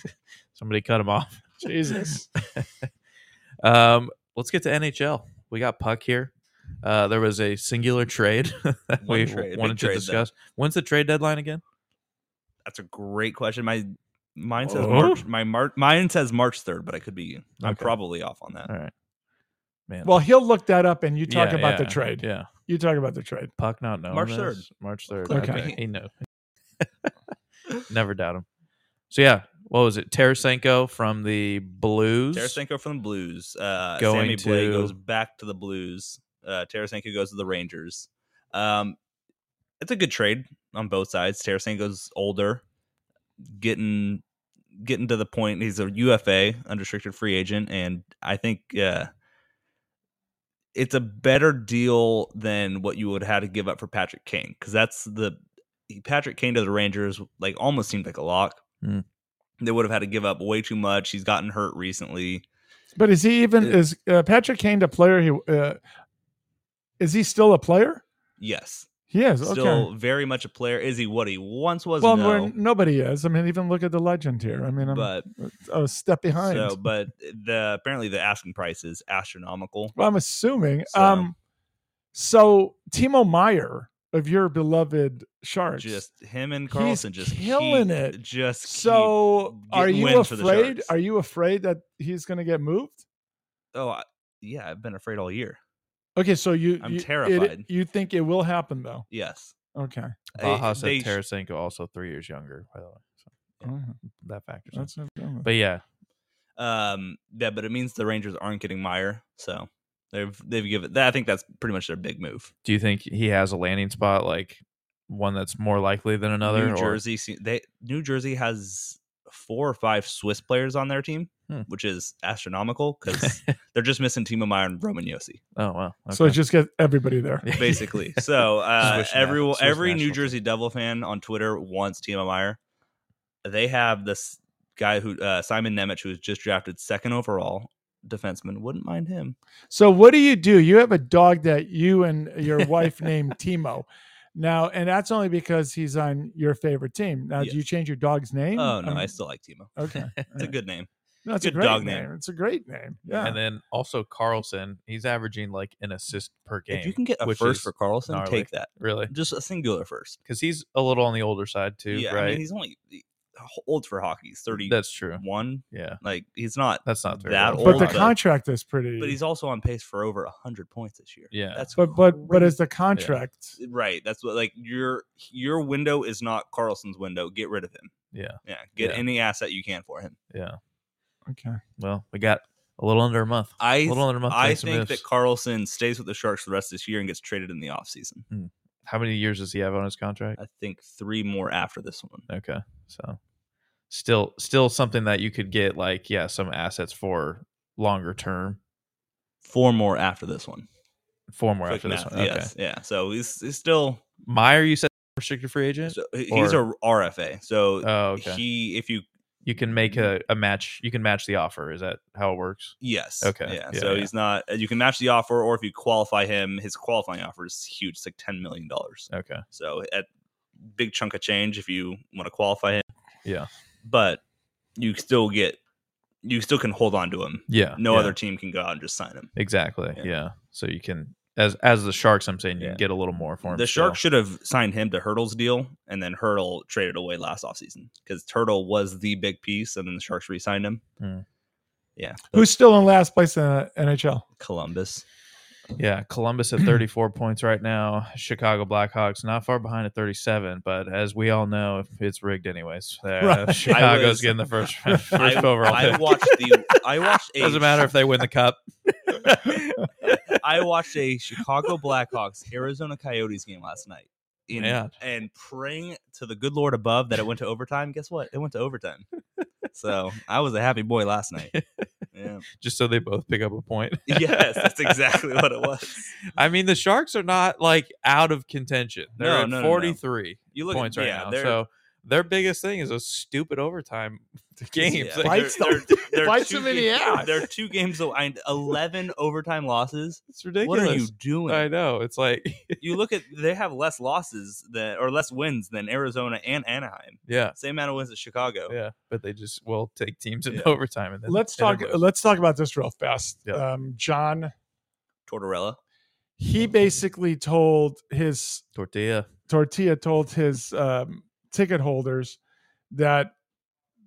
D: Somebody cut him off.
F: Jesus.
D: Um, let's get to NHL. We got puck here. Uh, there was a singular trade that
C: One
D: we
C: trade, big
D: wanted to
C: trade, though.
D: discuss. When's the trade deadline again?
C: that's a great question. My mine says
D: Oh.
C: March. My Mar- mine says March third, but I could be. I'm
D: Okay.
C: probably off on that.
D: All right, man.
F: Well, he'll look that up and you talk
D: Yeah,
F: about the
D: yeah,
F: trade.
D: Yeah,
F: You talk about the trade.
D: puck not knowing.
C: March 3rd.
D: this. March third.
F: course.
D: Okay.
F: Okay.
D: he knew. Never doubt him. So yeah, what was it? Tarasenko from the Blues.
C: Tarasenko from the Blues. Uh, Sammy
D: Going
C: Blay
D: to-
C: goes back to the Blues. Uh, Tarasenko goes to the Rangers. Um, it's a good trade on both sides. Tarasenko's older, getting getting to the point. He's a UFA, unrestricted free agent, and I think uh, it's a better deal than what you would have had to give up for Patrick Kane because that's the Patrick Kane to the Rangers like almost seemed like a lock.
D: Hmm.
C: They would have had to give up way too much. He's gotten hurt recently.
F: But is he even,
C: Uh,
F: is uh, Patrick Kane a player? He uh, Is he still a player?
C: Yes,
F: He is. Okay.
C: still very much a player. Is he what he once was?
F: well,
C: no,
F: we're- nobody is. I mean, even look at the legend here. I mean, I'm
C: but
F: a step behind.
C: so but the apparently the asking price is astronomical.
F: Well, I'm assuming.
C: So-
F: Um, so Timo Meyer of your beloved Sharks.
C: Just him and Carlson just
F: killing
C: keep-
F: it.
C: Just keep-
F: so are
C: getting
F: you
C: wins for the
F: afraid?
C: Sharks.
F: Are you afraid that he's going to get moved?
C: oh I, yeah, I've been afraid all year.
F: Okay, so you
C: I'm
F: you, it-
C: terrified.
F: you think it will happen though?
C: Yes,
F: Okay,
D: Baja
C: I-
D: said
C: they- Oh,
D: Tarasenko also three years younger. By the way, so
F: All right.
D: that factors. in.
F: that's what I'm going with.
D: But yeah,
C: Um, yeah, but it means the Rangers aren't getting Meyer, so they've they've given that. I think that's pretty much their big move.
D: do you think he has a landing spot like one that's more likely than another?
C: New
D: or-
C: Jersey, se- they New Jersey has four or five Swiss players on their team,
D: Hmm.
C: which is astronomical because they're just missing Timo Meyer and Roman Yossi,
D: oh wow.
F: so just get everybody there.
D: Yeah.
C: basically. so uh,
D: Swiss nat-
C: everyone,
D: Swiss
C: every New
D: national team.
C: Jersey Devil fan on Twitter wants Timo Meyer. They have this guy who uh, Simon Nemec, who was just drafted second overall defenseman, wouldn't mind him.
F: So what do you do? You have a dog that you and your wife named Timo. Now, and that's only because he's on your favorite team. Now,
C: Yes.
F: do you change your dog's name?
C: Oh no,
F: Um,
C: I still like Timo.
F: okay.
C: It's a good name.
F: No, it's a
C: Good
F: great
C: dog
F: name.
C: name.
F: It's a great name. Yeah.
D: And then also Carlson, he's averaging like an assist per game.
C: If you can get a
D: which
C: first
D: is
C: for Carlson,
D: gnarly.
C: take that.
D: really,
C: Just a singular first.
D: because he's a little on the older side too,
C: yeah,
D: right?
C: I mean he's only old for hockey. He's thirty
D: That's true.
C: one.
D: Yeah,
C: Like he's not,
D: that's not very
C: That
D: old.
F: but the
C: old,
F: contract is pretty.
C: but he's also on pace for over hundred points this year.
D: yeah,
C: That's
F: but but but
C: crazy.
F: is the contract?
C: right. That's what like your your window is not Carlson's window. Get rid of him.
D: yeah,
C: Yeah, get
D: Yeah.
C: any asset you can for him.
D: yeah.
F: Okay.
D: Well, we got a little under a month.
C: I
D: A little under a month.
C: I
D: makes some
C: think
D: moves.
C: that Carlson stays with the Sharks for the rest of this year and gets traded in the offseason.
D: How many years does he have on his contract?
C: I think three more after this one.
D: Okay, so still, still something that you could get like yeah, some assets for longer term.
C: Four more after this one.
D: Four more
C: Quick
D: after this
C: math,
D: one. Okay,
C: Yes. Yeah. So he's, he's still
D: Meyer, you said restricted free agent.
C: So he- he's a
D: Or-
C: RFA. So
D: oh, okay.
C: he, Mm-hmm. if you,
D: you can make a, a match. You can match the offer. Is that how it works?
C: yes,
D: Okay,
C: yeah.
D: yeah,
C: so
D: yeah.
C: he's not. You can match the offer, or if you qualify him, his qualifying offer is huge, it's like ten million dollars.
D: Okay.
C: So at big chunk of change if you want to qualify him.
D: Yeah.
C: but you still get, you still can hold on to him.
D: Yeah.
C: No
D: yeah.
C: other team can go out and just sign him.
D: Exactly.
C: Yeah.
D: Yeah. So you can as as the sharks, I'm saying you
C: Yeah.
D: can get a little more for him.
C: The
D: still.
C: Sharks should have signed him to Hurdle's deal, and then Hurdle traded away last offseason because Hurdle was the big piece, and then the Sharks re-signed him.
D: Hmm.
C: Yeah,
F: Who's still in last place in the NHL?
C: Columbus.
D: Yeah, Columbus at 34 points right now. Chicago Blackhawks not far behind at 37, but as we all know, it's rigged anyways. Uh,
F: Right.
D: Chicago's
C: was-
D: getting the first first
C: I,
D: overall
C: I
D: pick.
C: watched the. I watched. A,
D: Doesn't matter if they win the cup.
C: I watched a Chicago Blackhawks Arizona Coyotes game last night. In,
D: Yeah.
C: And praying to the good Lord above that it went to overtime. Guess what? It went to overtime. So I was a happy boy last night. Yeah.
D: just so they both pick up a point.
C: yes, that's exactly what it was.
D: I mean, the Sharks are not like out of contention. They're
C: No,
D: at
C: no, no, no.
D: 43
C: You look
D: points
C: at
D: right
C: yeah,
D: now.
C: they're-
D: So their biggest thing is those stupid overtime games.
C: Yeah.
F: Bites
C: They're-
F: them-
C: they're- they're
F: bites
C: two
F: them in the
C: games-
F: ass.
C: They're two games away. Eleven overtime losses.
D: it's ridiculous.
C: What are you doing?
D: I know. It's like,
C: you look at they have less losses than or less wins than Arizona and Anaheim.
D: yeah,
C: Same amount of wins as Chicago.
D: yeah. But they just will take teams in
C: Yeah.
D: overtime. And then
F: Let's
D: and
F: talk.
D: then lose.
F: Let's talk about this real fast.
D: Yeah.
F: Um, John,
C: Tortorella.
F: he basically told his
D: tortilla.
F: tortilla told his um, ticket holders that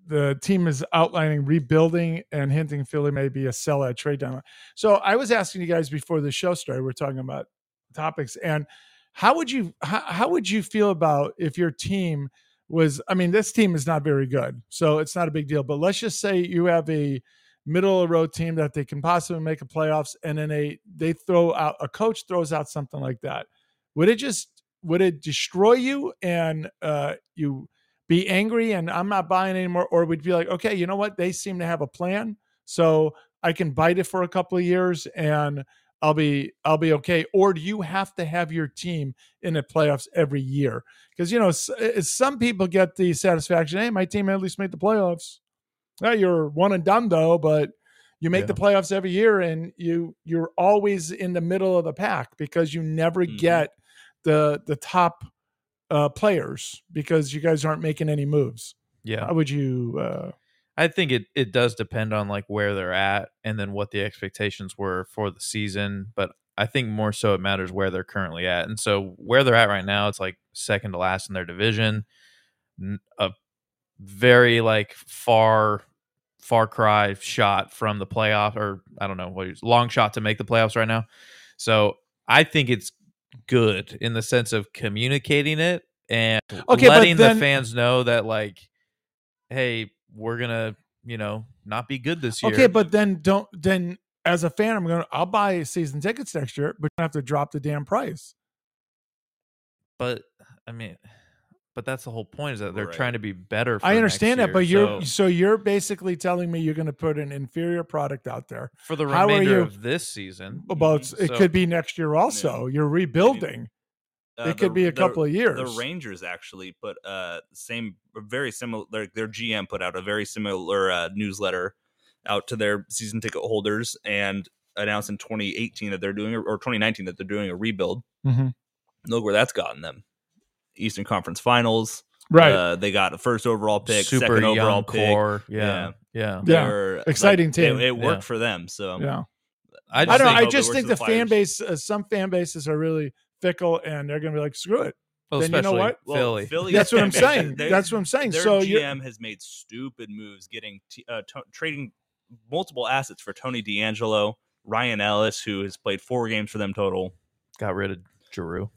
F: the team is outlining rebuilding and hinting Philly may be a sellout trade deadline. So I was asking you guys before the show started, we're talking about topics and how would you how, how would you feel about if your team was I mean this team is not very good. So it's not a big deal, but let's just say you have a middle of the road team that they can possibly make a playoffs and then they they throw out a coach throws out something like that. Would it just would it destroy you and uh you be angry and I'm not buying anymore? Or would you be like, okay, you know what? They seem to have a plan. So I can bite it for a couple of years and I'll be I'll be okay. Or do you have to have your team in the playoffs every year? Because you know, s- eh, some people get the satisfaction, hey, my team at least made the playoffs. Yeah, you're one and done though, but you make
D: Yeah.
F: the playoffs every year and you you're always in the middle of the pack because you never
D: Mm-hmm.
C: Mhm.
F: get the the top uh, players because you guys aren't making any moves.
D: Yeah.
F: How would you? Uh,
D: I think it it does depend on like where they're at and then what the expectations were for the season, but I think more so it matters where they're currently at. And so where they're at right now, it's like second to last in their division, N- a very like far far cry shot from the playoff or I don't know what it is, long shot to make the playoffs right now. So I think it's good in the sense of communicating it and
F: Okay, but
D: letting
F: then-
D: the fans know that like hey, we're gonna, you know, not be good this year.
F: okay, but then don't then as a fan, I'm gonna I'll buy season tickets next year, but you have to drop the damn price.
D: but I mean, but that's the whole point is that they're
C: Right.
D: trying to be better. For
F: I
D: next
F: understand that,
D: year,
F: but you're
D: so
F: so you're basically telling me you're gonna put an inferior product out there.
D: for the
F: how are
D: remainder
F: you-
D: of this season.
F: Well, it's, it
D: So-
F: could be next year also. You're rebuilding.
C: Uh,
F: it could
C: the-
F: be a
C: the-
F: couple of years.
C: The Rangers actually put uh same very similar their, their GM put out a very similar uh, newsletter out to their season ticket holders and announced in 2018 that they're doing a, or 2019 that they're doing a rebuild.
F: Mhm.
C: Look where that's gotten them. Eastern Conference Finals.
F: Right.
C: Uh, they got a first overall pick,
D: super
C: second
D: young
C: overall pick.
D: core. Yeah, yeah.
F: Yeah.
C: They're, like,
F: Exciting
C: it-
F: team.
C: It, worked
D: Yeah.
C: for them. So
F: yeah.
D: I just
F: I don't know.
D: think
F: I
C: hope it
F: just
C: works
F: think
C: for
F: the
C: um, the
F: fan
C: Flyers.
F: base, uh, some fan bases are really fickle and they're going to be like, screw it.
D: well,
F: then you know
D: especially
F: what?
C: Well,
D: Philly.
C: Philly's
F: That's what I'm
C: fan base,
F: saying.
C: they-
F: That's what I'm saying.
C: Their
F: So you're,
C: GM has made stupid moves, getting t- uh, to- trading multiple assets for Tony D'Angelo, Ryan Ellis, who has played four games for them total.
D: Got rid of Giroux. Oh,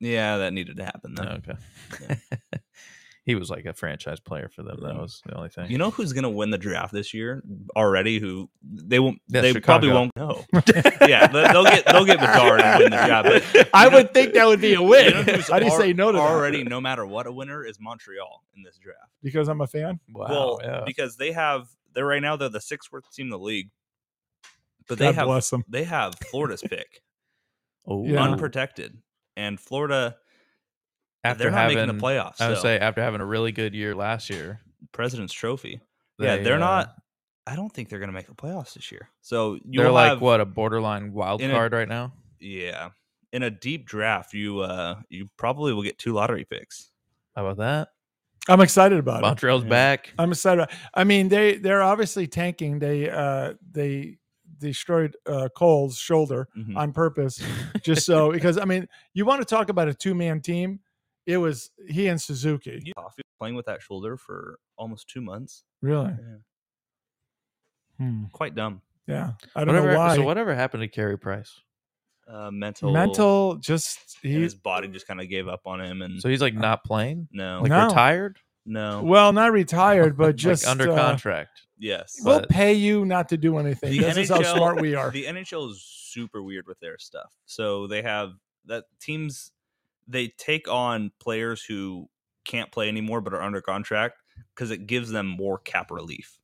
C: Yeah, that needed to happen. Though.
D: okay. he was like a franchise player for them. That
C: Yeah.
D: was the only thing.
C: Mm. You know who's going to win the draft this year already? Who they won't?
D: Yeah,
C: they probably
D: Chicago.
C: won't know. yeah, they- they'll get they'll get Bedard and win the draft. But
E: I
C: you know-
E: would think that would be a win.
C: you know who's
E: How do you
C: al-
E: say no to that?
C: already? No matter what, a winner is Montreal in this draft.
F: because I'm a fan.
D: wow.
C: well,
D: yeah.
C: because they have they're right now they're the sixth worst team in the league, but they
F: God
C: have
F: bless 'em.
C: they have Florida's pick
D: Oh,
F: Yeah.
C: unprotected, and Florida
D: after
C: they're not
D: having
C: making the playoffs.
D: I would
C: so
D: say after having a really good year last year.
C: President's Trophy. yeah,
D: they,
C: they're
D: uh,
C: not. I don't think they're going to make the playoffs this year. So you
D: They're like
C: have,
D: what a borderline wild
C: in a-
D: card right now.
C: Yeah, in a deep draft, you uh you probably will get two lottery picks.
D: How about that?
F: I'm excited about it.
D: Montreal's
B: Yeah.
D: back.
F: I'm excited. About, I mean, they, they're obviously tanking. They, uh, they destroyed uh, Cole's shoulder
D: Hmm.
C: Mhm.
F: on purpose just so, because I mean, you want to talk about a two man team. It was he and Suzuki.
C: You- Coffey playing with that shoulder for almost two months.
F: Really?
C: Yeah.
D: Mm.
F: Hmm.
C: Quite dumb.
F: Yeah. I don't
D: whatever, e-,
F: know why.
D: So whatever happened to Carey Price?
C: Uh, mental,
F: Mental, just
C: and
F: he.
C: his body just kind of gave up on him, and
D: So he's like not playing,
C: no,
D: like
F: No.
D: retired,
C: no,
F: Well, not retired, but
D: Like,
F: just
D: under
F: uh,
D: contract.
C: yes,
F: We'll
D: but-
F: pay you not to do anything.
C: The
F: this is how
C: NHL
F: smart we are.
C: The NHL is super weird with their stuff. So they have that teams they take on players who can't play anymore but are under contract because it gives them more cap relief.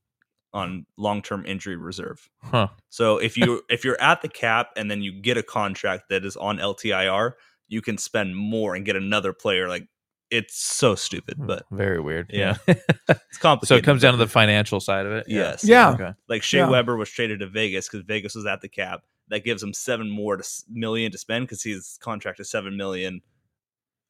C: on long term injury reserve.
D: Huh.
C: So if you if you're at the cap and then you get a contract that is on LTIR, you can spend more and get another player. Like it's so stupid,
F: Hmm.
C: but
D: Very weird.
C: Yeah.
D: Yeah.
C: it's
D: so
C: complicated.
D: it comes down to the financial side of it.
C: Yes.
F: Yeah.
D: Okay.
C: Like Shea
F: Yeah.
C: Weber was traded to Vegas because Vegas was at the cap. That gives him seven more to s- million to spend because his contract is seven million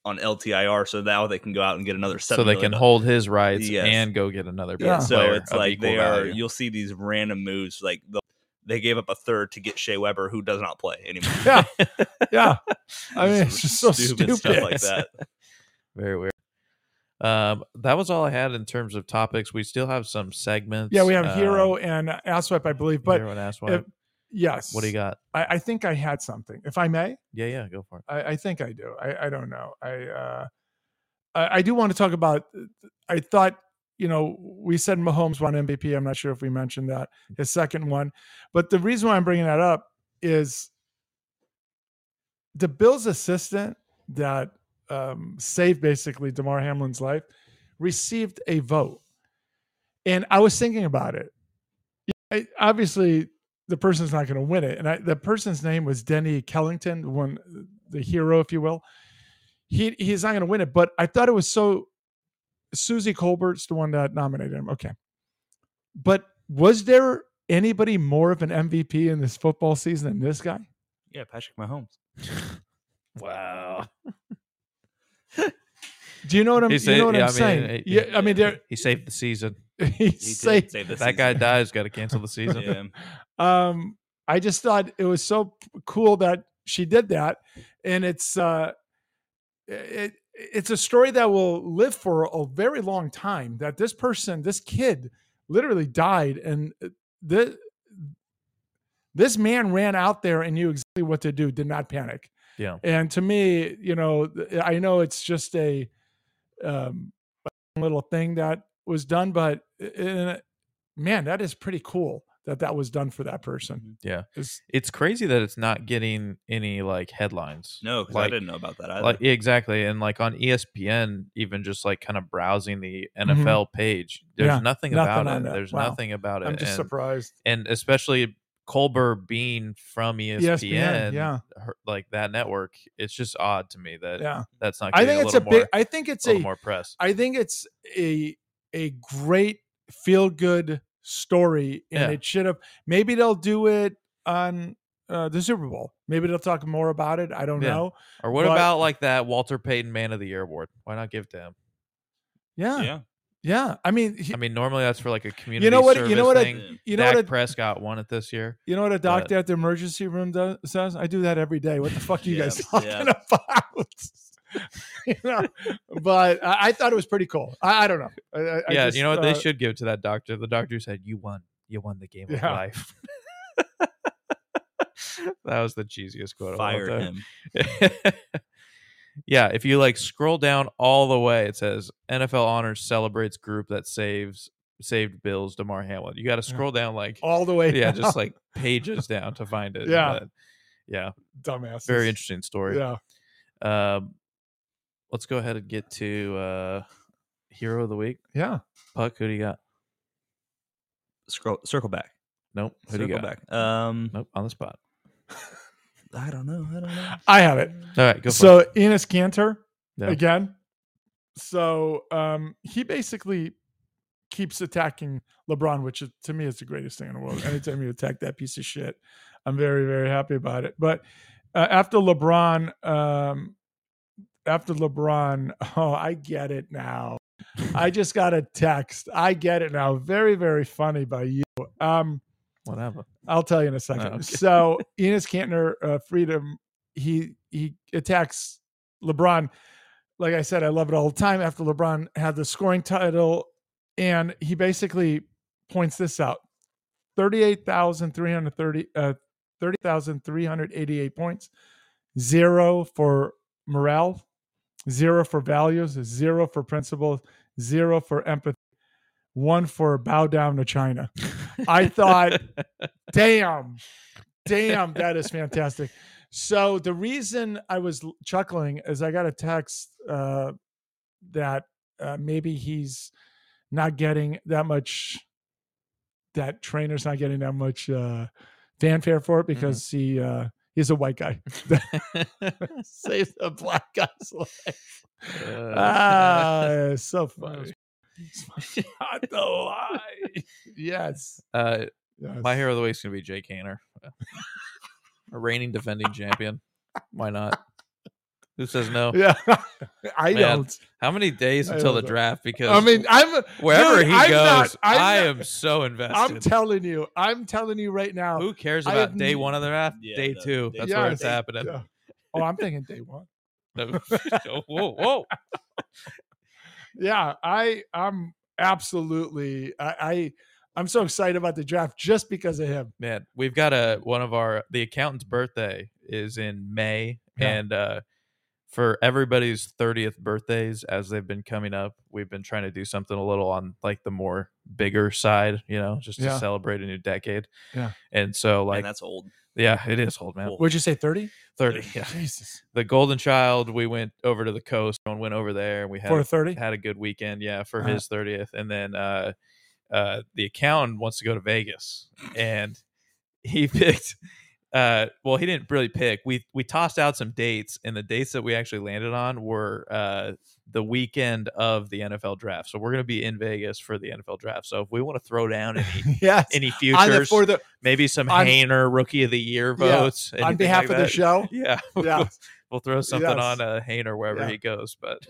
C: on LTIR. So now they can go out and get another
D: So
C: seven.
D: they can
C: million.
D: hold his rights
C: Yes.
D: and go get another
C: Yeah. So
D: player
C: it's
D: of
C: like
D: equal
C: they are.
D: value.
C: You'll see these random moves. Like the, they gave up a third to get Shea Weber, who does not play anymore.
F: Yeah. Yeah. I mean, it's just so stupid.
C: stuff like that.
D: Very weird. Um, that was all I had in terms of topics. We still have some segments.
F: Yeah, we have
D: um,
F: Hero and Asswipe, I believe. But
D: Hero and Asswipe.
F: if- yes.
D: What do you got?
F: I, I think I had something. If I may,
D: Yeah, yeah, go for it.
F: I, I think I do. I, I don't know. I, uh, I I do want to talk about. uh, I thought you know we said Mahomes won MVP. I'm not sure if we mentioned that his second one, but the reason why I'm bringing that up is the Bills' assistant that um, saved basically Damar Hamlin's life received a vote, and I was thinking about it. I, obviously, the person's not going to win it. And I, the person's name was Denny Kellington, one the hero, if you will. He he's not going to win it, but I thought it was so. Susie Colbert's the one that nominated him. Okay, but was there anybody more of an MVP in this football season than this guy?
C: Yeah, Patrick Mahomes.
D: Wow.
F: Do you know what I'm?
D: He
F: you
D: said-
F: know what
D: yeah,
F: I'm saying?
D: it-
F: yeah, I mean, there,
D: he saved the season.
C: He did
F: he's safe.
C: save the
D: If that guy
C: season.
D: dies, got to cancel the season.
C: Yeah.
F: um i just thought it was so p- cool that she did that and it's uh it it's a story that will live for a very long time that this person this kid literally died and uh, the this man ran out there and knew exactly what to do did not panic
D: Yeah.
F: and to me you know th- i know it's just a um little thing that was done but i- in- man, that is pretty cool that that was done for that person.
D: Yeah.
F: It's-
D: It's crazy that it's not getting any like headlines.
C: No, because I
D: Like-
C: didn't know about that. Either.
D: Like yeah, exactly, and like on E ESPN, even just like kind of browsing the NFL page, there's
F: Mm-hmm. Yeah,
D: nothing,
F: nothing
D: about
F: on
D: it.
F: that.
D: There's
F: Wow.
D: nothing about it.
F: I'm just
D: and,
F: surprised.
D: and especially Colbert being from E
F: E
D: ESPN,
F: yeah.
D: her- like that network, it's just odd to me that
F: Yeah,
D: that's not.
F: I
D: Getting
F: think it's a
D: little
F: big.
D: more,
F: I think it's
D: little
F: a.
D: more press.
F: I think it's a a great feel good story, and
D: Yeah.
F: it should have. Maybe they'll do it on uh, the Super Bowl. Maybe they'll talk more about it. I don't
D: Yeah.
F: know.
D: Or what
F: but-
D: about like that Walter Payton Man of the Year award? Why not give to him?
F: Yeah, yeah.
C: yeah.
F: I mean, he-
D: I mean, normally that's for like a community.
F: you know what?
D: Service
F: You know what?
D: thing.
F: A, you know
D: Dak
F: what? A,
D: Prescott won it this year.
F: you know what? A
D: but-
F: doctor at the emergency room does, says. I do that every day. What the fuck are you
C: Yeah,
F: guys talking
C: yeah.
F: about? you know, but I, I thought it was pretty cool. I, I don't know. I, I- I
D: yeah,
F: just,
D: you know what? They
F: uh,
D: should give it to that doctor. The doctor said, "You won. You won the game of
F: Yeah.
D: life." that was the cheesiest quote. of all
C: Fired
D: time.
C: him.
D: yeah, if you like scroll down all the way, it says NFL honors celebrates group that saves saved Bills Demar Hamlin. You got to scroll down like
F: all the way.
D: yeah,
F: down.
D: just like pages down to find it.
F: Oh, Yeah.
D: but, yeah,
F: dumbasses.
D: very interesting story.
F: Yeah,
D: Um, let's go ahead and get to uh hero of the week.
F: yeah.
D: Puck, who do you got?
C: Scroll, circle back.
D: Nope. Who do
C: circle
D: you got?
C: back. Um,
D: Nope. On the spot.
C: I don't know. I don't know.
F: I have it.
D: All right. Go for it.
F: so Enos Cantor
D: Yeah.
F: again. So um, he basically keeps attacking LeBron, which is, to me is the greatest thing in the world. Anytime you attack that piece of shit, I'm very very happy about it. But uh, after LeBron, um, after LeBron, oh, I get it now. I just got a text. I get it now. Very very funny by you. Um,
D: What happened?
F: I'll tell you in a second.
D: okay.
F: So Enos Cantner, uh, Freedom, he he attacks LeBron. Like I said, I love it all the time. After LeBron had the scoring title, and he basically points this out: 38,330 uh, 30,388 points, zero for morale, zero for values, zero for principles, zero for empathy, one for bow down to China. I thought damn damn that is fantastic so the reason i was l- chuckling is i got a text uh that uh, maybe he's not getting that much that trainer's not getting that much uh, fanfare for it because he uh, he's a white guy. Save the black guy's life.
D: Uh.
F: ah, it's so funny. Not the lie. Yes.
D: Uh,
F: yes.
D: my hero of the week is going to be Jay Kaner, a reigning defending champion. Why not? Who says no?
F: Yeah. I
D: Man,
F: don't.
D: How many days
F: I
D: until
F: don't
D: the
F: know.
D: draft? Because
F: I mean, I'm
D: wherever
F: dude,
D: he
F: I'm not-
D: goes, I
F: I'm not-
D: am so invested.
F: I'm telling you. I'm telling you right now.
D: Who cares
F: Oh, I
D: about
F: have
D: day
F: n-
D: one of the draft?
C: Yeah,
D: day
C: the-
D: two.
C: day-
D: That's where
F: Yes.
D: it's happening.
F: Yeah. Oh, I'm thinking day one.
D: whoa, whoa.
F: Yeah, I I'm absolutely I, I I'm so excited about the draft just because of him.
D: man we've got a one of our the accountant's birthday is in may
F: Yeah.
D: and uh for everybody's 30th birthdays as they've been coming up we've been trying to do something a little on like the more bigger side you know just to
F: Yeah.
D: celebrate a new decade
F: Yeah.
D: and so
C: Like,
D: like
C: and that's old.
D: yeah it is old man
C: Cool.
F: Would you say 30?
D: 30 yeah
F: Jesus.
D: the golden child we went over to the coast and went over there and we had
F: For
D: a
F: 30?
D: had a good weekend, yeah, for
F: Uh-huh.
D: his thirtieth, and then uh, uh, the accountant wants to go to Vegas, and he picked. Uh, well, he didn't really pick. We we tossed out some dates, and the dates that we actually landed on were uh, the weekend of the NFL draft. So we're gonna be in Vegas for the NFL draft. So if we want to throw down any
F: Yes.
D: any
F: On the,
D: futures,
F: for the
D: maybe some
F: on-
D: Hayner Rookie of the Year
F: Yeah,
D: votes
F: on
D: anything
F: behalf
D: like
F: of the
D: that.
F: show.
D: Yeah,
F: Yeah.
D: we'll throw something
F: Yes.
D: on uh, Hayner wherever
F: Yeah.
D: he goes. But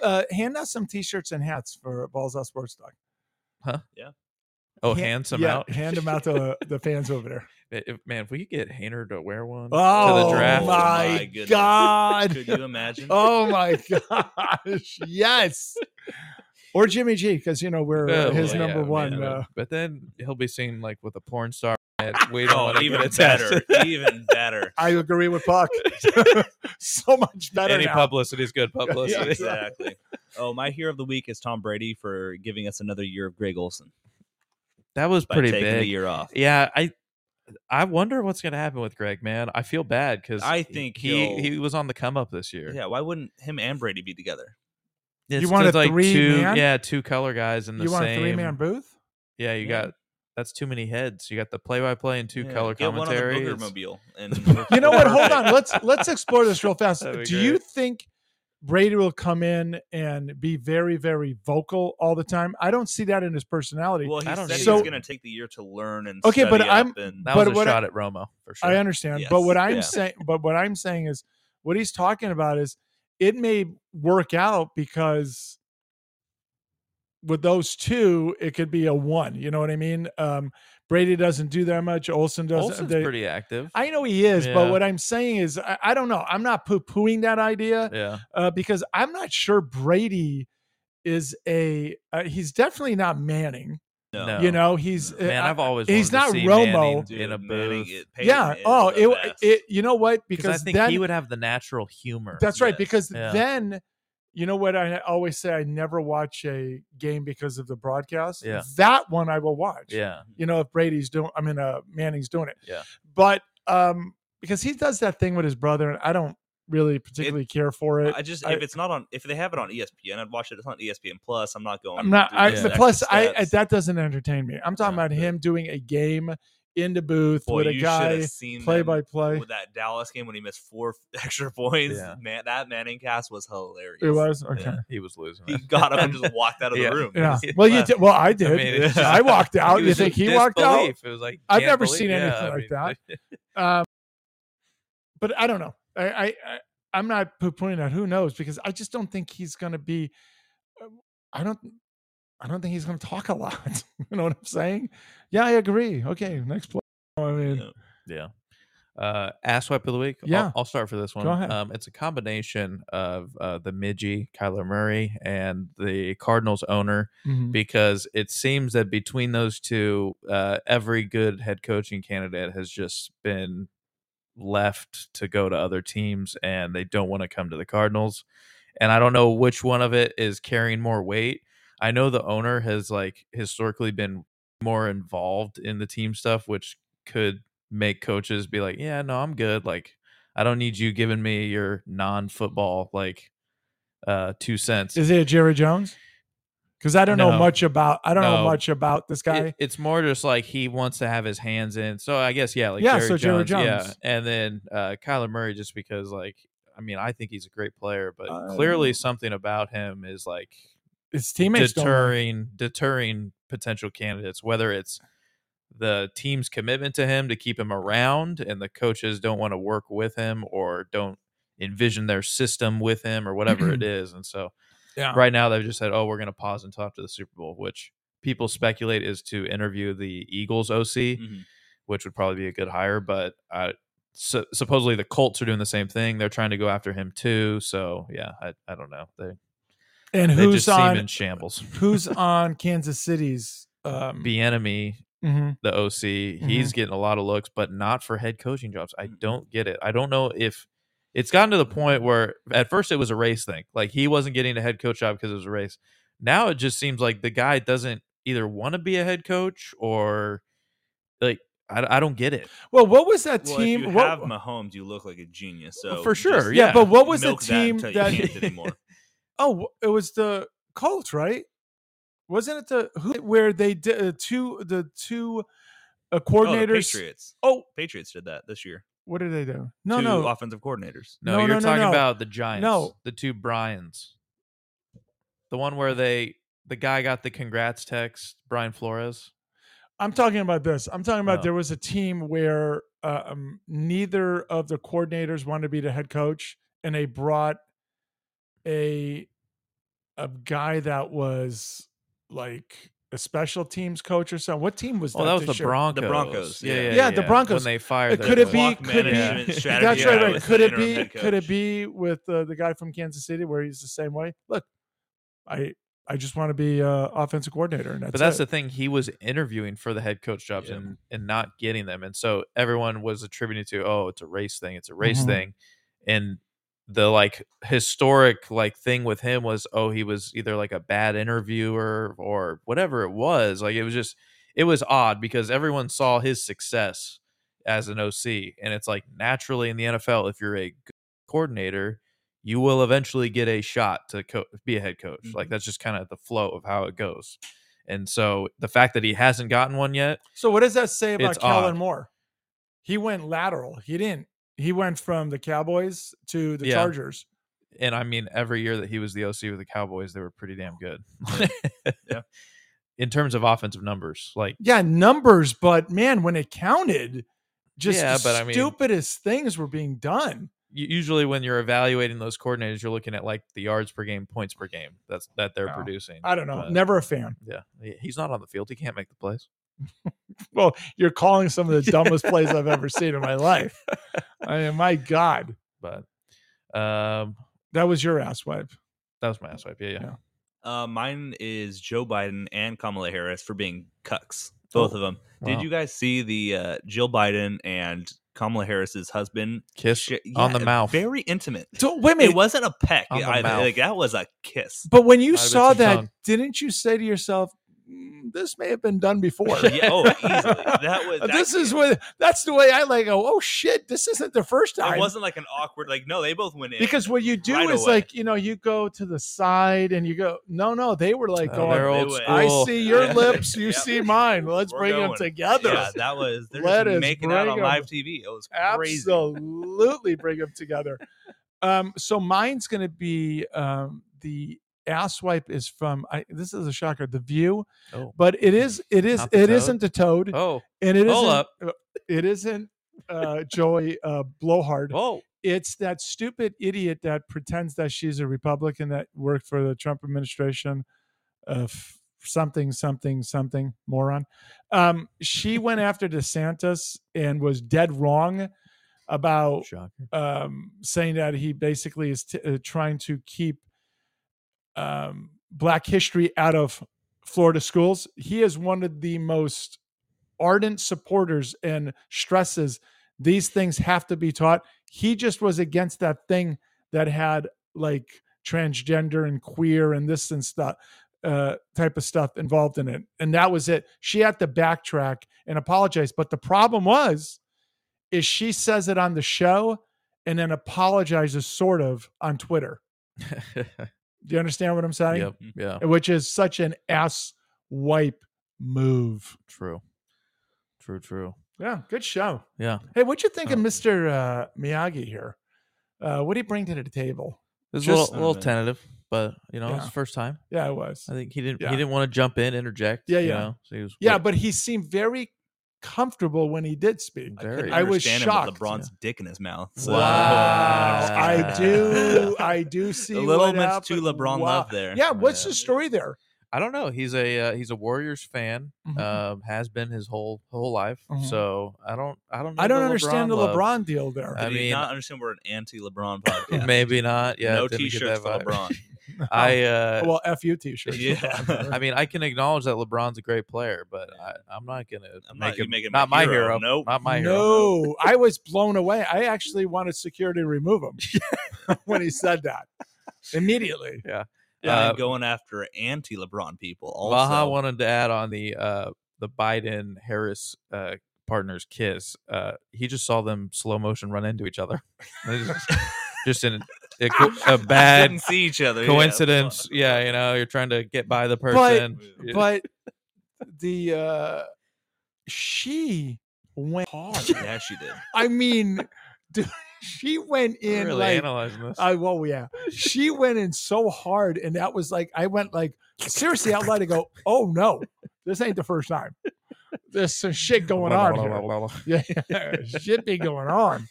F: Uh, hand out some t-shirts and hats for Balls Out Sports Talk.
D: oh,
F: Yeah,
D: hand some
F: yeah,
D: out.
F: Hand them out to the fans over there.
D: Man, if- man, if we could get Hayner to wear one
F: Oh,
D: to the draft,
F: my,
C: My goodness.
F: God.
C: Could you imagine?
F: oh, my gosh. Yes. Or Jimmy G, because, you know, we're uh,
D: Oh,
F: his
C: yeah,
F: number
D: man,
F: one.
D: but-
F: Uh,
D: but then he'll be seen like with a porn star. And we don't
C: Oh,
D: want to
C: even
D: even
C: better. even better.
F: I agree with Buck. so much better
D: Any
F: now.
D: publicity is good publicity.
C: exactly. Oh, my hero of the week is Tom Brady for giving us another year of Greg Olson
D: That was
C: by
D: pretty
C: taking a
D: big.
C: year off.
D: Yeah, I I wonder what's going to happen with Greg, man. I feel bad because
C: I think
D: he
C: he'll-
D: he was on the come up this year.
C: Yeah, why wouldn't him and Brady be together?
D: It's
F: You want a
D: 'cause, like
F: three
D: two,
F: man?
D: yeah, two color guys in the
F: You want a
D: same.
F: three-man booth?
D: Yeah, you
C: Yeah.
D: got that's too many heads. You got the play by play and two
C: Yeah,
D: color
C: Get one on the
D: commentary.
C: Booger
D: It's-
C: mobile. And
F: You know what? Hold on. Let's let's explore this real fast. Do
D: That'd be
F: you
D: great.
F: think Brady will come in and be very very vocal all the time? I don't see that in his personality.
C: Well, he
D: I
C: said
D: don't
C: he's
F: know.
C: going to take the year to learn and
F: Okay, but
C: study up
F: I'm-
C: and-
D: That was
F: But
D: a
F: what I-
D: shot at Romo for sure.
F: I understand, but
C: Yes.
F: what I'm
C: Yeah.
F: saying, but what I'm saying is, what he's talking about is, it may work out because with those two, it could be a one. You know what I mean? Um, Brady doesn't do that much. Olson doesn't.
D: Olson's
F: they-
D: pretty active.
F: I know he is, but
D: Yeah.
F: what I'm saying is, I, I don't know. I'm not poo pooing that idea.
D: yeah,
F: uh, because I'm not sure Brady is a. Uh, he's definitely not Manning.
C: No.
D: No.
F: You know, he's uh,
D: man, I've always
F: he's
D: wanted to
F: not
D: see
F: Romo.
D: Manning
C: Dude,
D: in a
C: Manning,
D: booth
C: it- Peyton
F: yeah.
C: is
F: Oh,
C: the
F: it,
C: best.
F: it. You know what?
D: because I
F: Because
D: think
F: then
D: he would have the natural humor.
F: that's right.
C: yes.
F: Because
D: Yeah.
F: then. You know what I always say? I never watch a game because of the broadcast.
D: Yeah.
F: That one I will watch.
D: yeah,
F: You know, if Brady's doing, I mean, uh, Manning's doing it.
D: Yeah.
F: But um, because he does that thing with his brother, and I don't really particularly care for it.
C: I just
F: I-
C: if it's not on if they have it on E ESPN, I'd watch it. It's on E ESPN Plus. I'm not going.
F: I'm not.
C: through
F: I,
C: these
D: Yeah.
F: the
C: extra
F: plus, I, I
C: steps.
F: that doesn't entertain me. I'm talking
C: Yeah,
F: about
C: but-
F: him doing a game in the booth
C: Boy,
F: with a
C: you should
F: guy
C: have seen
F: play
C: them
F: by play.
C: with that Dallas game when he missed four extra points.
D: Yeah.
C: Man, that Manning cast was hilarious.
F: It was okay.
C: Yeah.
D: he was losing.
C: He
D: it.
C: got up and just walked out of the
D: Yeah.
C: room.
F: Yeah.
C: Just
F: Well, you
C: left.
F: did. Well, I did. I,
D: mean, it's just-
F: walked out. you
D: was
F: think
D: in
F: he walked out?
D: disbelief. It was like
F: I've
D: can't
F: never
D: believe-
F: seen
D: yeah,
F: anything
D: I
F: like
D: mean,
F: Um, but I don't know. I, I, I I'm not poo-pooing that. Who knows? Because I just don't think he's going to be. uh, I don't. I don't think he's going to talk a lot. you know what I'm saying? Yeah, I agree. Okay, next play. I mean,
C: Yeah.
D: Uh, asswipe of the week. I'll-
F: Yeah.
D: I'll, start for this one.
F: ahead.
D: Um, it's a combination of uh, the midgie Kyler Murray and the Cardinals owner
F: mhm.
D: because it seems that between those two, uh, every good head coaching candidate has just been left to go to other teams and they don't want to come to the Cardinals. And I don't know which one of it is carrying more weight. I know the owner has like historically been more involved in the team stuff, which could make coaches be like, yeah, no, I'm good. Like, I don't need you giving me your non football, like, uh, two cents.
F: Is it Jerry Jones? because I don't know
D: No.
F: much about I don't know
D: No.
F: much about this guy.
D: It- it's more just like he wants to have his hands in. So I guess yeah, like
F: Yeah,
D: Jerry
F: so Jerry
D: Jones, yeah,
F: Jones.
D: and then uh, Kyler Murray just because like I mean I think he's a great player, but
F: I
D: clearly something about him is like
F: His teammates don't like
D: deterring deterring potential candidates, whether it's the team's commitment to him to keep him around and the coaches don't want to work with him or don't envision their system with him or whatever it is. And so
F: Yeah.
D: right now they've just said, Oh, we're gonna pause until after the Super Bowl, which people speculate is to interview the Eagles OC,
F: Mm-hmm.
C: Mhm.
D: which would probably be a good hire, but I su- supposedly the Colts are doing the same thing. They're trying to go after him too. So yeah, I, I don't know. They
F: and
D: they
F: who's
D: just seem
F: on
D: in shambles.
F: who's on Kansas City's um,
D: The enemy,
F: mhm.
D: the OC,
F: Mm-hmm.
D: he's getting a lot of looks, but not for head coaching jobs. I don't get it. I don't know if it's gotten to the point where at first it was a race thing. Like he wasn't getting a head coach job because it was a race. Now it just seems like the guy doesn't either want to be a head coach or like I, I don't get it.
F: Well, what was that
C: Well,
F: team?
C: if you
F: what-
C: have Mahomes, you look like a genius. So
D: Well, for sure,
C: just
D: yeah.
F: yeah, but what was the
C: milk that
F: team
C: until
F: that?
C: you can't anymore.
F: oh, it was the Colts, right? Wasn't it the who where they did uh, two the two uh,
C: Oh, the
F: coordinators?
C: Patriots.
F: Oh,
C: Patriots did that this year.
F: what did they do? No,
C: Two
F: no,
C: offensive coordinators.
D: No,
F: No,
D: you're
F: no, no,
D: talking
F: no.
D: about the Giants.
F: No.
D: The two Bryans. The one where they the guy got the congrats text, Brian Flores.
F: I'm talking about this. I'm talking about
D: Oh.
F: there was a team where uh, um, neither of the coordinators wanted to be the head coach, and they brought a a guy that was like a special teams coach or something. What team was
D: Oh,
F: that?
D: that was the
F: this year?
D: Broncos.
C: Blocked
D: Yeah, yeah, yeah,
F: Yeah, the Broncos.
D: When they fired,
F: Uh,
D: their
F: could it be-
D: coach.
C: Block
F: could be-
C: management strategy.
F: That's
C: guy
F: right. right.
C: with
F: Could
C: the
F: it
C: interim
F: be?
C: head
F: Could it
C: coach.
F: be with uh, the guy from Kansas City where he's the same way? Look, I I just want to be uh, offensive coordinator, and that's
D: but that's
F: it.
D: the thing. He was interviewing for the head coach jobs
C: Yeah.
D: and, and not getting them. And so everyone was attributing to, oh, it's a race thing. It's a race
F: Mhm.
D: thing. And the like historic like thing with him was, oh, he was either like a bad interviewer or whatever it was. Like it was just, it was odd because everyone saw his success as an OC. And it's like naturally in the NFL, if you're a good coordinator, you will eventually get a shot to co- be a head coach.
F: Mm-hmm.
D: Like that's just kind of the flow of how it goes. And so the fact that he hasn't gotten one yet,
F: So what does that say about
D: It's
F: Kellen
D: odd.
F: Moore? He went lateral. He didn't. He went from the Cowboys to the
D: Yeah.
F: Chargers.
D: and I mean every year that he was the OC with the Cowboys, they were pretty damn good.
C: Yeah.
D: In terms of offensive numbers, like
F: Yeah, numbers, but man, when it counted, just
D: Yeah,
F: the
D: but I mean-
F: stupidest things were being done.
D: u- usually when you're evaluating those coordinators, you're looking at like the yards per game, points per game. That's that they're
F: Oh,
D: producing.
F: I don't know.
D: But,
F: Never a fan.
D: yeah, he- he's not on the field. He can't make the plays.
F: Well, you're calling some of the dumbest plays I've ever seen in my life. I mean, my God,
D: But um,
F: that was your ass wipe.
D: that was my ass wipe. Yeah, yeah.
F: Yeah.
C: Uh, mine is Joe Biden and Kamala Harris for being cucks,
F: Oh,
C: both of them.
D: wow.
C: Did you guys see the uh, Jill Biden and Kamala Harris's husband
D: Kiss
C: sh-
D: on
C: yeah,
D: the mouth.
C: Very intimate.
F: So wait a
C: It
F: minute.
C: wasn't a peck.
D: On the
C: either.
D: mouth.
C: Like that was a kiss.
F: But when
D: Might
F: you
D: have been
F: saw
D: some
F: that,
D: tongue.
F: didn't you say to yourself, "Mm, "This may have been done before"?
C: Yeah, oh, easily. That was. that-
F: this is what. That's the way I like. Go, oh shit! This isn't the first time.
C: It wasn't like an awkward. Like no, they both went in
F: because what you do
C: right
F: is
C: away.
F: like you know you go to the side and you go no no they were like
D: Oh,
F: going,
D: they're
C: they
D: old
C: went-
F: I
D: school.
F: see your
C: Yeah.
F: lips you
C: Yep.
F: see mine let's
C: We're
F: bring them
C: going.
F: together
C: Yeah, that was. They're
F: Let us
C: just making out
F: bring
C: on
F: 'em.
C: live TV. It was crazy.
F: absolutely bring them together um so mine's gonna be um the ass wipe is from I, this is a shocker the view
D: Oh.
F: but it is it is
D: Not the
F: it
D: toad?
F: isn't the toad
D: Oh,
F: and it
D: hold
F: isn't uh,
D: up.
F: it isn't uh joey uh blowhard
D: Whoa.
F: it's that stupid idiot that pretends that she's a Republican that worked for the Trump administration. Uh, f- something, something, something, moron. Um, she went after DeSantis and was dead wrong about
D: Shocker.
F: um, saying that he basically is t- uh, trying to keep um, Black history out of Florida schools. He is one of the most ardent supporters and stresses these things have to be taught. He just was against that thing that had like transgender and queer and this and stuff uh type of stuff involved in it and that was it she had to backtrack and apologize but the problem was is she says it on the show and then apologizes sort of on Twitter. Do you understand what I'm saying?
D: Yep. Yeah.
F: Which is such an ass wipe move.
D: True. True. True.
F: Yeah, good show.
D: Yeah.
F: Hey, what you think of Mr. Uh, Miyagi here? Uh, what do you bring to the table?
D: It was
F: Just-
D: a little, a little tentative, but you know, it was
F: Yeah.
D: the first time.
F: Yeah, I was.
D: I think he didn't.
F: Yeah.
D: He didn't want to jump in, interject.
F: Yeah,
D: you
F: yeah.
D: know, so he was
F: Yeah,
D: wait-
F: but he seemed very comfortable when he did speak.
C: I couldn't
D: Very.
F: I was
C: understand him with
F: shocked.
C: the bronze dick in his mouth. so-
D: Wow.
F: I do. I do see
C: a little
F: what
C: bit too
F: happened.
C: LeBron
F: Wow.
C: love there.
F: Yeah, what's
D: Yeah.
F: the story there?
D: I don't know. He's a uh, he's a Warriors fan.
F: Mhm.
D: Um, has been his whole whole life.
F: Mhm.
D: So I don't I don't know
F: I don't
D: the
F: understand the
D: love.
F: LeBron deal there.
C: Did
D: I
C: you
D: mean-
C: not understand we're an anti-LeBron podcast.
D: Maybe not. Yeah,
C: no
D: didn't get
C: t-shirts
D: that
C: for
D: vibe.
C: LeBron.
D: I uh,
F: well, fu t-shirt.
C: yeah.
D: I mean, I can acknowledge that LeBron's a great player, but I, I'm not gonna
C: I'm not
D: make him,
C: making him
D: not
C: my
D: my
C: hero.
D: hero.
C: Nope.
D: not my hero.
F: no, I was blown away. I actually wanted security to remove him when he said that immediately.
C: And then
D: Uh,
C: going after anti-LeBron people. Also,
D: Baha wanted to add on the uh, the Biden Harris uh, partners kiss. Uh, he just saw them slow motion run into each other. It just, just in a, co- a bad
C: didn't see each other. yeah.
D: coincidence. Yeah, you know, you're trying to get by the
F: But-
D: person. Yeah.
F: But the uh she went hard.
C: yeah, she did.
F: I mean, dude, she went
D: We're
F: in
D: really
F: like
D: analyzing this.
F: I well, yeah. She went in so hard, and that was like I went like seriously out loud to go. Oh no, this ain't the first time. There's some shit going on. here. Yeah, shit be going on.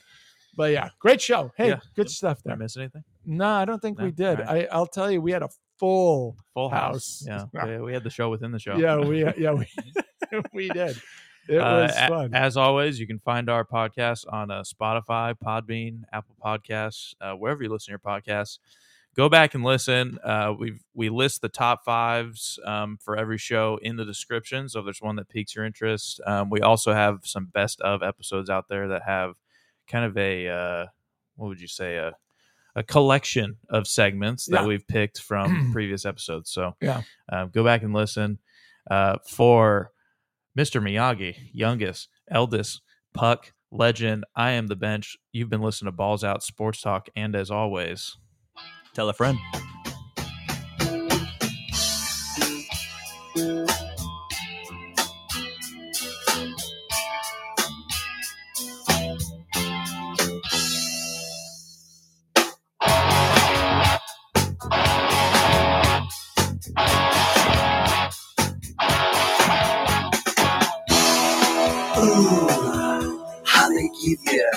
F: But yeah, great show. Hey,
D: Yeah.
F: good stuff
D: Did I
F: there.
D: miss anything?
F: No, I don't think
D: No?
F: we did.
D: All
F: I, I'll tell you, we had a full.
D: Full House.
F: House.
D: Yeah. We- we had the show within the show.
F: Yeah, we yeah we we did. It
D: Uh,
F: was
D: a-
F: fun.
D: As always, you can find our podcast on uh, Spotify, Podbean, Apple Podcasts, uh, wherever you listen to your podcasts. Go back and listen. Uh, we we list the top fives um, for every show in the description. So if there's one that piques your interest, um, we also have some best of episodes out there that have kind of a uh, what would you say a a collection of segments that
F: Yeah.
D: we've picked from previous episodes. So
F: Yeah.
D: uh, go back and listen uh, for Mr. Miyagi, youngest, eldest, puck, legend. I am the bench. You've been listening to Balls Out Sports Talk, and as always.
C: Tell a friend.
H: Ooh, how they give you